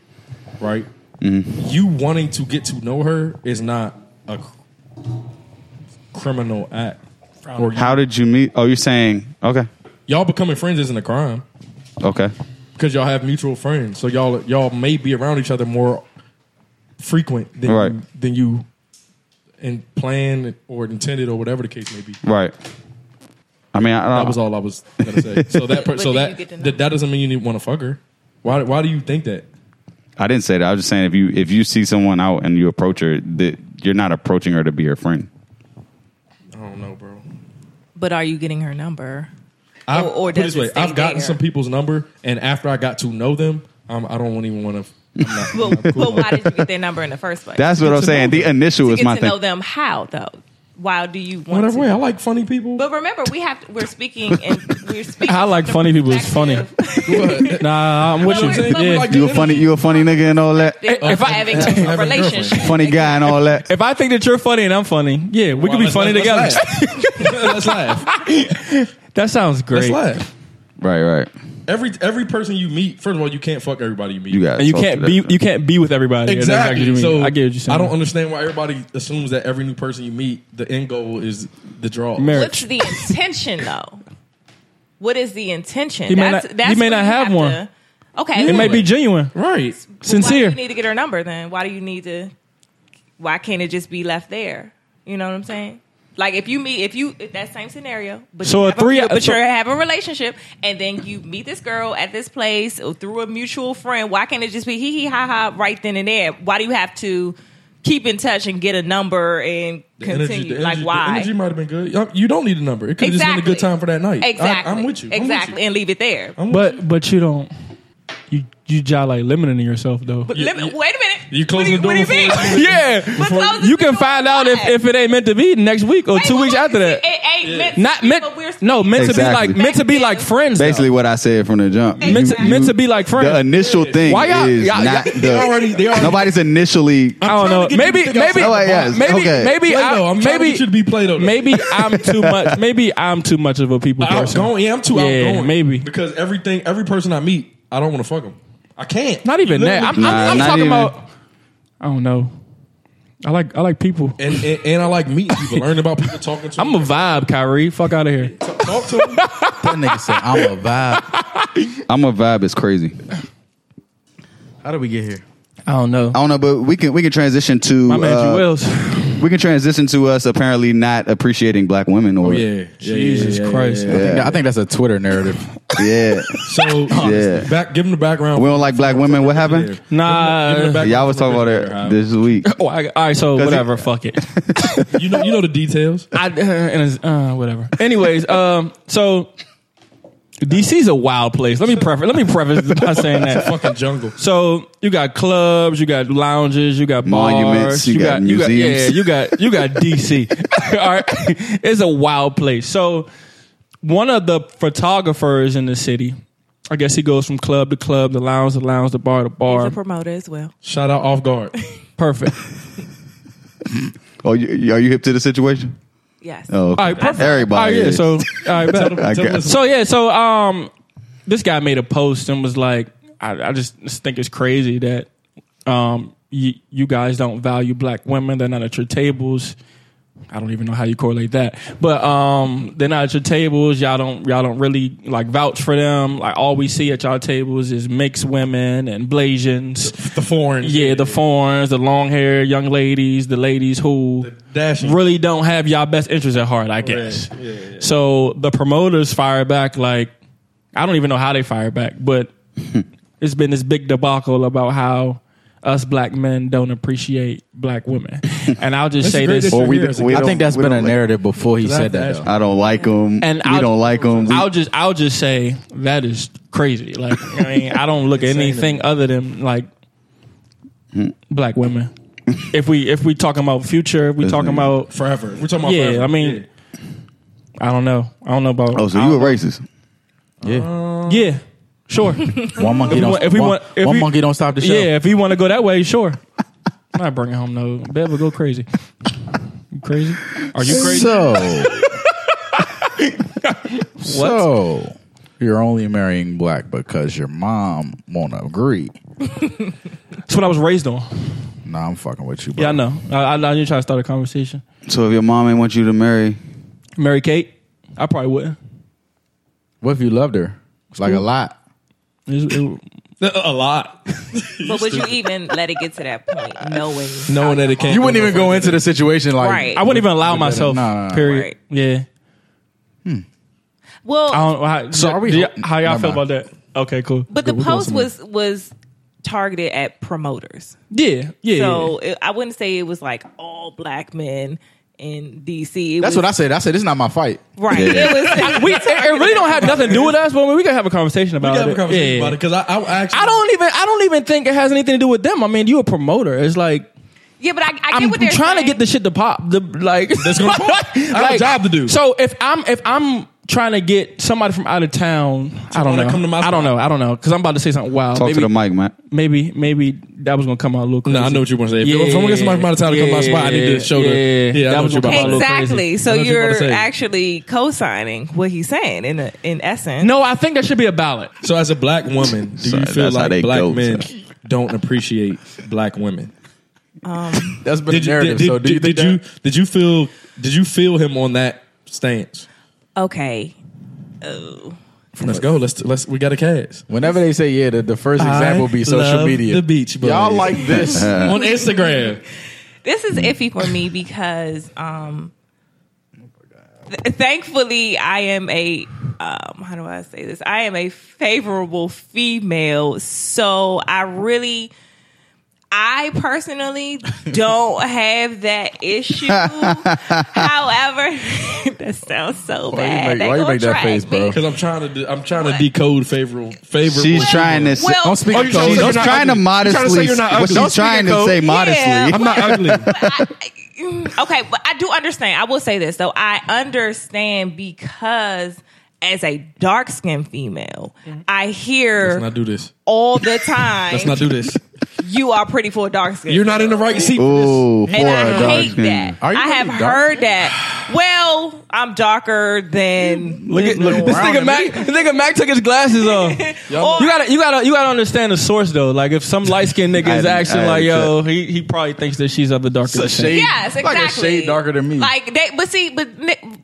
Speaker 7: right?
Speaker 8: Mm.
Speaker 7: You wanting to get to know her is not a cr- criminal act. Or you-
Speaker 8: How did you meet? Oh, you're saying okay,
Speaker 7: y'all becoming friends isn't a crime
Speaker 8: okay.
Speaker 7: because y'all have mutual friends. So y'all y'all may be around each other more frequent than
Speaker 8: Right.
Speaker 7: you, than you and planned or intended or whatever the case may be.
Speaker 8: Right. I mean, I,
Speaker 7: That was all I was gonna say. So that per- so
Speaker 6: did
Speaker 7: that
Speaker 6: you get to know?
Speaker 7: that, that doesn't mean you need want to fuck her. Why why do you think that?
Speaker 8: I didn't say that. I was just saying if you if you see someone out and you approach her, that you're not approaching her to be her friend.
Speaker 7: I don't know, bro.
Speaker 6: But are you getting her number?
Speaker 7: I
Speaker 6: Or- or
Speaker 7: put it this
Speaker 6: does it
Speaker 7: way,
Speaker 6: stay
Speaker 7: I've gotten
Speaker 6: there?
Speaker 7: some people's number, and after I got to know them, I'm, I don't even want to.
Speaker 6: Well, but why did you get their number in the first place?
Speaker 8: That's what I'm saying. The initial
Speaker 6: you
Speaker 8: is
Speaker 6: get
Speaker 8: my
Speaker 6: to
Speaker 8: thing.
Speaker 6: know them how though. Why do you want
Speaker 7: Whatever
Speaker 6: to?
Speaker 7: way, I like funny people.
Speaker 6: But remember, we have to, we're speaking and we're speaking.
Speaker 4: I like
Speaker 6: from the
Speaker 4: funny people. It's funny.
Speaker 6: perspective
Speaker 4: Nah, I'm with
Speaker 6: No,
Speaker 4: you.
Speaker 6: it's-
Speaker 4: Yeah.
Speaker 7: Like,
Speaker 8: You a funny, you a funny nigga and all that.
Speaker 6: of having a relationship.
Speaker 8: Funny guy and all that.
Speaker 4: If I think that you're funny and I'm funny, yeah, we
Speaker 7: Well,
Speaker 4: could be
Speaker 7: let's-
Speaker 4: funny
Speaker 7: let's-
Speaker 4: together.
Speaker 7: let's laugh. Let's laugh.
Speaker 4: That sounds great.
Speaker 7: Let's laugh.
Speaker 8: Right, right.
Speaker 7: Every every person you meet, first of all, you can't fuck everybody you meet.
Speaker 8: You got
Speaker 4: And you can't be you can't be with everybody. Yeah, that's
Speaker 7: Exactly.
Speaker 4: what you mean.
Speaker 7: So
Speaker 4: I get what you're saying.
Speaker 7: I don't understand why everybody assumes that every new person you meet, the end goal is the draw.
Speaker 4: marriage.
Speaker 6: What's the intention though? What is the intention?
Speaker 4: He may not- he may
Speaker 6: what
Speaker 4: not
Speaker 6: you
Speaker 4: have one.
Speaker 6: to- okay,
Speaker 4: It may be genuine.
Speaker 7: Right.
Speaker 4: sincere.
Speaker 6: Why do you need to get her number then? Why do you need to? Why can't it just be left there? You know what I'm saying? Like if you meet if you if that same scenario, but
Speaker 4: So
Speaker 6: you
Speaker 4: a
Speaker 6: have
Speaker 4: three-
Speaker 6: a, but
Speaker 4: so-
Speaker 6: you have a relationship, and then you meet this girl at this place or through a mutual friend. Why can't it just be hee hee ha ha right then and there? Why do you have to keep in touch and get a number and
Speaker 7: The
Speaker 6: continue?
Speaker 7: the
Speaker 6: like
Speaker 7: energy,
Speaker 6: why?
Speaker 7: The energy might have been good. You- You don't need a number. It could have just been a good time for that night. I-
Speaker 6: Exactly.
Speaker 7: I'm with you. I'm with you.
Speaker 6: Exactly. And leave it there.
Speaker 7: I'm with you.
Speaker 4: But but you don't you you just like limiting yourself though.
Speaker 6: But let me- wait a minute.
Speaker 7: You closing
Speaker 6: What do
Speaker 7: the
Speaker 6: what
Speaker 7: door
Speaker 6: do you
Speaker 7: before
Speaker 6: mean? But close the
Speaker 4: You can
Speaker 6: door
Speaker 4: find out if,
Speaker 6: why?
Speaker 4: if it ain't meant to be next week or
Speaker 6: Wait,
Speaker 4: two
Speaker 6: but
Speaker 4: weeks
Speaker 6: look,
Speaker 4: after that.
Speaker 6: It, it ain't meant. to
Speaker 4: Not
Speaker 6: be,
Speaker 4: meant
Speaker 6: but we're still-
Speaker 4: no meant to
Speaker 8: Exactly.
Speaker 4: be like meant to be like friends. though.
Speaker 8: Basically, what I said from the jump.
Speaker 4: meant, to, meant to be like friends.
Speaker 8: The initial thing
Speaker 4: Why y'all-
Speaker 8: is
Speaker 4: y'all-
Speaker 8: not
Speaker 4: y'all-
Speaker 8: the. nobody's initially.
Speaker 4: I don't know.
Speaker 7: to get
Speaker 4: Maybe
Speaker 7: you to
Speaker 4: maybe
Speaker 7: think
Speaker 4: maybe
Speaker 8: outside the box.
Speaker 4: maybe,
Speaker 8: Okay.
Speaker 4: maybe
Speaker 7: Play-Doh. I'm trying
Speaker 4: I,
Speaker 7: to
Speaker 4: maybe
Speaker 7: get you to be Play-Doh.
Speaker 4: Maybe I'm too much. Maybe I'm too much of a people person.
Speaker 7: outgoing. Yeah, I'm too
Speaker 4: Yeah,
Speaker 7: outgoing.
Speaker 4: maybe.
Speaker 7: because everything, every person I meet, I don't want to fuck them. I can't.
Speaker 4: Not even
Speaker 7: Literally.
Speaker 4: that. I'm,
Speaker 8: Nah,
Speaker 4: I'm, I'm
Speaker 8: not
Speaker 4: talking
Speaker 8: even.
Speaker 4: about. I don't know. I like I like people.
Speaker 7: And, and and I like meeting people, learning about people, talking to.
Speaker 4: I'm a
Speaker 7: them.
Speaker 4: vibe, Kyrie. Fuck out of here.
Speaker 7: talk to them.
Speaker 5: That nigga said I'm a vibe.
Speaker 8: I'm a vibe is crazy.
Speaker 5: How did we get here?
Speaker 4: I don't know.
Speaker 8: I don't know, but we can we can transition to
Speaker 4: My man,
Speaker 8: uh,
Speaker 4: G. Wells.
Speaker 8: we can transition to us apparently not appreciating black women
Speaker 6: Oh,
Speaker 8: or
Speaker 4: Jesus Christ.
Speaker 5: I, think that- I think that's a Twitter narrative.
Speaker 8: yeah.
Speaker 7: So
Speaker 4: Oh,
Speaker 8: Yeah.
Speaker 7: back, give them the background.
Speaker 8: we don't like black women. What happened?
Speaker 7: Give them the
Speaker 4: Nah.
Speaker 7: background
Speaker 8: Y'all was
Speaker 7: from
Speaker 8: talking
Speaker 7: the
Speaker 8: about
Speaker 7: picture, huh?
Speaker 8: it this week.
Speaker 4: Oh, I, all right, so
Speaker 8: he-
Speaker 4: whatever. fuck it.
Speaker 7: You know, you know the details.
Speaker 4: I, uh, and it's, uh, whatever. Anyways, um, so DC's a wild place. Let me preface. Let me preface this by saying that.
Speaker 7: Fucking jungle.
Speaker 4: So you got clubs, you got lounges, you got
Speaker 8: Monuments,
Speaker 4: bars,
Speaker 8: you got museums.
Speaker 4: yeah, you got you got DC. All right, it's a wild place. So one of the photographers in the city, I guess he goes from club to club, the lounge to lounge, the bar to
Speaker 6: He's
Speaker 4: bar.
Speaker 6: a promoter as well.
Speaker 7: Shout out off guard.
Speaker 4: Perfect.
Speaker 8: Oh, you, are you hip to the situation?
Speaker 6: Yes.
Speaker 8: Oh,
Speaker 4: All right, perfect.
Speaker 8: Everybody
Speaker 4: All right, Oh, yeah.
Speaker 8: is.
Speaker 4: So all right, bet.
Speaker 8: I
Speaker 7: Tell
Speaker 8: got-
Speaker 7: us-
Speaker 4: So yeah, so um, this guy made a post and was like, I, I just think it's crazy that um, you, you guys don't value black women. They're not at your tables. I don't even know how you correlate that, but um, they're not at your tables. Y'all don't y'all don't really like vouch for them. Like all we see at y'all tables is mixed women and Blasians.
Speaker 7: the foreign.
Speaker 4: Yeah, the foreigners, the long hair young ladies, the ladies who
Speaker 7: dashing.
Speaker 4: really don't have y'all best interests at heart, I guess.
Speaker 7: yeah, yeah.
Speaker 4: So the promoters fire back like I don't even know how they fire back, but it's been this big debacle about how us black men don't appreciate black women. And I'll just say
Speaker 7: great
Speaker 4: this
Speaker 7: that you're
Speaker 8: we-
Speaker 7: here as a
Speaker 8: we
Speaker 7: guest.
Speaker 5: I
Speaker 8: don't-
Speaker 5: think that's
Speaker 8: we
Speaker 5: been a
Speaker 8: don't like-
Speaker 5: narrative before he said that. Though.
Speaker 8: I don't like them.
Speaker 4: And
Speaker 8: we
Speaker 4: I'll-
Speaker 8: don't like them.
Speaker 4: I'll just I'll just say that is crazy. Like I mean, I don't look at anything other than like
Speaker 8: Hmm.
Speaker 4: black women. If we if we talking about future, if we
Speaker 8: This
Speaker 4: talking
Speaker 8: nigga.
Speaker 4: about
Speaker 7: forever. We're talking about
Speaker 4: Yeah,
Speaker 7: forever.
Speaker 4: I mean, I don't know. I don't know about.
Speaker 8: oh, so
Speaker 4: I
Speaker 8: you a
Speaker 4: don't-
Speaker 8: racist?
Speaker 5: Yeah,
Speaker 4: Yeah, sure.
Speaker 5: one monkey don't.
Speaker 4: uh, if we
Speaker 5: one,
Speaker 4: want- if
Speaker 5: one
Speaker 4: we-
Speaker 5: monkey don't stop the show.
Speaker 4: yeah, if you want to go that way, sure. I'm not bringing home no. Bev will go crazy. You crazy? Are you crazy?
Speaker 5: So, so you're only marrying black because your mom won't agree.
Speaker 4: That's what I was raised on.
Speaker 5: Nah, I'm fucking with you. Bro.
Speaker 4: Yeah, I know. I, I, I didn't try to start a conversation.
Speaker 8: So if your mom ain't want you to marry,
Speaker 4: Mary Kate, I probably wouldn't.
Speaker 5: What if you loved her like a lot?
Speaker 4: It's- it-
Speaker 7: a lot.
Speaker 6: But would you even let it get to that point, knowing
Speaker 7: Knowing that it can't.
Speaker 5: You wouldn't even go into the situation like
Speaker 6: right?
Speaker 4: I wouldn't even allow myself.
Speaker 5: Nah, nah, nah.
Speaker 4: period.
Speaker 6: Right.
Speaker 4: Yeah.
Speaker 6: well,
Speaker 4: I don't. How,
Speaker 5: So are we-
Speaker 4: do y- how y'all
Speaker 5: Never
Speaker 4: feel about
Speaker 5: mind.
Speaker 4: that? Okay, cool.
Speaker 6: but the
Speaker 4: Good, we're going
Speaker 6: post
Speaker 4: somewhere.
Speaker 6: was was targeted at promoters,
Speaker 4: yeah, yeah.
Speaker 6: so it, I wouldn't say it was like all black men in DC. It
Speaker 5: That's
Speaker 6: was,
Speaker 5: what I said. I said this is not my fight.
Speaker 6: Right. It was.
Speaker 4: we, it, it really don't have nothing to do with us, but we can have a conversation about
Speaker 7: We gotta have
Speaker 4: it.
Speaker 7: a conversation
Speaker 4: Yeah.
Speaker 7: about it because I, I actually.
Speaker 4: I don't even I don't even think it has anything to do with them. I mean, you a promoter. It's like
Speaker 6: yeah, but I, I get
Speaker 4: I'm
Speaker 6: what they're
Speaker 4: trying to
Speaker 6: saying.
Speaker 4: get the shit to pop. The like
Speaker 7: That's gonna pop. I have a job to do.
Speaker 4: So if I'm if I'm
Speaker 7: trying to get somebody from out of town. I don't
Speaker 4: wanna
Speaker 7: know.
Speaker 4: come to my
Speaker 7: I
Speaker 4: spot?
Speaker 7: don't know. I don't know because I'm about to say something wild.
Speaker 8: Talk
Speaker 7: maybe,
Speaker 8: to the mic, man.
Speaker 7: maybe maybe that was gonna come out a little. Crazy.
Speaker 4: No, I know what you want to say. If, if I'm gonna get somebody from out of town to come to my spot, I need to show
Speaker 7: yeah,
Speaker 4: the.
Speaker 7: yeah, yeah.
Speaker 4: I
Speaker 7: That
Speaker 4: know
Speaker 7: was
Speaker 4: what
Speaker 7: what
Speaker 4: you're about.
Speaker 7: my little
Speaker 6: Exactly. So
Speaker 4: That's what you about
Speaker 6: you're
Speaker 4: to say.
Speaker 6: actually co-signing what he's saying in a, in essence.
Speaker 7: No, I think that should be a ballot.
Speaker 4: So, as a black woman, do
Speaker 8: Sorry,
Speaker 4: you feel
Speaker 8: that's how
Speaker 4: like
Speaker 8: they
Speaker 4: black
Speaker 8: go,
Speaker 4: men
Speaker 8: so.
Speaker 4: don't appreciate black women?
Speaker 5: That's been
Speaker 4: Did
Speaker 5: the
Speaker 4: you
Speaker 5: narrative.
Speaker 4: did, did,
Speaker 5: so do you
Speaker 4: did,
Speaker 5: think
Speaker 4: you
Speaker 5: that-
Speaker 4: did you feel did you feel him on that stance?
Speaker 6: Okay. Oh.
Speaker 4: Let's go. Let's let's we got a cast.
Speaker 5: whenever they say yeah, the, the first example will be social
Speaker 4: love
Speaker 5: media.
Speaker 4: The beach, boys.
Speaker 5: Y'all like this?
Speaker 4: on Instagram.
Speaker 6: This is iffy for me because um th- thankfully I am a um how do I say this? I am a favorable female, so I really I personally don't have that issue. However, that sounds so
Speaker 5: you make-
Speaker 6: bad. They
Speaker 5: why you
Speaker 6: gonna
Speaker 5: make that
Speaker 6: track
Speaker 5: face, bro?
Speaker 6: me.
Speaker 4: Because I'm trying to de- I'm trying to decode favorable favorable.
Speaker 8: She's trying to. s-
Speaker 6: well- Don't speak
Speaker 4: Oh, in you're code.
Speaker 8: she's
Speaker 4: saying you're not
Speaker 8: trying to
Speaker 4: ugly. You're trying to say you're
Speaker 8: modestly.
Speaker 4: not
Speaker 8: What
Speaker 4: ugly.
Speaker 8: she's
Speaker 4: Don't speak
Speaker 8: trying
Speaker 4: in
Speaker 8: to
Speaker 4: code.
Speaker 8: say
Speaker 4: Yeah.
Speaker 6: I'm
Speaker 8: modestly.
Speaker 4: not ugly.
Speaker 6: okay, but I do understand. I will say this though. I understand because as a dark skinned female, I hear
Speaker 4: Let's not do this.
Speaker 6: all the time
Speaker 4: Let's not do this.
Speaker 6: you are pretty for a dark skin.
Speaker 4: You're not in the right seat.
Speaker 8: Ooh, for
Speaker 6: and
Speaker 8: a
Speaker 6: I
Speaker 8: dark
Speaker 6: hate
Speaker 8: skin.
Speaker 6: that.
Speaker 5: Are you
Speaker 6: I have
Speaker 5: really dark?
Speaker 6: heard that. Well, I'm darker than
Speaker 7: Look at look, this nigga Mac. This nigga Mac took his glasses off. you gotta you gotta you gotta understand the source though. Like if some light skinned
Speaker 8: I
Speaker 7: nigga is
Speaker 8: had- I
Speaker 7: actually
Speaker 8: had
Speaker 7: like
Speaker 8: to
Speaker 7: yo, he he probably thinks that she's of the darker
Speaker 5: a
Speaker 7: descent.
Speaker 5: shade,
Speaker 6: Yes, exactly.
Speaker 5: Like a shade darker than me.
Speaker 6: Like they, but see, but ni-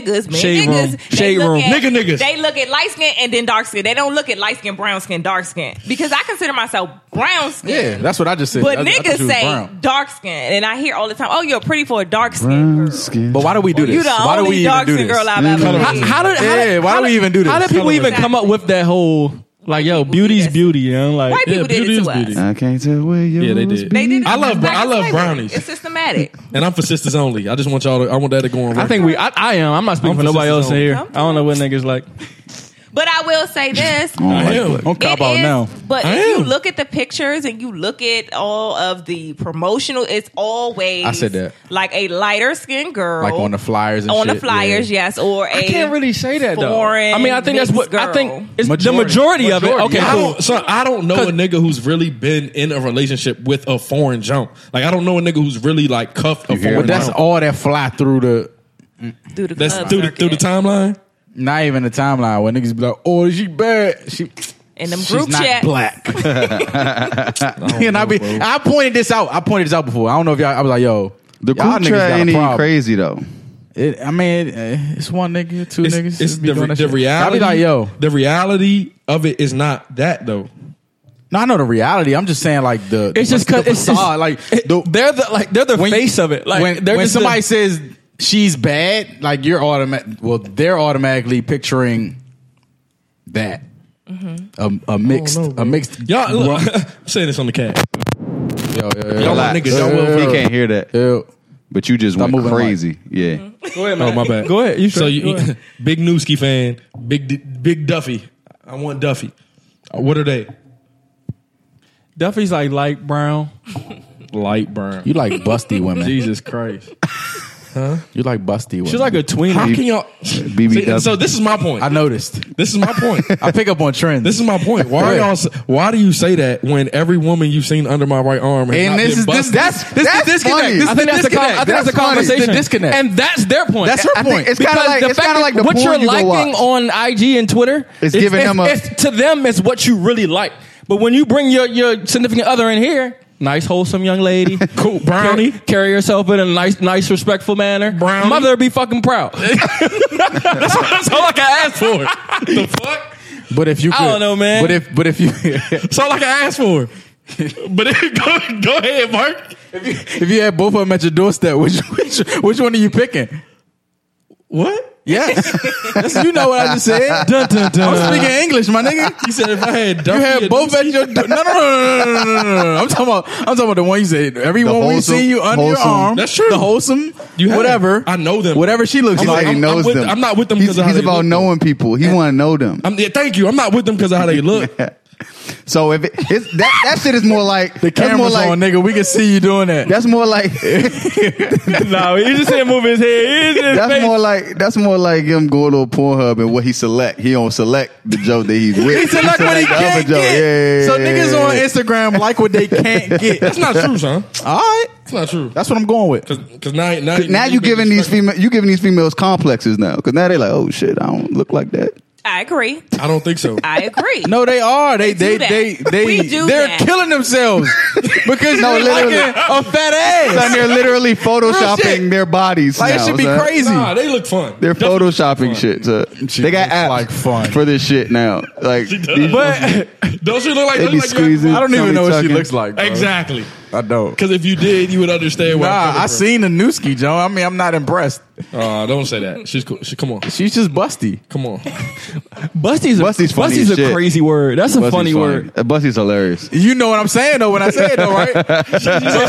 Speaker 6: niggas, man, niggas,
Speaker 7: Shade room.
Speaker 6: they
Speaker 7: Shade
Speaker 6: look
Speaker 7: room.
Speaker 6: at-
Speaker 4: Nigga niggas.
Speaker 6: They look at light skin and then dark skin. They don't look at light skin, brown skin, dark skin. Because I consider myself brown
Speaker 5: yeah,
Speaker 6: skin.
Speaker 5: that's what I just said.
Speaker 6: But
Speaker 5: I, I thought
Speaker 6: niggas
Speaker 5: you was
Speaker 6: say
Speaker 5: brown.
Speaker 6: dark skin, and I hear all the time, "Oh, you're pretty for a dark skin."
Speaker 8: Brown
Speaker 6: girl."
Speaker 8: skin.
Speaker 5: But why do we do this?
Speaker 6: You the
Speaker 5: why do we
Speaker 6: only
Speaker 5: even
Speaker 6: dark
Speaker 5: do
Speaker 6: skin
Speaker 5: this?
Speaker 6: girl I've ever
Speaker 5: Mm.
Speaker 6: seen.
Speaker 7: How did how
Speaker 5: Yeah,
Speaker 7: did,
Speaker 5: why
Speaker 7: how
Speaker 5: do we
Speaker 7: did-
Speaker 5: even do
Speaker 7: How
Speaker 5: this?
Speaker 7: did people even
Speaker 6: Colorism.
Speaker 7: come up with that whole like yo beauty's beauty? You know, like
Speaker 6: White people
Speaker 4: Yeah,
Speaker 6: did
Speaker 4: beauty
Speaker 6: it
Speaker 4: is
Speaker 6: to us.
Speaker 4: beauty.
Speaker 8: I can't tell where you.
Speaker 4: Yeah, they did.
Speaker 6: They did it to
Speaker 4: I
Speaker 6: us
Speaker 4: love
Speaker 6: back
Speaker 4: I
Speaker 6: in
Speaker 4: love
Speaker 6: slavery.
Speaker 4: brownies,
Speaker 6: It's systematic.
Speaker 4: and I'm for sisters only. I just want y'all. to I want that to go on.
Speaker 7: I
Speaker 4: record.
Speaker 7: think we. I, I am. I'm not speaking
Speaker 4: I'm
Speaker 7: for nobody else in
Speaker 4: consistent
Speaker 6: on-
Speaker 7: here. I don't know what niggas like.
Speaker 6: But I will say this:
Speaker 8: I
Speaker 5: Oh.
Speaker 4: I am.
Speaker 8: don't like black.
Speaker 5: Don't cop
Speaker 6: It
Speaker 5: out
Speaker 6: is,
Speaker 5: now.
Speaker 6: But
Speaker 4: I
Speaker 6: if you
Speaker 4: am.
Speaker 6: look at the pictures and you look at all of the promotional, it's always
Speaker 5: I said that.
Speaker 6: like a lighter skinned girl,
Speaker 5: Like on the flyers and
Speaker 6: on
Speaker 5: shit.
Speaker 6: the flyers, yes, or a
Speaker 7: I can't really say that though.
Speaker 6: foreign
Speaker 7: I mean, I think that's what
Speaker 6: mixed
Speaker 7: I
Speaker 6: girl.
Speaker 7: think. It's the
Speaker 5: Majority.
Speaker 7: majority of it.
Speaker 5: Majority,
Speaker 7: Okay,
Speaker 4: I
Speaker 5: yeah.
Speaker 7: cool.
Speaker 4: don't, son, I don't know a nigga who's really been in a relationship with a foreign jump. Like I don't know a nigga who's really like cuffed a
Speaker 8: hear
Speaker 4: foreign.
Speaker 8: me?
Speaker 5: But that's
Speaker 4: jump.
Speaker 5: all that fly through the
Speaker 6: through the
Speaker 4: That's
Speaker 6: club
Speaker 4: through the,
Speaker 6: circuit.
Speaker 4: through the timeline.
Speaker 5: not even the timeline when niggas be like, oh, she bad. She
Speaker 6: in them
Speaker 5: she's
Speaker 6: group
Speaker 5: not
Speaker 6: chat.
Speaker 5: black.
Speaker 8: Oh,
Speaker 5: and I be I pointed this out. I pointed this out before. I don't know if y'all. I was like, yo,
Speaker 8: The
Speaker 5: y'all
Speaker 8: group
Speaker 5: niggas
Speaker 8: chat
Speaker 5: got a
Speaker 8: ain't even
Speaker 5: problem.
Speaker 8: crazy though.
Speaker 5: It, I mean, eh, it's one nigga, two
Speaker 4: It's,
Speaker 5: niggas.
Speaker 4: it's
Speaker 5: be
Speaker 4: the,
Speaker 5: doing
Speaker 4: the
Speaker 5: that shit.
Speaker 4: reality.
Speaker 5: I be like, yo,
Speaker 4: the reality of it is not that though.
Speaker 5: no, I know the reality. I'm just saying, like the
Speaker 7: It's just
Speaker 5: the
Speaker 7: cause it's just,
Speaker 5: facade, like
Speaker 7: it-
Speaker 5: the,
Speaker 7: they're the like they're the
Speaker 5: when-
Speaker 7: face of it. Like
Speaker 5: when,
Speaker 7: they're
Speaker 5: when
Speaker 7: just
Speaker 5: somebody
Speaker 7: somebody.
Speaker 5: says she's bad, like you're automatic. Well, they're automatically picturing that
Speaker 7: Mm-hmm.
Speaker 5: a, a mixed,
Speaker 8: Oh,
Speaker 5: a mixed.
Speaker 4: Y'all, look, I'm saying this on the cast.
Speaker 5: yo, yo, yo,
Speaker 4: Y'all my
Speaker 8: Relax.
Speaker 4: niggas, y'all well-
Speaker 8: He can't hear that.
Speaker 5: yo.
Speaker 8: But you just
Speaker 5: Stop
Speaker 8: went
Speaker 5: moving the mic.
Speaker 8: crazy. Yeah.
Speaker 7: go ahead,
Speaker 4: Oh my bad.
Speaker 7: Go ahead. You
Speaker 4: so
Speaker 7: sure?
Speaker 4: you,
Speaker 7: Go ahead.
Speaker 4: big Newski fan, big D- big Duffy. I want Duffy. Uh, What are they?
Speaker 7: Duffy's like light brown.
Speaker 4: Light brown.
Speaker 5: You like busty women.
Speaker 4: Jesus Christ.
Speaker 5: You like busty women.
Speaker 7: She's like a
Speaker 4: How
Speaker 7: tweener.
Speaker 4: can y'all? See,
Speaker 8: BBW.
Speaker 4: so this is my point.
Speaker 5: I noticed.
Speaker 4: This is my point.
Speaker 5: I pick up on trends.
Speaker 4: This is my point. Why are y'all? s- Why do you say that when every woman you've seen under my right arm has
Speaker 5: And
Speaker 4: not
Speaker 5: this
Speaker 4: been
Speaker 5: is this.
Speaker 4: busted?
Speaker 5: That's this
Speaker 8: that's
Speaker 5: is disconnect.
Speaker 8: funny.
Speaker 5: This
Speaker 7: I
Speaker 5: is
Speaker 7: think that's the con- I
Speaker 5: disconnect.
Speaker 7: think that's the
Speaker 5: funny.
Speaker 7: conversation.
Speaker 5: The disconnect.
Speaker 7: and that's their point.
Speaker 5: That's her
Speaker 7: I- I
Speaker 5: point.
Speaker 7: think
Speaker 8: It's kinda
Speaker 7: because
Speaker 8: like-
Speaker 7: the
Speaker 8: it's
Speaker 7: fact
Speaker 8: kinda
Speaker 7: that
Speaker 8: like the
Speaker 7: what
Speaker 8: porn
Speaker 7: you're
Speaker 8: you go
Speaker 7: liking on IG and Twitter.
Speaker 8: It's giving them a-
Speaker 7: it's- to them. It's what you really like. But when you bring your your significant other in here, nice wholesome young lady,
Speaker 4: Cool, brownie.
Speaker 7: Carry, carry yourself in a nice nice respectful manner.
Speaker 4: Brownie.
Speaker 7: Mother be fucking proud. that's, that's all I can ask for.
Speaker 4: the fuck?
Speaker 5: But if you, could,
Speaker 7: I don't know, man.
Speaker 5: But if, but if you, if
Speaker 4: That's all I can ask for. But go, go ahead, Mark.
Speaker 5: you had both of them at your doorstep, which which which one are you picking?
Speaker 4: What?
Speaker 5: Yes, That's- you know what I just said. I'm speaking English, my nigga.
Speaker 4: He said if I had
Speaker 5: You
Speaker 4: Duffy,
Speaker 5: had
Speaker 4: and
Speaker 5: both at your door. No, no, no, no, no, no, no, no, no. I'm talking about. I'm talking about the one you said. Everyone we
Speaker 8: wholesome-
Speaker 5: see you under your
Speaker 8: wholesome.
Speaker 5: arm.
Speaker 4: That's true.
Speaker 5: The wholesome.
Speaker 4: You
Speaker 5: You
Speaker 4: had-
Speaker 5: whatever.
Speaker 4: I know them.
Speaker 5: Whatever she looks
Speaker 8: He
Speaker 5: like.
Speaker 8: said he
Speaker 4: I'm-
Speaker 8: knows
Speaker 4: I'm with-
Speaker 8: them.
Speaker 4: I'm not with them
Speaker 8: He's,
Speaker 4: 'cause of how
Speaker 8: he's
Speaker 4: they
Speaker 8: about
Speaker 4: look.
Speaker 8: knowing people. He want to know them.
Speaker 4: I'm, yeah, thank you. I'm not with them because of how they look.
Speaker 8: So if it, it's that that shit is more like
Speaker 5: The
Speaker 8: that's more
Speaker 5: camera's
Speaker 8: like
Speaker 5: on, nigga. We can see you doing that.
Speaker 8: that's more like
Speaker 4: no, he just said move his head. He just
Speaker 8: that's more like that's more like him going to a Pornhub and what he select. He don't select the joke that he's with.
Speaker 5: He select what he
Speaker 8: the other
Speaker 5: can't
Speaker 8: joke.
Speaker 5: get.
Speaker 8: Yeah, yeah,
Speaker 5: so
Speaker 8: yeah,
Speaker 5: niggas
Speaker 8: yeah,
Speaker 5: on
Speaker 8: yeah.
Speaker 5: Instagram like what they can't get.
Speaker 7: That's not true, son.
Speaker 5: All right,
Speaker 7: That's not true.
Speaker 5: that's what I'm going with.
Speaker 7: Because now, now,
Speaker 8: Now you giving these female you giving these females complexes now because now they like oh shit I don't look like that.
Speaker 6: I agree.
Speaker 7: I don't think so.
Speaker 6: I agree.
Speaker 5: No, they are. They
Speaker 6: They
Speaker 5: they
Speaker 6: do that.
Speaker 5: they they,
Speaker 6: We do
Speaker 5: they're
Speaker 6: that.
Speaker 5: killing themselves because
Speaker 8: No,
Speaker 5: no,
Speaker 8: literally.
Speaker 5: literally a fat ass.
Speaker 8: Son, they're literally photoshopping
Speaker 5: shit.
Speaker 8: their bodies.
Speaker 5: Like
Speaker 8: now,
Speaker 5: it should be
Speaker 8: son.
Speaker 5: crazy.
Speaker 7: Nah, they look fun.
Speaker 8: They're photoshopping shit. So they got
Speaker 5: looks
Speaker 8: apps
Speaker 5: like fun.
Speaker 8: for this shit now. Like these-
Speaker 5: but
Speaker 7: Don't you look like
Speaker 8: they
Speaker 7: look like you
Speaker 8: be
Speaker 7: having
Speaker 8: squeezing.
Speaker 7: fun?
Speaker 5: I don't
Speaker 8: Somebody
Speaker 5: even know what she
Speaker 8: tucking.
Speaker 5: looks like. bro.
Speaker 7: Exactly.
Speaker 5: I don't.
Speaker 7: Because if you did, you would understand. Where
Speaker 5: Nah, I
Speaker 7: I'm coming
Speaker 5: seen the new ski Joe. I mean, I'm not impressed.
Speaker 7: from. Uh, don't say that. She's cool. She, come on,
Speaker 5: She's just busty.
Speaker 7: come on.
Speaker 4: Busty's a, Busty's,
Speaker 8: Busty's funny as
Speaker 4: a
Speaker 8: shit.
Speaker 4: crazy word. That's a
Speaker 8: Bussy's
Speaker 4: funny, word.
Speaker 8: Uh, Bussy's hilarious.
Speaker 5: You know what I'm saying though when I say it though, right?
Speaker 7: She,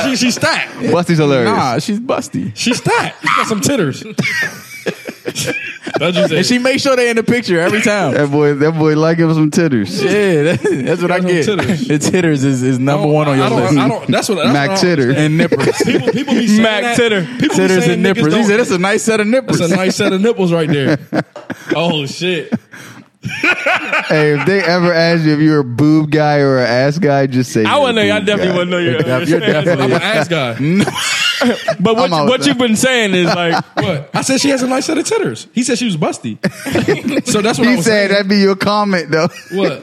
Speaker 7: she, she, she's stacked.
Speaker 8: Bussy's hilarious.
Speaker 5: Nah, she's busty.
Speaker 7: She's stacked. She got some titters. That's just
Speaker 5: And
Speaker 7: it.
Speaker 5: she makes sure they in the picture every time.
Speaker 8: That boy, that boy like him some titters.
Speaker 5: Yeah, that- that's what I
Speaker 7: some
Speaker 5: get.
Speaker 7: titters.
Speaker 5: The titters is, is number one on your
Speaker 7: I don't,
Speaker 5: list.
Speaker 7: I don't. That's what. That's
Speaker 8: Mac
Speaker 7: what I don't
Speaker 8: titter.
Speaker 7: understand.
Speaker 5: and nippers.
Speaker 7: People, people be saying
Speaker 4: Mac
Speaker 7: that.
Speaker 4: titter.
Speaker 7: People
Speaker 5: titters
Speaker 7: be saying
Speaker 5: and
Speaker 7: niggas
Speaker 5: nippers. He
Speaker 7: don't-
Speaker 5: said that's a nice set of nippers.
Speaker 7: That's a nice set of nipples right there. Oh shit!
Speaker 8: Hey, if they ever ask you if you're a boob guy or an ass guy, just say.
Speaker 4: I
Speaker 8: you're a
Speaker 4: wouldn't know. I
Speaker 8: boob
Speaker 4: definitely
Speaker 8: guy.
Speaker 4: wouldn't know you.
Speaker 8: You're definitely.
Speaker 7: I'm an ass guy.
Speaker 4: But what,
Speaker 8: I'm out
Speaker 4: what
Speaker 8: there.
Speaker 4: you've been saying is like,
Speaker 7: What? I said she has a nice set of titters. He said she was busty. so that's what I
Speaker 8: He
Speaker 7: was
Speaker 8: said
Speaker 7: saying.
Speaker 8: that'd be your comment though.
Speaker 7: What?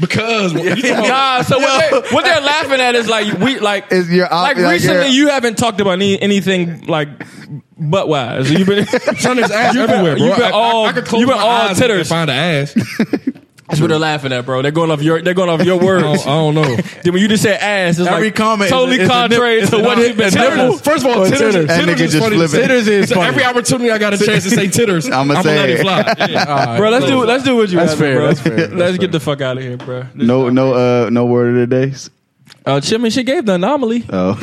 Speaker 7: Because you talking about-
Speaker 4: nah. So what, what they're laughing at is like we like
Speaker 8: Is your op-
Speaker 4: like
Speaker 8: like
Speaker 4: recently
Speaker 8: your-
Speaker 4: you haven't talked about any, anything like butt wise. You've been
Speaker 7: Son, there's ass everywhere, bro.
Speaker 4: you been
Speaker 7: I- I-
Speaker 4: all-
Speaker 7: I, could close
Speaker 4: you been
Speaker 7: my
Speaker 4: all
Speaker 7: eyes and
Speaker 4: titters.
Speaker 7: Find an ass.
Speaker 4: that's what they're laughing at, bro. They're going off your they're going off your
Speaker 7: I
Speaker 4: words.
Speaker 7: don't, I don't know.
Speaker 4: Then when you just said ass, it's
Speaker 5: Every
Speaker 4: like
Speaker 5: comment is a-
Speaker 4: totally
Speaker 5: is a nip-
Speaker 4: contrary
Speaker 5: is
Speaker 4: to
Speaker 5: a
Speaker 4: what
Speaker 5: nip-
Speaker 4: you've been
Speaker 5: is a
Speaker 4: telling
Speaker 5: nipple.
Speaker 4: us.
Speaker 7: First of all,
Speaker 5: Or
Speaker 7: titters,
Speaker 5: titters.
Speaker 7: titters,
Speaker 8: That nigga
Speaker 7: is
Speaker 8: just
Speaker 7: funny to
Speaker 8: flipping.
Speaker 7: say.
Speaker 5: Titters is
Speaker 7: So
Speaker 5: funny.
Speaker 7: every opportunity I got a chance to say titters,
Speaker 8: I'ma
Speaker 7: I'ma
Speaker 8: say
Speaker 7: let
Speaker 8: it.
Speaker 7: it fly. Yeah.
Speaker 4: bro. Let's do let's do what you.
Speaker 5: That's
Speaker 4: rather,
Speaker 5: fair,
Speaker 4: Bro.
Speaker 5: that's fair, that's
Speaker 4: let's get the fuck out of here, bro.
Speaker 8: No, no, uh, no word of the day.
Speaker 4: Uh, Chim- I mean, she gave the anomaly.
Speaker 8: Oh,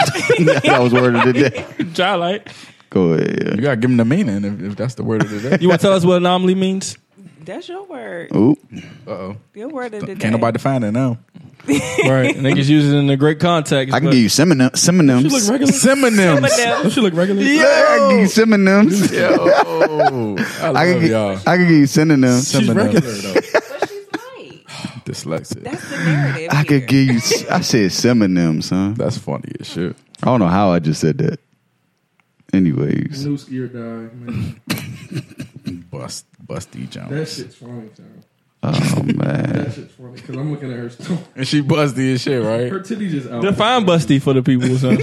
Speaker 8: that was word of the day.
Speaker 4: Dry light.
Speaker 8: Go ahead.
Speaker 5: You gotta give him the meaning if, if that's the word of the day.
Speaker 4: You want to tell us what anomaly means?
Speaker 6: That's your word.
Speaker 8: yeah. Ooh,
Speaker 6: Your word of the day.
Speaker 5: Can't nobody define it now.
Speaker 4: Right, niggas use it in a great context.
Speaker 8: I can
Speaker 4: but-
Speaker 8: give you semino-
Speaker 7: She look
Speaker 8: synonyms.
Speaker 7: regular.
Speaker 5: Synonyms.
Speaker 6: But
Speaker 7: Don't she look regular?
Speaker 8: Yeah, I can give you synonyms.
Speaker 5: Yo, I
Speaker 8: I can,
Speaker 5: love
Speaker 8: gi-
Speaker 5: y'all.
Speaker 8: I can give you synonyms.
Speaker 7: She's regular though.
Speaker 6: but she's right.
Speaker 5: Dyslexic.
Speaker 6: That's the narrative.
Speaker 8: I
Speaker 6: here.
Speaker 8: could give you. s- I said synonyms, huh?
Speaker 5: That's funny as shit.
Speaker 8: I don't know how I just said that. Anyways,
Speaker 7: New skier dog. Man.
Speaker 5: Bust, busty Jones.
Speaker 7: shit's funny, son.
Speaker 8: oh man,
Speaker 7: shit's funny because I'm looking at her stuff.
Speaker 5: And she busty as shit, right?
Speaker 7: titties just out.
Speaker 4: Define busty for the people. son.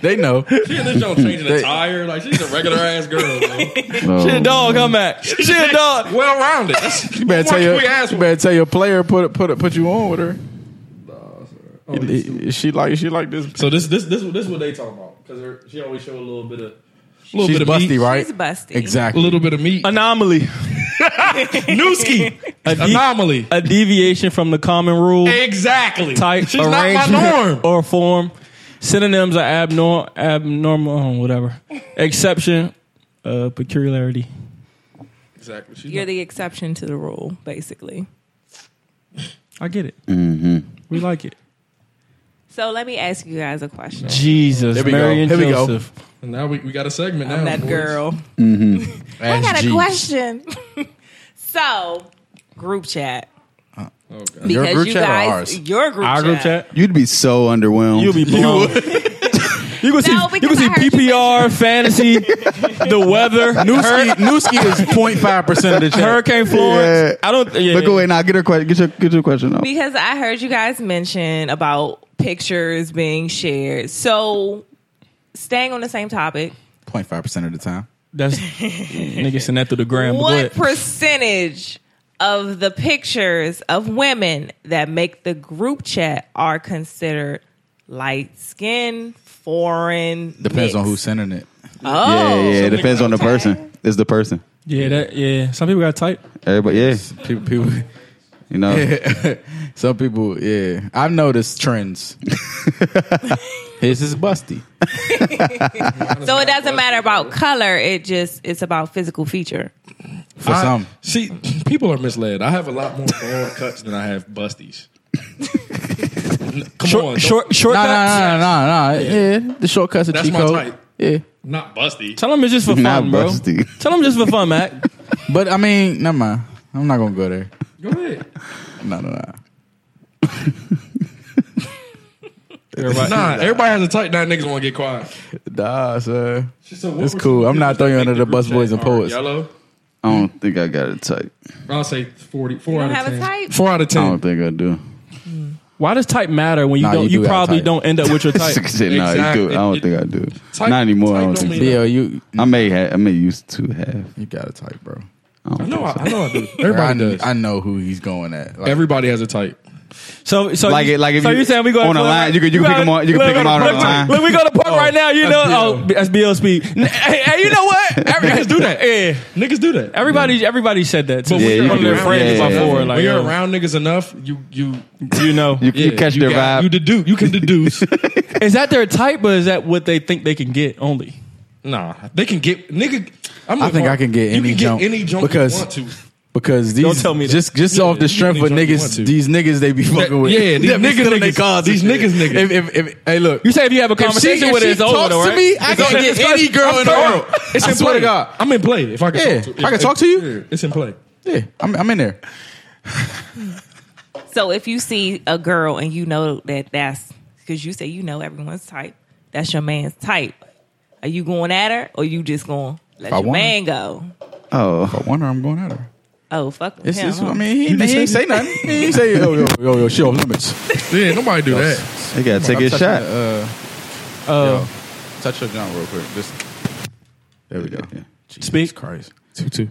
Speaker 5: They know.
Speaker 7: She and this joint changing the tire. Like she's a regular ass girl. Bro.
Speaker 4: she a dog, huh, Mac? She a dog.
Speaker 7: well rounded. That's,
Speaker 5: You better tell your,
Speaker 7: we ask
Speaker 5: you better tell your player put put put you on with her. she like she like this.
Speaker 7: So this this this this is what they talking about because she always show a little bit of little
Speaker 5: She's
Speaker 7: bit of
Speaker 5: busty,
Speaker 7: meat,
Speaker 5: right?
Speaker 6: She's busty.
Speaker 7: a
Speaker 5: Exactly.
Speaker 7: little bit of meat.
Speaker 4: Anomaly.
Speaker 7: Newski
Speaker 4: A, de-
Speaker 7: anomaly.
Speaker 4: a deviation from the common rule,
Speaker 7: Exactly.
Speaker 4: type,
Speaker 7: She's not
Speaker 4: arrangement,
Speaker 7: my norm.
Speaker 4: or form. Synonyms are abnorm, abnormal, oh, whatever. Exception, uh, peculiarity.
Speaker 7: Exactly. She's
Speaker 6: You're the exception to the rule, basically.
Speaker 4: I get it. We like it.
Speaker 6: So let me ask you guys a question.
Speaker 4: Jesus,
Speaker 5: we go.
Speaker 4: Mary and
Speaker 5: Here we go.
Speaker 4: Joseph.
Speaker 7: And now we, we got a segment
Speaker 4: Oh,
Speaker 7: now.
Speaker 6: I'm that
Speaker 7: boys.
Speaker 6: girl.
Speaker 5: Mm-hmm.
Speaker 6: I got a question. so, group chat. Because
Speaker 5: Your group
Speaker 6: you
Speaker 5: chat or
Speaker 6: guys,
Speaker 5: ours?
Speaker 6: your group
Speaker 4: Uh, Our
Speaker 6: chat.
Speaker 4: group chat.
Speaker 8: you'd be so underwhelmed.
Speaker 4: You'll be blown. You can see,
Speaker 6: No,
Speaker 4: you can
Speaker 6: because
Speaker 4: see
Speaker 6: I heard you
Speaker 4: PPR, fantasy, the weather,
Speaker 5: Newski, Newski is 0.5 percent of the chat.
Speaker 4: Hurricane Florence.
Speaker 8: Yeah.
Speaker 4: I don't. Yeah,
Speaker 8: but go ahead now. Get her question. Get your get your question out.
Speaker 6: Because I heard you guys mention about pictures being shared. So, staying on the same topic,
Speaker 5: 0.5 percent of the time.
Speaker 4: That's niggas send that through the gram. but go
Speaker 6: what
Speaker 4: ahead.
Speaker 6: percentage of the pictures of women that make the group chat are considered light skin, foreign?
Speaker 5: Depends on
Speaker 6: mixed?
Speaker 5: who's sending it.
Speaker 6: Oh,
Speaker 8: yeah, yeah, yeah. It depends on the person. It's the person.
Speaker 4: Yeah, that. Yeah, some people got type.
Speaker 8: Everybody, yeah,
Speaker 5: People, people
Speaker 8: you know.
Speaker 5: some people, yeah. I've noticed trends. His is busty.
Speaker 6: So it doesn't matter about color. It just it's about physical feature.
Speaker 5: For some.
Speaker 7: See, people are misled. I have a lot more bald cuts than I have busties. Come on,
Speaker 4: Short,
Speaker 7: don't-
Speaker 4: short,
Speaker 5: Nah,
Speaker 4: shortcuts.
Speaker 5: nah, nah, nah, nah. Yeah, the shortcuts are
Speaker 7: That's
Speaker 5: cheat
Speaker 7: my
Speaker 5: code.
Speaker 7: type.
Speaker 5: Yeah,
Speaker 7: not busty.
Speaker 4: Tell him it's just for
Speaker 8: Not
Speaker 4: fun, bro.
Speaker 8: busty.
Speaker 4: Tell him just for fun, Mac.
Speaker 5: but I mean, never mind. I'm not gonna go there.
Speaker 7: Go ahead.
Speaker 5: No, no, no.
Speaker 7: Everybody, nah, everybody has a type. Nah, niggas want to get quiet.
Speaker 5: Nah, sir.
Speaker 7: So what
Speaker 5: It's
Speaker 7: were
Speaker 5: cool.
Speaker 7: some
Speaker 5: I'm not
Speaker 7: niggas
Speaker 5: throwing you
Speaker 7: that
Speaker 5: under
Speaker 7: think
Speaker 5: the bus,
Speaker 7: group
Speaker 5: boys,
Speaker 7: chat
Speaker 5: and poets.
Speaker 7: are Yellow.
Speaker 8: I don't think I got it tight.
Speaker 7: I'll say 40, 4
Speaker 6: don't
Speaker 7: out
Speaker 6: have
Speaker 7: of
Speaker 6: a
Speaker 7: 10.
Speaker 6: type?
Speaker 7: Four out of
Speaker 8: I
Speaker 7: ten.
Speaker 8: don't think I do.
Speaker 4: Why does type matter when you
Speaker 5: Nah,
Speaker 4: don't?
Speaker 5: you
Speaker 4: You,
Speaker 5: do got
Speaker 4: probably
Speaker 5: type.
Speaker 4: don't end up with your type.
Speaker 8: Six said, nah,
Speaker 7: Exactly.
Speaker 8: you do. it. I don't
Speaker 7: It-
Speaker 8: think I do. it.
Speaker 7: Type-
Speaker 8: Not anymore.
Speaker 7: type
Speaker 8: I don't
Speaker 7: don't
Speaker 8: think.
Speaker 7: mean
Speaker 5: Yeah,
Speaker 8: so.
Speaker 5: you
Speaker 8: I may have. I may used to have.
Speaker 5: you got a type, bro.
Speaker 8: I don't
Speaker 7: No,
Speaker 8: think
Speaker 7: I,
Speaker 8: so.
Speaker 7: I know I do. Everybody
Speaker 5: I,
Speaker 7: does.
Speaker 5: I know who he's going at. Like,
Speaker 7: Everybody has a type.
Speaker 4: So, so
Speaker 8: Like
Speaker 4: you,
Speaker 8: it- like if
Speaker 4: so
Speaker 8: you-
Speaker 4: you're saying we go
Speaker 8: on
Speaker 4: to Plug
Speaker 8: a line,
Speaker 4: Right-
Speaker 8: you could- you
Speaker 4: we
Speaker 8: could pick 'em
Speaker 4: go-
Speaker 8: out- you could
Speaker 4: we
Speaker 8: pick
Speaker 4: go
Speaker 8: 'em
Speaker 4: to
Speaker 8: out on
Speaker 4: Plug
Speaker 8: a
Speaker 4: Right-
Speaker 8: line.
Speaker 4: When we go to park right now, you
Speaker 7: that's
Speaker 4: know,
Speaker 7: BL.
Speaker 4: oh, that's BL speed. hey, hey, you know what? Every-
Speaker 7: Niggas do that. Yeah, niggas do that.
Speaker 4: Everybody, everybody said that. To
Speaker 7: But
Speaker 4: me.
Speaker 7: when
Speaker 8: Yeah,
Speaker 7: you're
Speaker 8: you
Speaker 4: one of
Speaker 8: do.
Speaker 4: their friends
Speaker 8: Yeah, yeah,
Speaker 4: before,
Speaker 8: yeah.
Speaker 4: like
Speaker 7: when you're
Speaker 4: yo,
Speaker 7: around niggas enough, you you
Speaker 4: you know,
Speaker 8: You, you
Speaker 7: yeah,
Speaker 8: catch their
Speaker 7: got- You
Speaker 8: vibe.
Speaker 7: deduce. You can deduce.
Speaker 4: is that their type or is that what they think they can get only?
Speaker 7: nah, they can get nigga. I'm
Speaker 5: I think
Speaker 7: like,
Speaker 5: I can get
Speaker 7: you
Speaker 5: any
Speaker 7: can
Speaker 5: junk
Speaker 7: get any junk
Speaker 5: because-
Speaker 7: you want to.
Speaker 5: because these
Speaker 4: tell me that.
Speaker 5: just just off
Speaker 7: you
Speaker 5: the strength
Speaker 7: can
Speaker 5: of
Speaker 7: do what you want
Speaker 5: niggas,
Speaker 7: to.
Speaker 5: these niggas they be fucking with.
Speaker 7: yeah, these
Speaker 5: They be
Speaker 7: niggas
Speaker 5: stealing their
Speaker 7: niggas.
Speaker 5: cars and
Speaker 7: These
Speaker 5: shit.
Speaker 7: niggas niggas.
Speaker 5: If, if, if, hey, look,
Speaker 4: You say if you have a
Speaker 5: If she,
Speaker 4: conversation
Speaker 5: if
Speaker 4: with
Speaker 5: she
Speaker 4: her, it's
Speaker 5: talks
Speaker 4: over, though,
Speaker 5: to
Speaker 4: right?
Speaker 5: me, I
Speaker 4: It's over.
Speaker 5: can get any girl in the
Speaker 4: sorry.
Speaker 5: world.
Speaker 7: It's
Speaker 5: I
Speaker 7: in
Speaker 5: swear
Speaker 7: play.
Speaker 5: to God.
Speaker 7: I'm in play. If I can,
Speaker 5: Yeah,
Speaker 7: talk
Speaker 5: I can talk to you.
Speaker 7: Yeah, it's in play.
Speaker 5: Yeah, I'm, I'm in there.
Speaker 6: So if you see a girl and you know that that's because you say you know everyone's type, that's your man's type. Are you going at her or you just going to let
Speaker 5: I
Speaker 6: your
Speaker 5: want
Speaker 6: man go?
Speaker 8: Oh,
Speaker 5: Wonder I'm going at her.
Speaker 6: Oh fuck
Speaker 5: It's,
Speaker 6: him.
Speaker 5: it's,
Speaker 6: huh?
Speaker 5: I mean, he,
Speaker 7: You just
Speaker 5: he ain't
Speaker 7: say-
Speaker 5: say nothing. He ain't say yo yo yo yo. She off limits.
Speaker 7: Yeah, nobody do that.
Speaker 8: they gotta take
Speaker 5: I'm
Speaker 8: a
Speaker 5: touching
Speaker 8: shot.
Speaker 5: the, Uh, yo, touch your down real quick. Just there we go. Jesus
Speaker 4: Speak.
Speaker 5: Christ. Two two.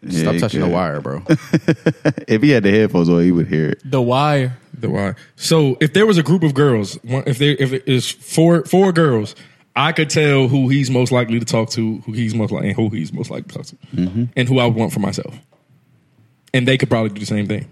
Speaker 8: Yeah,
Speaker 5: Stop
Speaker 8: it
Speaker 5: touching the
Speaker 8: could.
Speaker 5: wire, bro.
Speaker 8: If he had the headphones on, he would hear it.
Speaker 4: The Wire.
Speaker 7: The why? So if there was a group of girls, one- if there if it is four four girls, I could tell who he's most likely to talk to, who he's most like, and who he's most likely to talk to, and who I would want for myself. And they could probably do the same thing.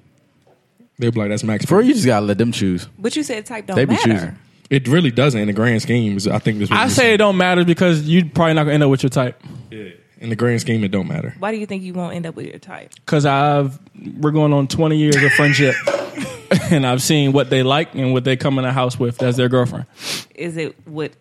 Speaker 7: They'd be like, "That's Max."
Speaker 5: bro, you just gotta let them choose.
Speaker 6: but you said type don't
Speaker 5: They be
Speaker 6: matter.
Speaker 5: choosing.
Speaker 7: It really doesn't in the grand scheme. Is I think this.
Speaker 4: I say it don't matter because you're probably not gonna end up with your type.
Speaker 7: in the grand scheme, it don't matter.
Speaker 6: Why do you think you won't end up with your type?
Speaker 4: Cause I've we're going on 20 years of friendship, and I've seen what they like and what they come in the house with as their girlfriend.
Speaker 6: Is it what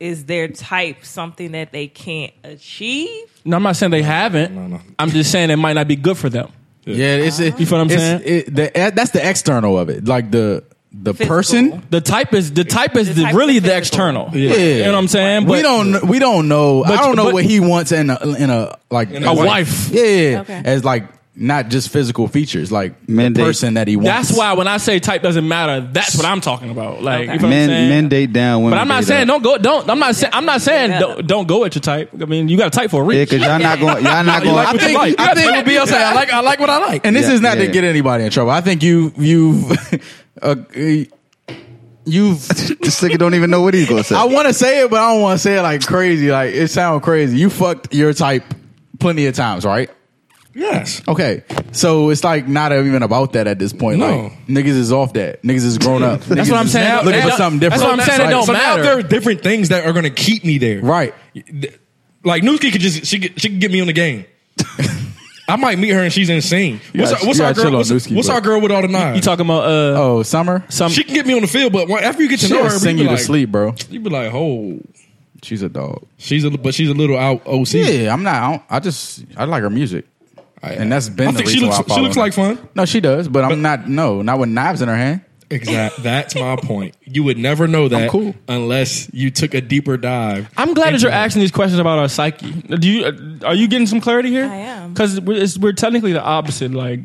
Speaker 6: is their type something that they can't achieve?
Speaker 4: No, I'm not saying they haven't.
Speaker 7: No, no.
Speaker 4: I'm just saying it might not be good for them.
Speaker 5: Yeah, it's it,
Speaker 4: You feel what I'm
Speaker 5: it's-
Speaker 4: saying?
Speaker 5: It, the, eh, that's the external of it. Like the the
Speaker 6: Physical.
Speaker 5: person.
Speaker 4: The type is the type is
Speaker 6: The
Speaker 4: the-
Speaker 6: type is
Speaker 4: really the
Speaker 6: physical.
Speaker 4: external.
Speaker 5: Yeah.
Speaker 4: You know what I'm saying?
Speaker 5: we don't we don't know. I
Speaker 4: but-
Speaker 5: don't know
Speaker 4: but-
Speaker 5: what he wants in a in a like
Speaker 7: a
Speaker 4: a
Speaker 5: as like-
Speaker 4: wife.
Speaker 5: Yeah, yeah.
Speaker 6: Okay.
Speaker 5: as like not just physical features, like
Speaker 8: Men
Speaker 5: the
Speaker 8: date.
Speaker 5: person that he wants.
Speaker 4: That's why when I say type doesn't matter, that's what I'm talking about. Like
Speaker 6: Okay.
Speaker 4: you feel
Speaker 8: Men,
Speaker 4: what I'm saying?
Speaker 8: men date down. Women
Speaker 4: but I'm not
Speaker 8: date
Speaker 4: saying don't
Speaker 8: up.
Speaker 4: go. Don't. I'm not saying. I'm not saying
Speaker 6: Yeah.
Speaker 4: don't, don't go at your type. I mean, you got a type for a
Speaker 8: Yeah,
Speaker 4: reason.
Speaker 8: because y'all not going. Y'all not going.
Speaker 5: I think, I think what BL say, I like I like what I like. And this
Speaker 8: Yeah,
Speaker 5: is not
Speaker 8: yeah,
Speaker 5: to
Speaker 8: yeah.
Speaker 5: get anybody in trouble. I think you you uh, you've
Speaker 8: this nigga don't even know what he's gonna say.
Speaker 5: I want to say it, but I don't want to say it like crazy. Like it sounds crazy. You fucked your type plenty of times, right?
Speaker 7: Yes.
Speaker 5: Okay, so it's like not even about that at this point.
Speaker 7: No.
Speaker 5: Like niggas is off that. Niggas is grown up.
Speaker 4: That's
Speaker 5: Niggas
Speaker 4: what I'm
Speaker 5: is
Speaker 4: saying. Now-
Speaker 5: Looking
Speaker 4: now-
Speaker 5: for something
Speaker 4: that's
Speaker 5: different.
Speaker 4: what I'm saying. It
Speaker 5: Like,
Speaker 4: don't
Speaker 7: so
Speaker 4: matter.
Speaker 7: now there are different things that are going to keep me there.
Speaker 5: Right.
Speaker 7: Like Nuki could just she could, she could get me on the game. I might meet her and she's insane. What's,
Speaker 5: gotta-
Speaker 7: our, what's
Speaker 5: you
Speaker 7: our
Speaker 5: gotta
Speaker 7: girl?
Speaker 5: chill on
Speaker 7: What's,
Speaker 5: Newski,
Speaker 7: what's
Speaker 5: bro.
Speaker 7: our girl with all the nine?
Speaker 4: You talking about uh
Speaker 5: Oh, summer.
Speaker 4: some?
Speaker 7: she can get me on the field, but when- after you get to know
Speaker 5: She'll
Speaker 7: her,
Speaker 5: sing
Speaker 7: be
Speaker 5: you
Speaker 7: like,
Speaker 5: to sleep, bro.
Speaker 7: You be like, oh,
Speaker 5: She's a dog.
Speaker 7: she's a but she's a little out OC.
Speaker 5: Yeah, I'm not. I, don't, I just I like her music, and that's been.
Speaker 7: I
Speaker 5: the
Speaker 7: think she
Speaker 5: reason why
Speaker 7: looks
Speaker 5: I
Speaker 7: she
Speaker 5: follow
Speaker 7: looks
Speaker 5: her.
Speaker 7: like fun.
Speaker 5: No, she does, but I'm not. No, not with knives in her hand.
Speaker 7: Exactly. That's my point. You would never know that
Speaker 5: cool.
Speaker 7: unless you took a deeper dive.
Speaker 4: I'm glad that
Speaker 7: into
Speaker 4: you're
Speaker 7: her.
Speaker 4: asking these questions about our psyche. Do you uh, are you getting some clarity here?
Speaker 6: I am.
Speaker 4: because we're, it's- we're technically the opposite. Like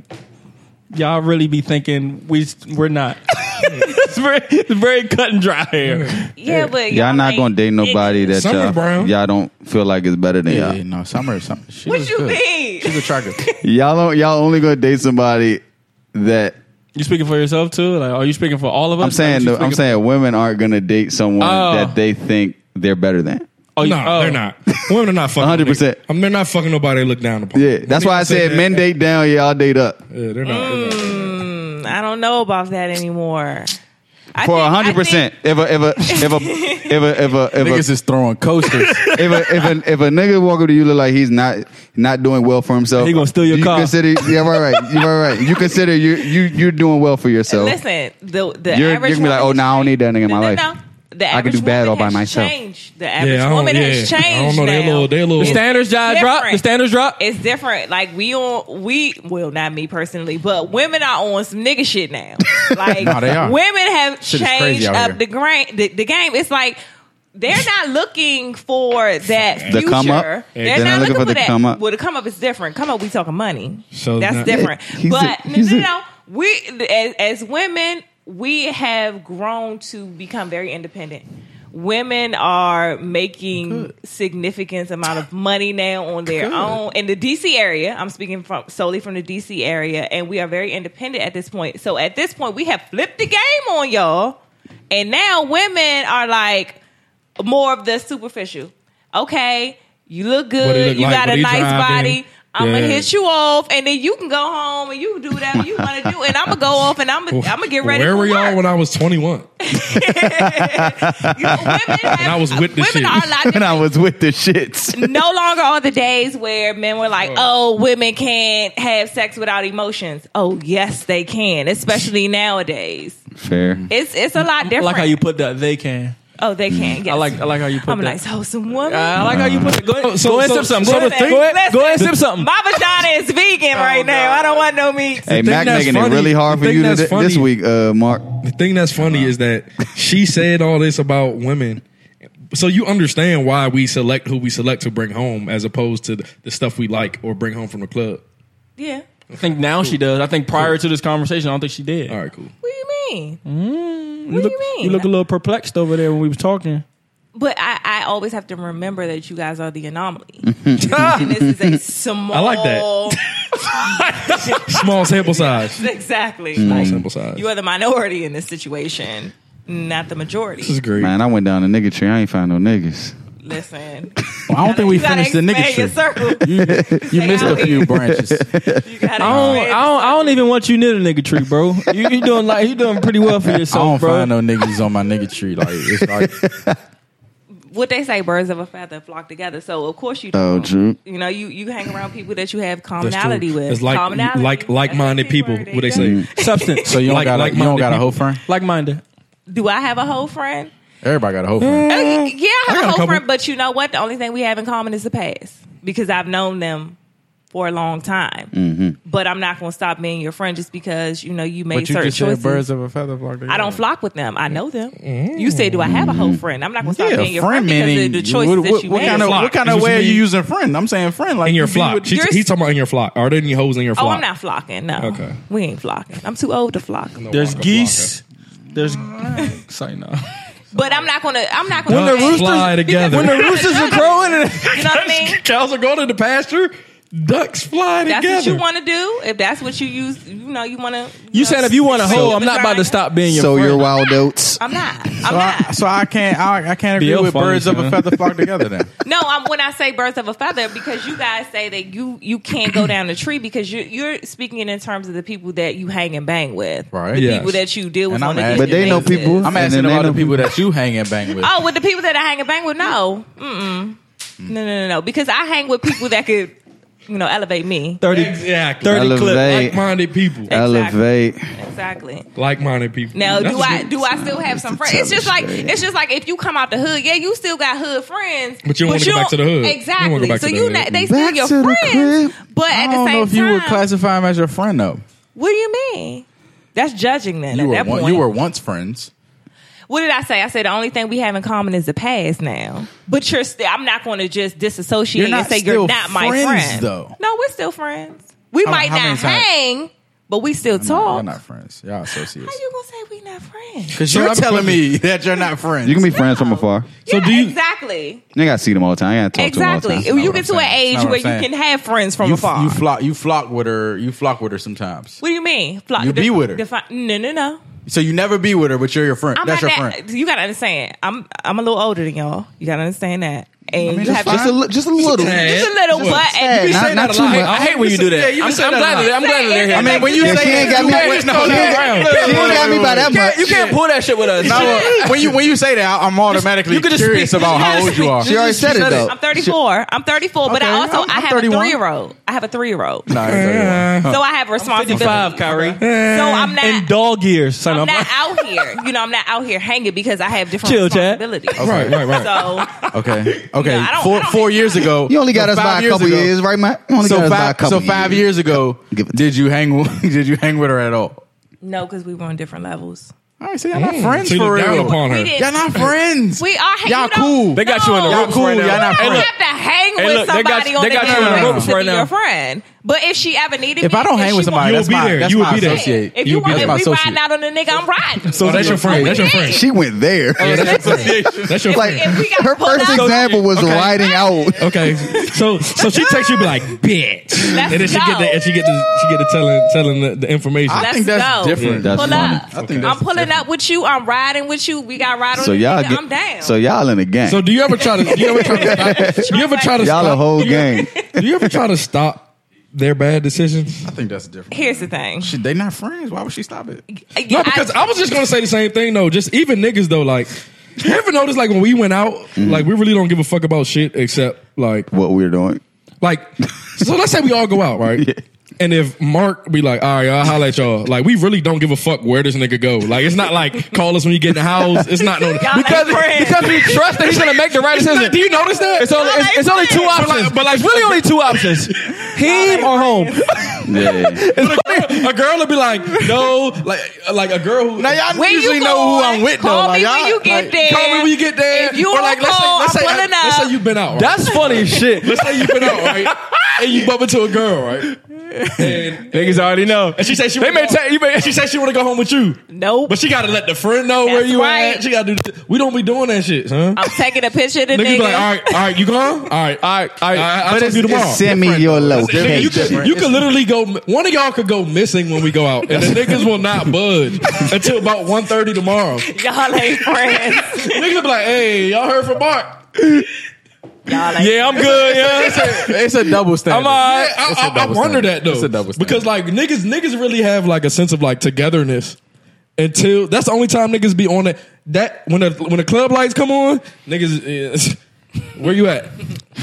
Speaker 4: y'all really be thinking we we're not. it's very it's very cut and dry here.
Speaker 6: Yeah, but
Speaker 8: y'all not
Speaker 6: like-
Speaker 8: gonna date nobody that
Speaker 7: Summer
Speaker 8: y'all,
Speaker 7: Brown.
Speaker 8: y'all don't feel like is better than
Speaker 5: Yeah,
Speaker 8: y'all.
Speaker 5: no, summer. Summer. She
Speaker 6: What
Speaker 5: looks
Speaker 6: you
Speaker 5: good.
Speaker 6: mean?
Speaker 5: She's attractive.
Speaker 8: Y'all don't. Y'all only gonna date somebody that
Speaker 4: You speaking for yourself too? Like are you speaking for all of us?
Speaker 8: I'm saying.
Speaker 4: Like,
Speaker 8: no,
Speaker 4: you
Speaker 8: I'm
Speaker 4: speaking-
Speaker 8: saying women aren't gonna date someone
Speaker 4: Oh.
Speaker 8: that they think they're better than.
Speaker 4: Oh, you-
Speaker 7: No,
Speaker 4: oh.
Speaker 7: they're not. Women are not fucking.
Speaker 8: 100%.
Speaker 7: niggas. I mean, they're not fucking nobody. They look down upon.
Speaker 8: Yeah, that's why I said men date down, y'all date up.
Speaker 7: Yeah, they're not. They're not.
Speaker 6: I don't know about that anymore. I
Speaker 8: For
Speaker 6: think- I
Speaker 8: hundred percent, if a if a if a if a if a if
Speaker 5: Niggas
Speaker 8: a,
Speaker 5: is throwing coasters.
Speaker 8: if a, if a, if a nigga walk up to you look like he's not not doing well for himself,
Speaker 4: He gonna steal your
Speaker 8: you
Speaker 4: car.
Speaker 8: Consider, yeah, right, right, you right, right. You consider you you you're doing well for yourself.
Speaker 6: Listen, the the
Speaker 8: You're-
Speaker 6: average
Speaker 8: you're gonna be
Speaker 6: woman
Speaker 8: like, "Oh, nah, I don't need that nigga in
Speaker 6: no,
Speaker 8: my
Speaker 6: no,
Speaker 8: life.
Speaker 6: No. The
Speaker 8: I
Speaker 6: average
Speaker 8: could do bad
Speaker 6: woman
Speaker 8: all by
Speaker 6: has
Speaker 8: myself."
Speaker 6: Changed. The average
Speaker 7: I don't-
Speaker 6: woman
Speaker 7: yeah.
Speaker 6: has changed.
Speaker 7: I don't know. They
Speaker 6: now.
Speaker 7: little- they little-
Speaker 4: The standards job drop. The
Speaker 6: different.
Speaker 4: standards drop.
Speaker 6: It's different. Like we on we well not me personally, but women are on some nigga shit now. Like
Speaker 5: Nah, they are.
Speaker 6: women have
Speaker 5: Shit is crazy
Speaker 6: changed
Speaker 5: out here.
Speaker 6: up the, gra- the the game. It's like they're not looking for that
Speaker 8: The
Speaker 6: future.
Speaker 8: come up?
Speaker 6: They're,
Speaker 8: They're
Speaker 6: not looking for,
Speaker 8: the
Speaker 6: that.
Speaker 8: come up.
Speaker 6: Well, the come up is different. Come up, we talking money.
Speaker 7: So
Speaker 6: So that's
Speaker 7: now-
Speaker 6: different.
Speaker 8: He's
Speaker 6: but
Speaker 8: a-
Speaker 6: no,
Speaker 8: he's
Speaker 6: no,
Speaker 8: a-
Speaker 6: no. We as, as women, we have grown to become very independent. Women are making significant amount of money now on their own in the DC area. I'm speaking from solely from the DC area, and we are very independent at this point. So at this point, we have flipped the game on y'all, and now women are like more of the superficial. Okay, you look
Speaker 7: What he
Speaker 6: good.
Speaker 7: look
Speaker 6: you
Speaker 7: like,
Speaker 6: got
Speaker 7: what
Speaker 6: a
Speaker 7: he
Speaker 6: nice
Speaker 7: driving.
Speaker 6: body. I'm
Speaker 7: Yeah.
Speaker 6: gonna hit you off, and then you can go home and you can do whatever you want to do, and I'm gonna go off and I'm gonna I'm gonna get ready.
Speaker 7: Where
Speaker 6: for
Speaker 7: were y'all
Speaker 6: work.
Speaker 7: when I was 21?
Speaker 6: You know, women have-
Speaker 7: I was with the
Speaker 6: women
Speaker 7: shit.
Speaker 6: are a lot
Speaker 8: When I
Speaker 6: different.
Speaker 8: was with the shits,
Speaker 6: no longer are the days where men were like, "Oh, women can't have sex without emotions." Oh, yes, they can, especially nowadays.
Speaker 8: fair.
Speaker 6: It's it's a
Speaker 7: Mm,
Speaker 6: lot
Speaker 4: I
Speaker 6: different.
Speaker 4: like how you put that. They can.
Speaker 6: Oh, they can. Yes.
Speaker 4: I like. I like how you put
Speaker 6: I'm a
Speaker 4: that.
Speaker 6: nice wholesome woman.
Speaker 4: Uh, I like how you put it. Go ahead,
Speaker 7: So-
Speaker 4: go ahead
Speaker 7: so-
Speaker 4: sip something.
Speaker 7: so
Speaker 4: go,
Speaker 7: the
Speaker 4: ahead,
Speaker 7: thing-
Speaker 4: go, ahead, go ahead
Speaker 6: Listen.
Speaker 4: sip
Speaker 7: Um,
Speaker 4: something.
Speaker 6: My vagina is vegan
Speaker 7: oh,
Speaker 6: right now. I don't want no meat.
Speaker 8: Hey,
Speaker 7: thing
Speaker 8: Mac
Speaker 7: that's
Speaker 8: making
Speaker 7: funny-
Speaker 8: it really hard
Speaker 7: the
Speaker 8: for
Speaker 7: thing
Speaker 8: you to,
Speaker 7: that's
Speaker 8: this
Speaker 7: funny-
Speaker 8: week, uh, Mark.
Speaker 7: The thing that's funny is that she said all this about women. So you understand why we select who we select to bring home as opposed to the, the stuff we like or bring home from the club.
Speaker 6: Yeah.
Speaker 4: I think now she does. I think prior to this conversation, I don't think she did.
Speaker 7: All right, cool.
Speaker 6: What do you mean?
Speaker 4: You
Speaker 6: what do
Speaker 4: look,
Speaker 6: you mean?
Speaker 4: You look a little perplexed over there when we was talking.
Speaker 6: But I, I always have to remember that you guys are the anomaly. and this is a small.
Speaker 7: I like Small sample size.
Speaker 6: exactly.
Speaker 8: Mm.
Speaker 7: Small
Speaker 6: Like,
Speaker 7: sample size.
Speaker 6: you are the minority in this situation, not the majority.
Speaker 7: This is great.
Speaker 8: Man, I went down a nigga tree. I ain't find no niggas.
Speaker 6: Listen,
Speaker 5: I don't think we finished the nigga
Speaker 6: Your
Speaker 5: shit.
Speaker 6: circle.
Speaker 5: You missed a few branches.
Speaker 6: You gotta
Speaker 4: I don't, I
Speaker 6: expand-
Speaker 4: don't, I don't even want you near the nigga tree, bro. You, you doing like you doing pretty well for
Speaker 5: I don't
Speaker 4: yourself, bro.
Speaker 5: find no niggas on my nigga tree. Like it's like
Speaker 6: what they say, birds of a feather flock together. So of course you.
Speaker 8: Oh,
Speaker 6: don't.
Speaker 8: true.
Speaker 6: You know, you, you hang around people that you have
Speaker 7: That's true.
Speaker 6: commonality with.
Speaker 7: It's like
Speaker 6: commonality.
Speaker 7: like like minded
Speaker 6: That's the
Speaker 7: people.
Speaker 6: word. There
Speaker 7: What they
Speaker 6: you
Speaker 7: say?
Speaker 4: Substance,
Speaker 5: so you don't
Speaker 7: Like-
Speaker 5: got a, you don't
Speaker 7: like-minded
Speaker 5: got a hoe
Speaker 7: people.
Speaker 5: friend.
Speaker 4: like minded.
Speaker 6: go. Do I have a whole friend?
Speaker 5: Everybody got a hoe friend.
Speaker 6: Uh,
Speaker 4: Mm.
Speaker 6: yeah, I
Speaker 7: got a
Speaker 6: have a
Speaker 7: couple.
Speaker 6: whole friend, but you know what? The only thing we have in common is the past because I've known them for a long time.
Speaker 4: Mm-hmm.
Speaker 6: But I'm not going to stop being your friend just because you know you made
Speaker 5: But you
Speaker 6: certain
Speaker 5: just
Speaker 6: choices.
Speaker 5: said birds of Mm-hmm. a feather flock together.
Speaker 6: I don't flock with them. I know them. You say, do I have a
Speaker 4: Mm-hmm.
Speaker 6: whole friend? I'm not going to stop being your friend, because of the choices
Speaker 5: what,
Speaker 6: that you
Speaker 5: what
Speaker 6: made.
Speaker 5: kind of
Speaker 7: Flock
Speaker 5: what kind
Speaker 7: is
Speaker 5: of
Speaker 7: what
Speaker 5: way
Speaker 7: you
Speaker 5: are you
Speaker 7: mean.
Speaker 5: using friend? I'm saying friend like
Speaker 7: In your
Speaker 5: you be
Speaker 7: flock.
Speaker 5: with-
Speaker 7: She,
Speaker 6: yours-
Speaker 7: he's talking about in your flock. Are there any hoes in your
Speaker 6: oh,
Speaker 7: flock?
Speaker 6: I'm not flocking. No,
Speaker 7: Okay.
Speaker 6: we ain't flocking. I'm too old to flock.
Speaker 4: There's
Speaker 7: Waka,
Speaker 4: geese. There's say no.
Speaker 6: But I'm not going to. I'm not going
Speaker 7: Ducks
Speaker 6: to.
Speaker 7: fly together.
Speaker 4: When the roosters are crowing, and
Speaker 6: You know what I mean?
Speaker 7: cows are going to the pasture. Ducks fly
Speaker 6: That's
Speaker 7: together.
Speaker 6: what you want to do. If that's what you use, you know, you want to.
Speaker 4: you said if you want a hoe, I'm not about to stop being your
Speaker 8: so
Speaker 4: friend.
Speaker 8: your wild oats.
Speaker 6: I'm not. I'm
Speaker 5: So
Speaker 6: not.
Speaker 5: I, so I can't I, I can't agree
Speaker 4: BL
Speaker 5: with
Speaker 4: funny,
Speaker 5: birds of a
Speaker 4: man.
Speaker 5: feather flock together then.
Speaker 6: No, I'm when I say birds of a feather because you guys say that you you can't go down the tree because you're you're speaking in terms of the people that you hang and bang with,
Speaker 5: Right.
Speaker 6: The
Speaker 5: Yes.
Speaker 6: people that you deal
Speaker 5: And
Speaker 6: with.
Speaker 5: I'm
Speaker 6: on a
Speaker 5: asking-
Speaker 8: But they
Speaker 6: daily
Speaker 8: know
Speaker 6: basis.
Speaker 8: people.
Speaker 5: I'm
Speaker 8: And then
Speaker 5: asking
Speaker 8: they
Speaker 5: about the
Speaker 8: know-
Speaker 5: people that you hang and bang with.
Speaker 6: Oh, with the people that I hang and bang with, no, Mm-mm.
Speaker 5: Mm.
Speaker 6: no, no, no, no, because I hang with people that could, you know, elevate me.
Speaker 4: 30,
Speaker 7: Exactly.
Speaker 4: 30 clip.
Speaker 8: Elevate.
Speaker 7: Like-minded people.
Speaker 8: Elevate.
Speaker 6: Exactly.
Speaker 7: Like-minded people.
Speaker 6: Now, do
Speaker 7: That's
Speaker 6: I
Speaker 7: what-
Speaker 6: do I still have some friends? It's just like it's just like if you come out the hood, yeah, you still got hood friends,
Speaker 7: But you don't wanna go back to the hood. You don't wanna
Speaker 6: Exactly.
Speaker 7: go back
Speaker 6: so
Speaker 7: to the
Speaker 6: you
Speaker 7: hood.
Speaker 6: not, they
Speaker 8: Back
Speaker 6: still your
Speaker 8: to the crib.
Speaker 6: friends, but
Speaker 5: I
Speaker 6: at the
Speaker 5: don't
Speaker 6: same
Speaker 5: know if
Speaker 6: time,
Speaker 5: you would classify him as your friend though.
Speaker 6: What do you mean? That's judging then
Speaker 5: You
Speaker 6: at
Speaker 5: were
Speaker 6: that
Speaker 5: one,
Speaker 6: point.
Speaker 5: you were once friends.
Speaker 6: what did I say? I said the only thing we have in common is the past now. But you're still I'm not going to just disassociate
Speaker 5: You're not
Speaker 6: and say
Speaker 5: still
Speaker 6: you're not my
Speaker 5: friends,
Speaker 6: friend.
Speaker 5: though.
Speaker 6: No, we're still friends. We
Speaker 5: How-
Speaker 6: might
Speaker 5: how many
Speaker 6: not
Speaker 5: times-
Speaker 6: hang, but we still
Speaker 5: No,
Speaker 6: talk.
Speaker 5: y'all not friends. Y'all associates.
Speaker 6: How you gonna say we not friends?
Speaker 5: Because you're telling me that you're not friends.
Speaker 8: You can be friends from afar.
Speaker 6: So
Speaker 7: do you-
Speaker 6: exactly,
Speaker 8: You gotta see them all the time. I gotta talk
Speaker 6: exactly.
Speaker 8: to them all the time.
Speaker 6: you
Speaker 5: what I'm
Speaker 6: get to an
Speaker 5: saying. That's
Speaker 6: age
Speaker 5: not what I'm
Speaker 6: where you
Speaker 5: saying.
Speaker 6: can have friends from
Speaker 5: you,
Speaker 6: afar.
Speaker 5: you flock you flock with her. You flock with her sometimes.
Speaker 6: what do you mean? Fly,
Speaker 5: You be with her.
Speaker 6: defi- no, no, no.
Speaker 5: So you never be with her, but you're your friend. That's your
Speaker 6: not
Speaker 5: friend.
Speaker 6: that- You gotta understand. I'm I'm a little older than y'all. You gotta understand that. and
Speaker 5: mean,
Speaker 6: you
Speaker 5: that's
Speaker 6: have
Speaker 5: fine.
Speaker 6: to
Speaker 8: Just a, li- just a little.
Speaker 6: just a little butt.
Speaker 8: Yeah,
Speaker 6: And
Speaker 8: not, not too much.
Speaker 10: I hate when you do that. I'm, I'm glad that I'm glad that they're here.
Speaker 6: I mean, when
Speaker 8: you
Speaker 6: say
Speaker 8: say she ain't got me.
Speaker 10: can't just
Speaker 8: no,
Speaker 10: throw
Speaker 8: she
Speaker 10: that
Speaker 8: ain't
Speaker 10: around.
Speaker 8: got- she ain't got me by that much.
Speaker 10: You can't pull that shit with us.
Speaker 5: Now, uh, when you when you say that, I- I'm automatically
Speaker 10: you could just
Speaker 5: curious
Speaker 10: speak-
Speaker 5: about
Speaker 10: you
Speaker 5: how
Speaker 10: could
Speaker 5: old
Speaker 10: just
Speaker 5: you are.
Speaker 8: She already said it though.
Speaker 6: I'm 34. I'm 34, but I also i
Speaker 5: I'm- I'm
Speaker 6: have a
Speaker 5: 31.
Speaker 6: three year old. I have a three year old,
Speaker 5: Nah, it's okay.
Speaker 6: so I have responsibility.
Speaker 4: 55, Kyrie.
Speaker 6: So I'm not.
Speaker 4: In dog years, son.
Speaker 6: I'm
Speaker 4: I'm
Speaker 6: not out here. You know, I'm not out here hanging because I have different
Speaker 4: Chill, Chad.
Speaker 6: responsibilities.
Speaker 5: Right, right, right.
Speaker 6: So
Speaker 5: Okay, okay.
Speaker 6: I don't- I
Speaker 5: four
Speaker 6: don't
Speaker 5: four
Speaker 6: hate
Speaker 5: years ago,
Speaker 8: You only got
Speaker 5: no,
Speaker 8: us by
Speaker 5: five
Speaker 8: a couple
Speaker 5: ago-
Speaker 8: years, right, Matt? You only got
Speaker 5: So
Speaker 8: us by a
Speaker 5: five
Speaker 8: couple
Speaker 5: so five years ago,
Speaker 8: Give it to
Speaker 5: did you hang with- did you hang with her at all?
Speaker 6: no, because we were on different levels.
Speaker 5: All right, see, y'all
Speaker 8: Mm,
Speaker 5: not friends
Speaker 7: So you
Speaker 5: for
Speaker 7: look down
Speaker 5: real.
Speaker 7: upon her.
Speaker 6: We did.
Speaker 5: Y'all not friends.
Speaker 6: We
Speaker 5: Y'all
Speaker 6: are. you don't-
Speaker 5: cool.
Speaker 10: They got you in the
Speaker 6: No.
Speaker 10: ropes right
Speaker 5: cool,
Speaker 10: now.
Speaker 5: y'all not
Speaker 10: Hey,
Speaker 6: You
Speaker 10: look,
Speaker 6: have to hang
Speaker 10: Hey,
Speaker 6: with
Speaker 10: look, they
Speaker 6: somebody
Speaker 10: got-
Speaker 6: on
Speaker 10: they
Speaker 6: the
Speaker 10: got you in
Speaker 6: damn
Speaker 10: the
Speaker 6: ring
Speaker 10: ropes
Speaker 6: to
Speaker 10: right
Speaker 6: be
Speaker 10: now.
Speaker 6: your friend. But if she ever needed
Speaker 5: If
Speaker 6: me,
Speaker 5: I don't hang
Speaker 6: she
Speaker 5: with somebody,
Speaker 7: You
Speaker 5: that's
Speaker 7: will be
Speaker 5: my,
Speaker 7: there.
Speaker 5: That's
Speaker 7: You will
Speaker 5: my
Speaker 7: be there.
Speaker 5: associate.
Speaker 6: If
Speaker 5: you
Speaker 6: you
Speaker 5: will be that's
Speaker 6: want, if
Speaker 5: my
Speaker 6: we
Speaker 5: associate.
Speaker 6: ride out on the nigga, I'm riding.
Speaker 7: So Oh, that's your friend. That's your
Speaker 6: Yeah.
Speaker 7: friend.
Speaker 8: She went there.
Speaker 7: Yeah, that's your friend. That's your
Speaker 8: Like
Speaker 7: friend.
Speaker 6: If we got
Speaker 8: her
Speaker 6: pulled
Speaker 8: first
Speaker 6: out-
Speaker 8: example was riding out.
Speaker 7: Okay, so so she texts you be like, bitch,
Speaker 6: Let's
Speaker 7: and then she
Speaker 6: go.
Speaker 7: get the and she get the she get to telling telling the, the information.
Speaker 5: I
Speaker 6: Let's
Speaker 5: think that's
Speaker 6: go.
Speaker 5: different.
Speaker 8: Yeah, that's
Speaker 6: Pull
Speaker 8: funny.
Speaker 6: up.
Speaker 5: I think that's
Speaker 6: I'm pulling up with you. I'm riding with you. We got ride on
Speaker 8: So
Speaker 6: the
Speaker 8: y'all
Speaker 6: nigga. I'm down.
Speaker 8: get. So y'all in a gang.
Speaker 7: so do you ever try to do you ever try to stop, you ever try to
Speaker 8: Y'all a
Speaker 7: stop,
Speaker 8: whole gang.
Speaker 7: do you ever try to stop their bad decisions?
Speaker 5: I think that's different.
Speaker 6: Here's the thing.
Speaker 5: She- they not friends. Why would she stop it?
Speaker 7: No, because I, was just gonna say the same thing though. Just even niggas though, like you ever notice like when we went out,
Speaker 10: Mm-hmm.
Speaker 7: like we really don't give a fuck about shit except like
Speaker 8: What we're doing.
Speaker 7: Like, so let's say we all go out, right?
Speaker 8: Yeah.
Speaker 7: And if Mark be like, all right, I'll holler at y'all. Like, we really don't give a fuck where this nigga go. Like, it's not like call us when you get in the house. It's not no
Speaker 6: Y'all
Speaker 7: because
Speaker 6: ain't friends.
Speaker 10: because we trust that he's gonna make the right
Speaker 7: it's
Speaker 10: decision.
Speaker 7: not- do you notice that?
Speaker 10: It's only it's, it's only two
Speaker 7: But like-
Speaker 10: options.
Speaker 7: but like-
Speaker 10: it's really only two options: him or home.
Speaker 8: Yeah.
Speaker 7: But a, girl, a girl will be like, no, like like a girl who
Speaker 5: Now y'all
Speaker 6: Where you
Speaker 5: usually know who
Speaker 6: going?
Speaker 5: I'm with though.
Speaker 6: Call
Speaker 5: like,
Speaker 6: me
Speaker 5: y'all,
Speaker 6: when you get
Speaker 5: like,
Speaker 6: there.
Speaker 7: call me when you get there.
Speaker 6: If you
Speaker 7: or
Speaker 6: on
Speaker 7: like let's say
Speaker 6: call,
Speaker 7: let's say
Speaker 6: I'm pulling
Speaker 7: let's
Speaker 6: up.
Speaker 7: say you've been out. Right?
Speaker 10: That's funny as shit.
Speaker 7: let's say you've been out, right? And you bump into a girl, right? And,
Speaker 10: Niggas already know.
Speaker 7: and she says she
Speaker 10: They
Speaker 7: wanna
Speaker 10: may
Speaker 7: go-
Speaker 10: tell you, may,
Speaker 7: She said she want to go home with you.
Speaker 6: Nope.
Speaker 7: But she gotta let the friend know where
Speaker 6: That's
Speaker 7: you
Speaker 6: right.
Speaker 7: at. She gotta do. th- We don't be doing that shit, huh?
Speaker 6: I'm taking a picture of the
Speaker 7: Nigga,
Speaker 6: nigga.
Speaker 7: be like, all right, all right, you gone? All right, all right, all right. I'll talk to you tomorrow.
Speaker 8: Send me your
Speaker 7: Nigga, you
Speaker 8: location.
Speaker 7: could, you could literally go. One of y'all could go missing when we go out, and the niggas will not budge until about 1.30 tomorrow.
Speaker 6: Y'all ain't friends.
Speaker 7: Niggas be like, "Hey, y'all heard from Mark?
Speaker 6: Y'all ain't
Speaker 10: yeah, I'm good. Yeah,
Speaker 5: It's a double standard.
Speaker 10: I'm all right.
Speaker 7: I,
Speaker 5: It's a
Speaker 7: I- I
Speaker 5: double
Speaker 7: wonder
Speaker 5: standard.
Speaker 7: that though,
Speaker 5: It's a double standard.
Speaker 7: because like niggas, niggas really have like a sense of like togetherness. Until that's the only time niggas be on it. That when the when the club lights come on, niggas, is, where you at?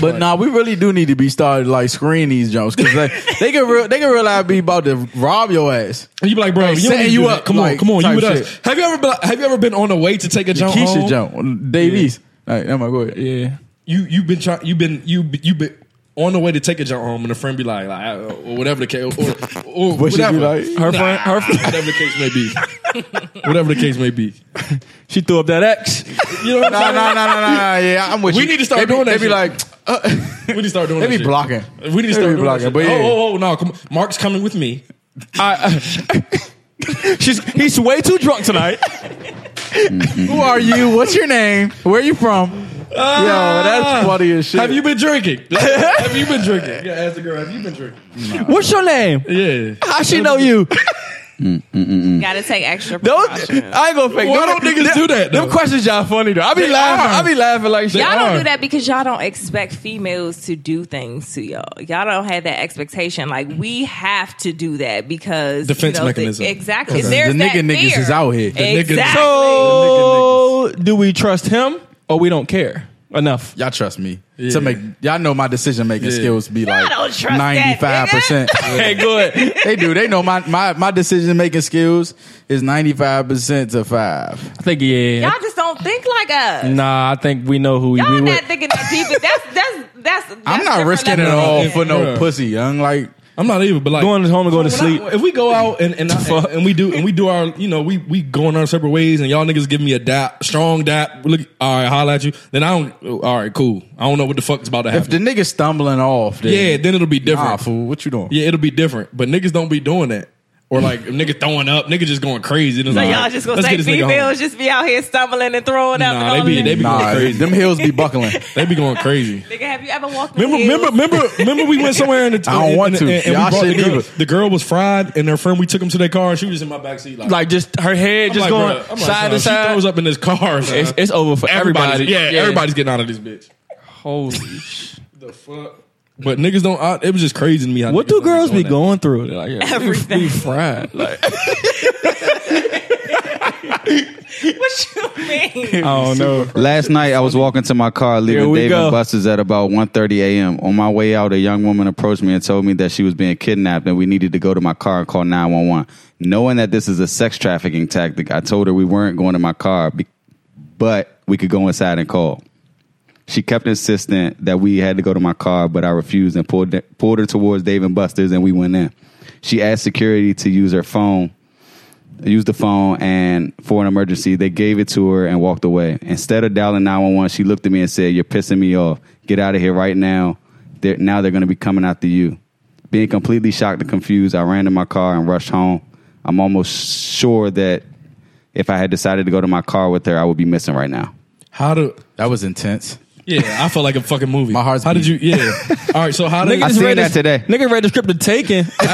Speaker 5: But nah, we really do need to be started like screening these jumps because they, they can real, they can realize be about to rob your ass.
Speaker 7: And you be like, bro, you
Speaker 5: setting
Speaker 7: don't
Speaker 5: you
Speaker 7: you
Speaker 5: up,
Speaker 7: up. Come
Speaker 5: like,
Speaker 7: on, come on, you
Speaker 5: type
Speaker 7: with us.
Speaker 5: shit.
Speaker 7: Have you ever been? Have you ever been on the way to take a jump?
Speaker 5: Keisha
Speaker 7: home?
Speaker 5: jump, Davies. All right, I'm go ahead.
Speaker 7: Yeah. You you've been trying. You've been you be- you been on the way to take a jump home, and a friend be like, like uh, or whatever the case, or, or
Speaker 5: What she be
Speaker 7: whatever.
Speaker 5: like?
Speaker 7: Her friend, her friend, whatever the case may be, whatever the case may be.
Speaker 10: she threw up that X.
Speaker 7: You know what
Speaker 5: Nah,
Speaker 7: I'm
Speaker 5: nah, nah, nah, nah, nah. Yeah, I'm with
Speaker 7: We
Speaker 5: you.
Speaker 7: need to start
Speaker 5: They be-
Speaker 7: doing that
Speaker 5: They be
Speaker 7: shit.
Speaker 5: like, uh,
Speaker 7: saying? We need to start doing.
Speaker 5: they
Speaker 7: that
Speaker 5: be
Speaker 7: shit.
Speaker 5: blocking.
Speaker 7: We need to
Speaker 5: They
Speaker 7: start
Speaker 5: be
Speaker 7: doing
Speaker 5: blocking.
Speaker 7: That shit.
Speaker 5: But yeah,
Speaker 7: Oh, oh, oh no! Come on. Mark's coming with me.
Speaker 10: She's he's way too drunk tonight.
Speaker 5: who are you? What's your name? Where you from?
Speaker 7: Ah.
Speaker 5: Yo, Oh, that's funny as shit.
Speaker 7: Uh, Have you been drinking? have you been drinking? Yeah, ask the girl. Have you been drinking?
Speaker 10: What's your name?
Speaker 7: Yeah.
Speaker 10: How she know you?
Speaker 6: gotta take extra
Speaker 10: Those,
Speaker 6: precautions.
Speaker 10: I ain't gonna fake.
Speaker 7: Why
Speaker 10: Them-
Speaker 7: don't niggas
Speaker 10: them-
Speaker 7: do that,
Speaker 10: Them
Speaker 7: though?
Speaker 10: questions y'all funny though. I be laughing. I
Speaker 7: are.
Speaker 10: be laughing like shit.
Speaker 6: Y'all
Speaker 7: are.
Speaker 6: don't do that because y'all don't expect females to do things to y'all. Y'all don't have that expectation. Like we have to do that because
Speaker 7: Defense mechanism.
Speaker 6: Exactly. There's
Speaker 5: The
Speaker 6: that
Speaker 5: nigga niggas
Speaker 6: fear.
Speaker 5: is out here. The
Speaker 7: niggas-
Speaker 6: Exactly.
Speaker 10: So do we trust him or we don't care enough?
Speaker 5: Y'all trust me to make y'all know my decision making skills be like
Speaker 6: don't trust that,
Speaker 5: ninety five percent.
Speaker 10: Hey, good.
Speaker 5: They do. They know my my, my decision making skills is ninety five percent to five.
Speaker 10: I think yeah.
Speaker 6: y'all just don't think like us.
Speaker 7: Mm,
Speaker 10: Nah, I think we know who we
Speaker 6: Y'all
Speaker 10: we
Speaker 6: not
Speaker 10: with.
Speaker 6: thinking that deep. That's that's that's. that's
Speaker 5: I'm not
Speaker 6: different
Speaker 5: risking it
Speaker 6: level.
Speaker 5: all for no
Speaker 7: Yeah.
Speaker 5: pussy, young. Like
Speaker 7: I'm not even, but like
Speaker 10: Going home and going to
Speaker 7: When I-
Speaker 10: sleep.
Speaker 7: if we go out and and, I- and we do and we do our, you know, we we going our separate ways, and y'all niggas give me a dap, strong dap. Look, all right, holla at you. Then I don't. oh, All right, cool. I don't know what the fuck's about to
Speaker 5: if the
Speaker 7: happen.
Speaker 5: nigga stumbling off, then
Speaker 7: yeah, then it'll be different.
Speaker 5: nah, fool, what you doing?
Speaker 7: yeah, it'll be different. But niggas don't be doing that. Or like if nigga throwing up, nigga just going crazy.
Speaker 6: So y'all just gonna
Speaker 7: Let's
Speaker 6: say
Speaker 7: get this nigga
Speaker 6: females
Speaker 7: home.
Speaker 6: just be out here stumbling and throwing up.
Speaker 7: Nah,
Speaker 6: and all
Speaker 7: they be
Speaker 6: of
Speaker 7: they
Speaker 6: that.
Speaker 7: be
Speaker 5: Nah,
Speaker 7: going crazy.
Speaker 5: them hills be buckling.
Speaker 7: They be going crazy.
Speaker 6: Nigga, have you ever walked? in
Speaker 7: Remember,
Speaker 6: the hills?
Speaker 7: remember, remember, remember, we went somewhere and the,
Speaker 5: I don't
Speaker 7: and-
Speaker 5: want
Speaker 7: and-
Speaker 5: to.
Speaker 7: and- and we
Speaker 5: Y'all
Speaker 7: brought the
Speaker 5: shouldn't
Speaker 7: girl-
Speaker 5: either.
Speaker 7: the girl was fried, and her friend. We took him to their car, and she was in my backseat, like,
Speaker 10: Like just her head just
Speaker 7: I'm
Speaker 10: going
Speaker 7: bruh,
Speaker 10: side
Speaker 7: I'm son,
Speaker 10: to
Speaker 7: She throws
Speaker 10: side.
Speaker 7: up in this car. son.
Speaker 10: It's, it's over for
Speaker 7: Everybody's-
Speaker 10: everybody.
Speaker 7: Yeah, everybody's getting out of this bitch.
Speaker 4: Holy sh!
Speaker 7: But niggas don't. I, it was just crazy to me. How
Speaker 4: What
Speaker 7: niggas
Speaker 4: do
Speaker 7: don't
Speaker 4: girls be
Speaker 7: doing that.
Speaker 4: going through? They're Like, yeah,
Speaker 6: Everything.
Speaker 7: Be fried. Like,
Speaker 6: What you mean?
Speaker 4: I don't know.
Speaker 8: Last night I was walking to my car
Speaker 4: Here
Speaker 8: leaving
Speaker 4: we
Speaker 8: Dave
Speaker 4: go.
Speaker 8: and Buster's at about 1.30 a.m. On my way out, a young woman approached me and told me that she was being kidnapped and we needed to go to my car and call 911. Knowing that this is a sex trafficking tactic, I told her we weren't going to my car, be- but we could go inside and call. She kept insisting that we had to go to my car, but I refused and pulled, pulled her towards Dave and Buster's and we went in. She asked security to use her phone used the phone and for an emergency they gave it to her and walked away instead of dialing 911 she looked at me and said you're pissing me off get out of here right now they're, now they're going to be coming after you being completely shocked and confused i ran to my car and rushed home i'm almost sure that if i had decided to go to my car with her i would be missing right now
Speaker 7: how do?
Speaker 5: That was intense.
Speaker 7: Yeah, I felt like a fucking movie.
Speaker 5: My heart's
Speaker 7: How did you?
Speaker 5: beating.
Speaker 7: Yeah. All right. So how did?
Speaker 8: I
Speaker 4: Niggas
Speaker 8: seen
Speaker 4: read
Speaker 8: that
Speaker 4: this-
Speaker 8: today.
Speaker 4: Nigga read the script of Taken.
Speaker 7: I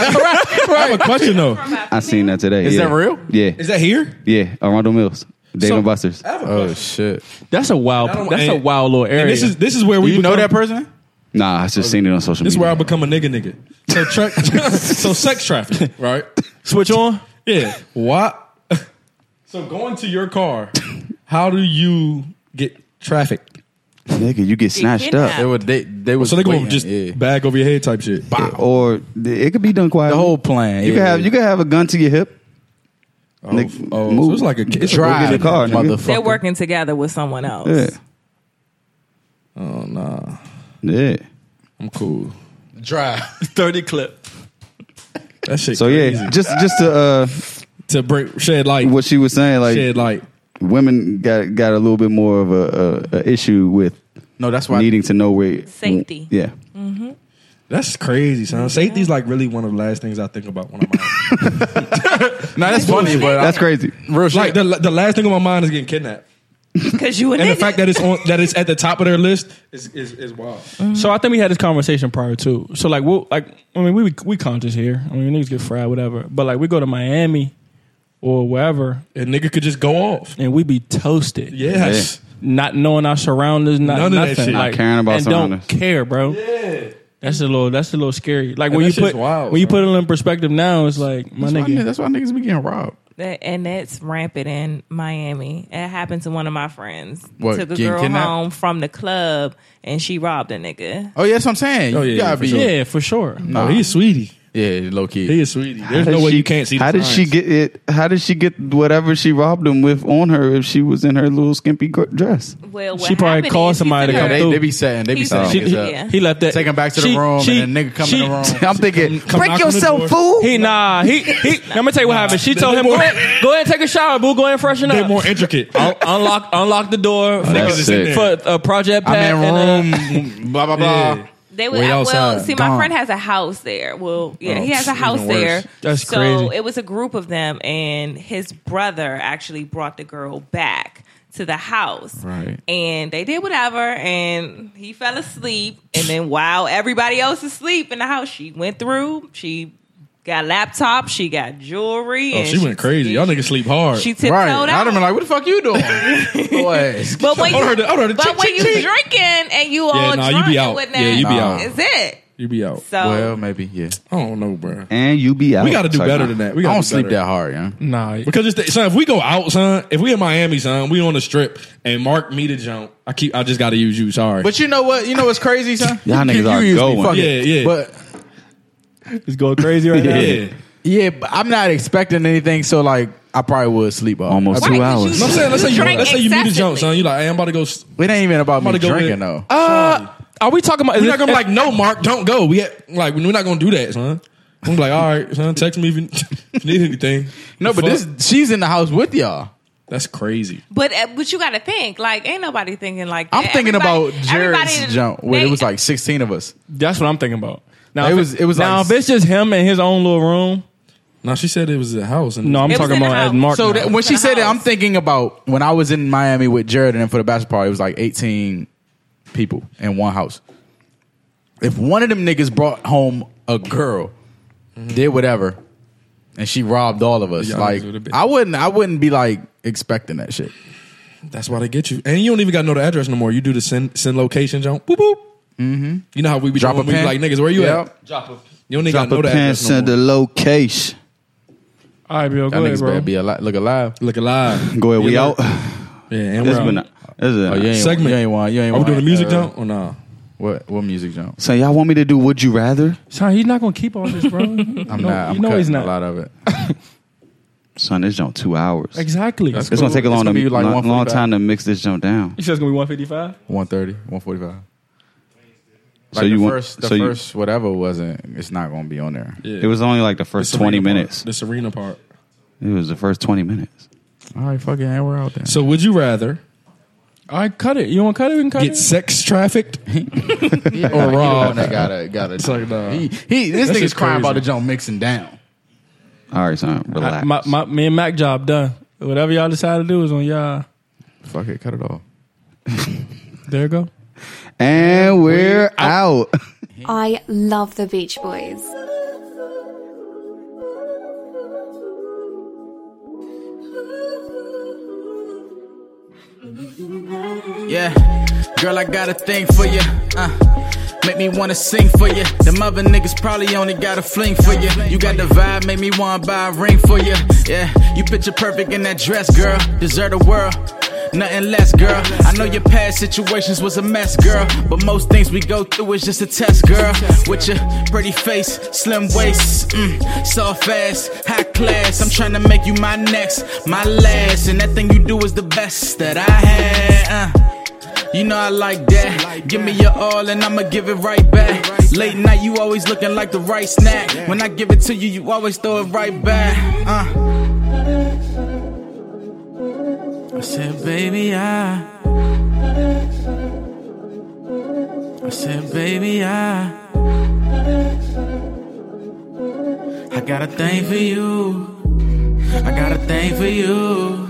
Speaker 7: have a question though.
Speaker 8: i seen that today
Speaker 7: Is
Speaker 8: yeah.
Speaker 7: that real?
Speaker 8: yeah
Speaker 7: Is that here?
Speaker 8: yeah arundel mills dave
Speaker 7: So-
Speaker 8: and buster's
Speaker 5: Oh shit!
Speaker 4: That's a
Speaker 7: I don't-
Speaker 4: wild. That's a
Speaker 7: and-
Speaker 4: wild little area.
Speaker 7: And this is this is where
Speaker 5: you
Speaker 7: we
Speaker 5: know
Speaker 7: become-
Speaker 5: that person?
Speaker 8: nah i just seen it on social
Speaker 7: This is
Speaker 8: media
Speaker 7: where I become a nigga nigga. So tra- so sex trafficking, right?
Speaker 4: switch on.
Speaker 7: Yeah. What? So going to your car, how do you get trafficked?
Speaker 8: nigga you get snatched up
Speaker 6: kidnapped.
Speaker 5: They were they they was
Speaker 7: So they gonna
Speaker 5: waiting,
Speaker 7: just
Speaker 5: yeah.
Speaker 7: bag over your head type shit.
Speaker 8: or it could be done quietly
Speaker 5: the whole plan.
Speaker 8: You
Speaker 5: yeah.
Speaker 8: can have you can have a gun to your hip. Nigga,
Speaker 5: oh,
Speaker 8: move.
Speaker 7: So it's like a it's a-
Speaker 8: Drive.
Speaker 5: drive,
Speaker 8: the car, nigga.
Speaker 5: motherfucker.
Speaker 6: They're working together with someone else.
Speaker 8: yeah,
Speaker 7: Oh nah,
Speaker 8: yeah.
Speaker 7: I'm cool.
Speaker 5: Drive.
Speaker 4: Thirty clip.
Speaker 7: That shit.
Speaker 8: So yeah,
Speaker 7: crazy.
Speaker 8: just just to uh,
Speaker 7: to break shed light,
Speaker 8: what she was saying, like
Speaker 7: shed light.
Speaker 8: women got got a little bit more of a, a, a issue with
Speaker 5: No, that's why.
Speaker 8: needing to know where
Speaker 6: Safety.
Speaker 8: Yeah,
Speaker 7: Mm-hmm. That's crazy, son. Safety's like really one of the last things I think about when I'm out.
Speaker 5: No, that's funny, but
Speaker 8: that's crazy.
Speaker 5: real shit.
Speaker 7: like the, the last thing on my mind is getting kidnapped,
Speaker 6: Because you a
Speaker 7: and the
Speaker 6: nigga.
Speaker 7: fact that it's on that it's at the top of their list is is, is wild.
Speaker 4: So I think we had this conversation prior too. So like we'll like I mean we we conscious here. I mean niggas get fried, whatever. But like we go to Miami or wherever
Speaker 7: A nigga could just go off.
Speaker 4: and we be toasted.
Speaker 7: Yes.
Speaker 4: Not knowing our surroundings, not
Speaker 7: None of that
Speaker 4: nothing.
Speaker 7: shit. Not
Speaker 4: Like
Speaker 8: caring about
Speaker 4: and
Speaker 8: surroundings.
Speaker 4: don't care, bro. Yeah. That's a little that's a little scary. Like when
Speaker 7: that
Speaker 4: you
Speaker 7: shit's
Speaker 4: put
Speaker 7: wild,
Speaker 4: when you
Speaker 7: bro.
Speaker 4: put it in perspective now, it's like my
Speaker 5: that's, why,
Speaker 4: nigga.
Speaker 5: that's why niggas be getting robbed.
Speaker 6: That- and that's rampant in Miami. It happened to one of my friends.
Speaker 5: What,
Speaker 6: Took a
Speaker 5: getting
Speaker 6: girl
Speaker 5: kidnapped?
Speaker 6: home from saying and she robbed a nigga.
Speaker 5: Oh yeah, that's what I'm saying.
Speaker 7: Oh, yeah,
Speaker 5: you gotta
Speaker 7: for
Speaker 5: be
Speaker 7: sure.
Speaker 4: Yeah, for sure.
Speaker 7: Oh, he's sweetie.
Speaker 5: yeah, low
Speaker 7: He
Speaker 5: key.
Speaker 7: is sweetie. There's
Speaker 8: How
Speaker 7: no
Speaker 8: did
Speaker 7: way
Speaker 8: she-
Speaker 7: you can't see.
Speaker 8: How
Speaker 7: the
Speaker 8: did
Speaker 7: signs.
Speaker 8: she get it? How did she get whatever she robbed him with on her if she was in her little skimpy gr- dress?
Speaker 6: Well, what
Speaker 4: She probably
Speaker 6: happened
Speaker 4: called
Speaker 6: is he
Speaker 4: somebody
Speaker 6: took
Speaker 4: to
Speaker 5: Yeah,
Speaker 4: come
Speaker 6: her-
Speaker 5: they, they be setting. They be
Speaker 6: He's-
Speaker 5: setting.
Speaker 6: She-
Speaker 5: niggas
Speaker 4: he,
Speaker 5: up.
Speaker 6: yeah.
Speaker 4: he left that
Speaker 5: Take him back to the
Speaker 4: she-
Speaker 5: room,
Speaker 4: she-
Speaker 5: and then nigga come
Speaker 4: she-
Speaker 5: in the room.
Speaker 8: I'm thinking,
Speaker 7: come knock
Speaker 8: break
Speaker 7: on the
Speaker 8: yourself,
Speaker 7: door."
Speaker 8: fool.
Speaker 4: He nah. He he. I'm gonna tell you what happened. She told him, go ahead, go ahead and take a shower, boo. Go ahead and freshen
Speaker 7: They're
Speaker 4: up.
Speaker 7: more intricate.
Speaker 4: Un- unlock unlock the door for,
Speaker 8: Oh, that's
Speaker 4: for-
Speaker 8: sick.
Speaker 4: for a project pack.
Speaker 5: I'm
Speaker 4: and,
Speaker 5: in
Speaker 4: uh,
Speaker 5: room. blah blah blah.
Speaker 7: Yeah.
Speaker 6: They would,
Speaker 5: Wait
Speaker 6: well,
Speaker 5: outside.
Speaker 6: see, my
Speaker 5: Gone.
Speaker 6: friend has a house there. Well, yeah,
Speaker 5: Oh,
Speaker 6: he has a
Speaker 5: even
Speaker 6: house
Speaker 5: worse.
Speaker 6: there.
Speaker 4: That's
Speaker 6: so
Speaker 4: crazy.
Speaker 6: it was a group of them, and his brother actually brought the girl back to the house.
Speaker 5: Right.
Speaker 6: And they did whatever, and he fell asleep. And then while everybody else is asleep in the house, she went through. She got laptop. She got jewelry.
Speaker 7: Oh,
Speaker 6: and
Speaker 7: she went crazy. Y'all niggas sleep hard.
Speaker 6: She
Speaker 5: Right.
Speaker 6: tiptoed out.
Speaker 5: I'd have been like, "What the fuck you doing?" Boy,
Speaker 6: but when you,
Speaker 7: Hold her to- hold her to
Speaker 6: but
Speaker 7: cheek,
Speaker 6: when
Speaker 7: cheek,
Speaker 6: you
Speaker 7: cheek.
Speaker 6: drinking and you all
Speaker 7: nah, you
Speaker 6: drunk
Speaker 7: be
Speaker 6: and
Speaker 7: out.
Speaker 6: whatnot,
Speaker 7: Yeah, you
Speaker 5: be
Speaker 6: nah.
Speaker 5: out.
Speaker 6: Is it?
Speaker 7: you be out.
Speaker 6: So
Speaker 5: well, maybe yeah.
Speaker 7: I don't know, bro.
Speaker 8: and you be out.
Speaker 7: We got to do
Speaker 8: Sorry,
Speaker 7: better
Speaker 8: nah.
Speaker 7: than that.
Speaker 5: I
Speaker 7: We gotta
Speaker 5: don't
Speaker 7: do
Speaker 5: sleep
Speaker 7: better.
Speaker 5: that hard, yeah.
Speaker 4: nah.
Speaker 7: Because it's the, son, if we go out, son, if we in Miami, son, we on the strip, and Mark me to jump. I keep, I just got to use you. Sorry,
Speaker 5: But you know what? You know what's crazy, son?
Speaker 8: Y'all niggas
Speaker 5: you,
Speaker 8: are
Speaker 5: use me,
Speaker 8: going.
Speaker 5: fuck it.
Speaker 7: Yeah, yeah.
Speaker 5: But
Speaker 4: It's going crazy right now.
Speaker 7: yeah,
Speaker 5: yeah, but I'm not expecting anything. So like, I probably would sleep off.
Speaker 8: Almost
Speaker 5: I
Speaker 8: two
Speaker 5: mean,
Speaker 6: Right, 'cause
Speaker 8: hours.
Speaker 6: you-
Speaker 7: I'm saying, let's say you,
Speaker 6: drink
Speaker 7: let's say you meet a jump,
Speaker 6: excessively.
Speaker 7: son. You like, hey, I'm about to go. s-
Speaker 5: It ain't even about
Speaker 7: I'm
Speaker 5: me
Speaker 7: about to go
Speaker 5: drinking
Speaker 7: in.
Speaker 5: though.
Speaker 4: Uh, are we talking about? eh,
Speaker 7: We're not gonna be like, no, Mark, don't go. We had, like, we're not gonna do that, son. I'm like, all right, son, text me if you, if you need anything.
Speaker 5: no, but
Speaker 7: Fuck.
Speaker 5: this she's in the house with y'all.
Speaker 7: that's crazy.
Speaker 6: But uh, but you got to think like ain't nobody thinking like
Speaker 5: I'm
Speaker 6: that.
Speaker 5: thinking about
Speaker 6: Everybody-
Speaker 5: Jared's
Speaker 6: everybody-
Speaker 5: jump. Where
Speaker 6: they-
Speaker 5: it was like 16 of us.
Speaker 4: That's what I'm thinking about. Now
Speaker 5: It
Speaker 4: if
Speaker 5: was- it was
Speaker 4: Now
Speaker 5: like-
Speaker 4: if it's just him in his own little room.
Speaker 7: Now she said it was a house. And
Speaker 4: No, I'm
Speaker 6: It was
Speaker 4: talking
Speaker 6: in the
Speaker 4: about as
Speaker 6: house.
Speaker 4: Mark.
Speaker 5: So that, when she
Speaker 6: the
Speaker 5: said that, I'm
Speaker 6: house.
Speaker 5: thinking about when I was in Miami with Jared and then for the bachelor party, it was like 18 people in one house. If one of them niggas brought home a girl, did whatever, and she robbed all of us,
Speaker 7: Y'all niggas
Speaker 5: like
Speaker 7: would've been-
Speaker 5: I wouldn't, I wouldn't be like expecting that shit.
Speaker 4: That's why they get you. And you don't even got to know the address no more. You do the send send location, John. Boop boop. Mm-hmm. You know how we be
Speaker 5: Drop
Speaker 4: doing,
Speaker 5: a
Speaker 4: we be
Speaker 5: pin.
Speaker 4: like niggas. Where you
Speaker 5: Yep.
Speaker 4: at? Drop a. You don't even got
Speaker 8: Drop
Speaker 4: to know
Speaker 8: a
Speaker 4: the
Speaker 8: pen,
Speaker 4: address no
Speaker 8: send
Speaker 4: more.
Speaker 8: the location.
Speaker 4: All right, Bill.
Speaker 5: That
Speaker 4: Go ahead,
Speaker 5: niggas
Speaker 4: bro.
Speaker 5: better be alive, look alive.
Speaker 4: Look alive.
Speaker 8: Go ahead, we
Speaker 4: Yeah,
Speaker 8: out.
Speaker 4: Yeah, and
Speaker 8: This
Speaker 4: we're
Speaker 8: been
Speaker 4: out.
Speaker 8: a, this is a,
Speaker 5: Oh, you ain't,
Speaker 4: Segment.
Speaker 5: You ain't want. You ain't
Speaker 4: Are we
Speaker 5: want-
Speaker 4: doing the music
Speaker 5: uh,
Speaker 4: jump or no?
Speaker 5: What what music jump?
Speaker 8: So y'all want me to do Would You Rather?
Speaker 7: Son, he's not gonna keep all this, bro. I'm
Speaker 5: I'm not. I'm
Speaker 7: You know he's
Speaker 5: cutting a
Speaker 7: not.
Speaker 5: lot of it.
Speaker 8: Son, this jump two hours.
Speaker 7: Exactly. He
Speaker 8: It's gonna take a
Speaker 5: It's
Speaker 8: long,
Speaker 5: gonna be like
Speaker 8: long, long
Speaker 5: 145.
Speaker 8: time to mix this jump down.
Speaker 7: says it's gonna be 155.
Speaker 5: 130, 145. Like
Speaker 8: So
Speaker 5: the
Speaker 8: you want-
Speaker 5: first, the
Speaker 8: so you-
Speaker 5: first whatever wasn't. It's not going to be on there.
Speaker 8: It was only like the first twenty
Speaker 4: Serena part.
Speaker 8: minutes.
Speaker 4: The Serena part.
Speaker 8: It was the first twenty minutes.
Speaker 5: All right, fucking, and we're out there.
Speaker 4: So would you rather
Speaker 7: All right, cut it. You want to cut it? We can cut
Speaker 4: get
Speaker 7: it.
Speaker 4: sex trafficked?
Speaker 5: or raw, I gotta gotta.
Speaker 4: like, nah.
Speaker 5: he, he, this
Speaker 4: That's
Speaker 5: nigga's
Speaker 4: just
Speaker 5: crying
Speaker 4: crazy.
Speaker 5: about the jump mixing down.
Speaker 8: All right, son, relax.
Speaker 7: My, my, me and Mac job done. Whatever y'all decide to do is on y'all.
Speaker 5: Fuck it, cut it off.
Speaker 7: There you go.
Speaker 8: and we're out.
Speaker 11: I love the Beach Boys.
Speaker 2: Yeah, girl, I got a thing for you. Uh, make me wanna sing for you. Them other niggas probably only got a fling for you. You got the vibe, make me wanna buy a ring for you. Yeah, you picture perfect in that dress, girl. Deserve the world. Nothing less, girl. I know your past situations was a mess, girl. But most things we go through is just a test, girl. With your pretty face, slim waist, mm, soft ass, high class. I'm trying to make you my next, my last. And that thing you do is the best that I had. Uh. You know I like that. Give me your all and I'ma give it right back. Late night, you always looking like the right snack. When I give it to you, you always throw it right back. Uh. I said, baby, I. I said, baby, I. I got a thing for you. I got a thing for you.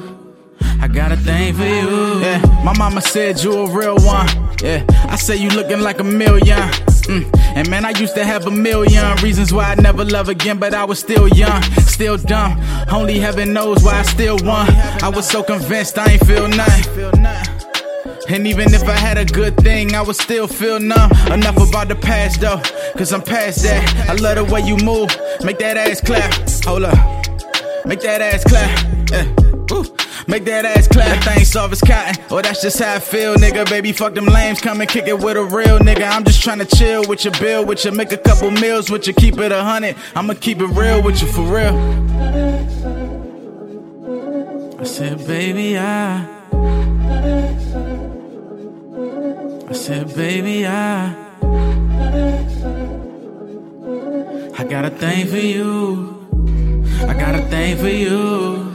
Speaker 2: I got a thing for you. Yeah, my mama said you a real one. Yeah, I say you looking like a million. Mm. And man, I used to have a million reasons why I never love again, but I was still young, still dumb. Only heaven knows why I still won. I was so convinced I ain't feel nothing. And even if I had a good thing, I would still feel numb. Enough about the past though, cause I'm past that. I love the way you move, make that ass clap. Hold up, make that ass clap. Eh, woo. Make that ass clap, that thing soft as cotton. Oh, that's just how I feel, nigga. Baby, fuck them lames. Come and kick it with a real nigga. I'm just tryna chill with your bill, with you. Make a couple meals with you. Keep it a hundred. I'ma keep it real with you for real. I said, baby, I. I said, baby, I. I got a thing for you. I got a thing for you.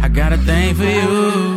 Speaker 2: I got a thing for you.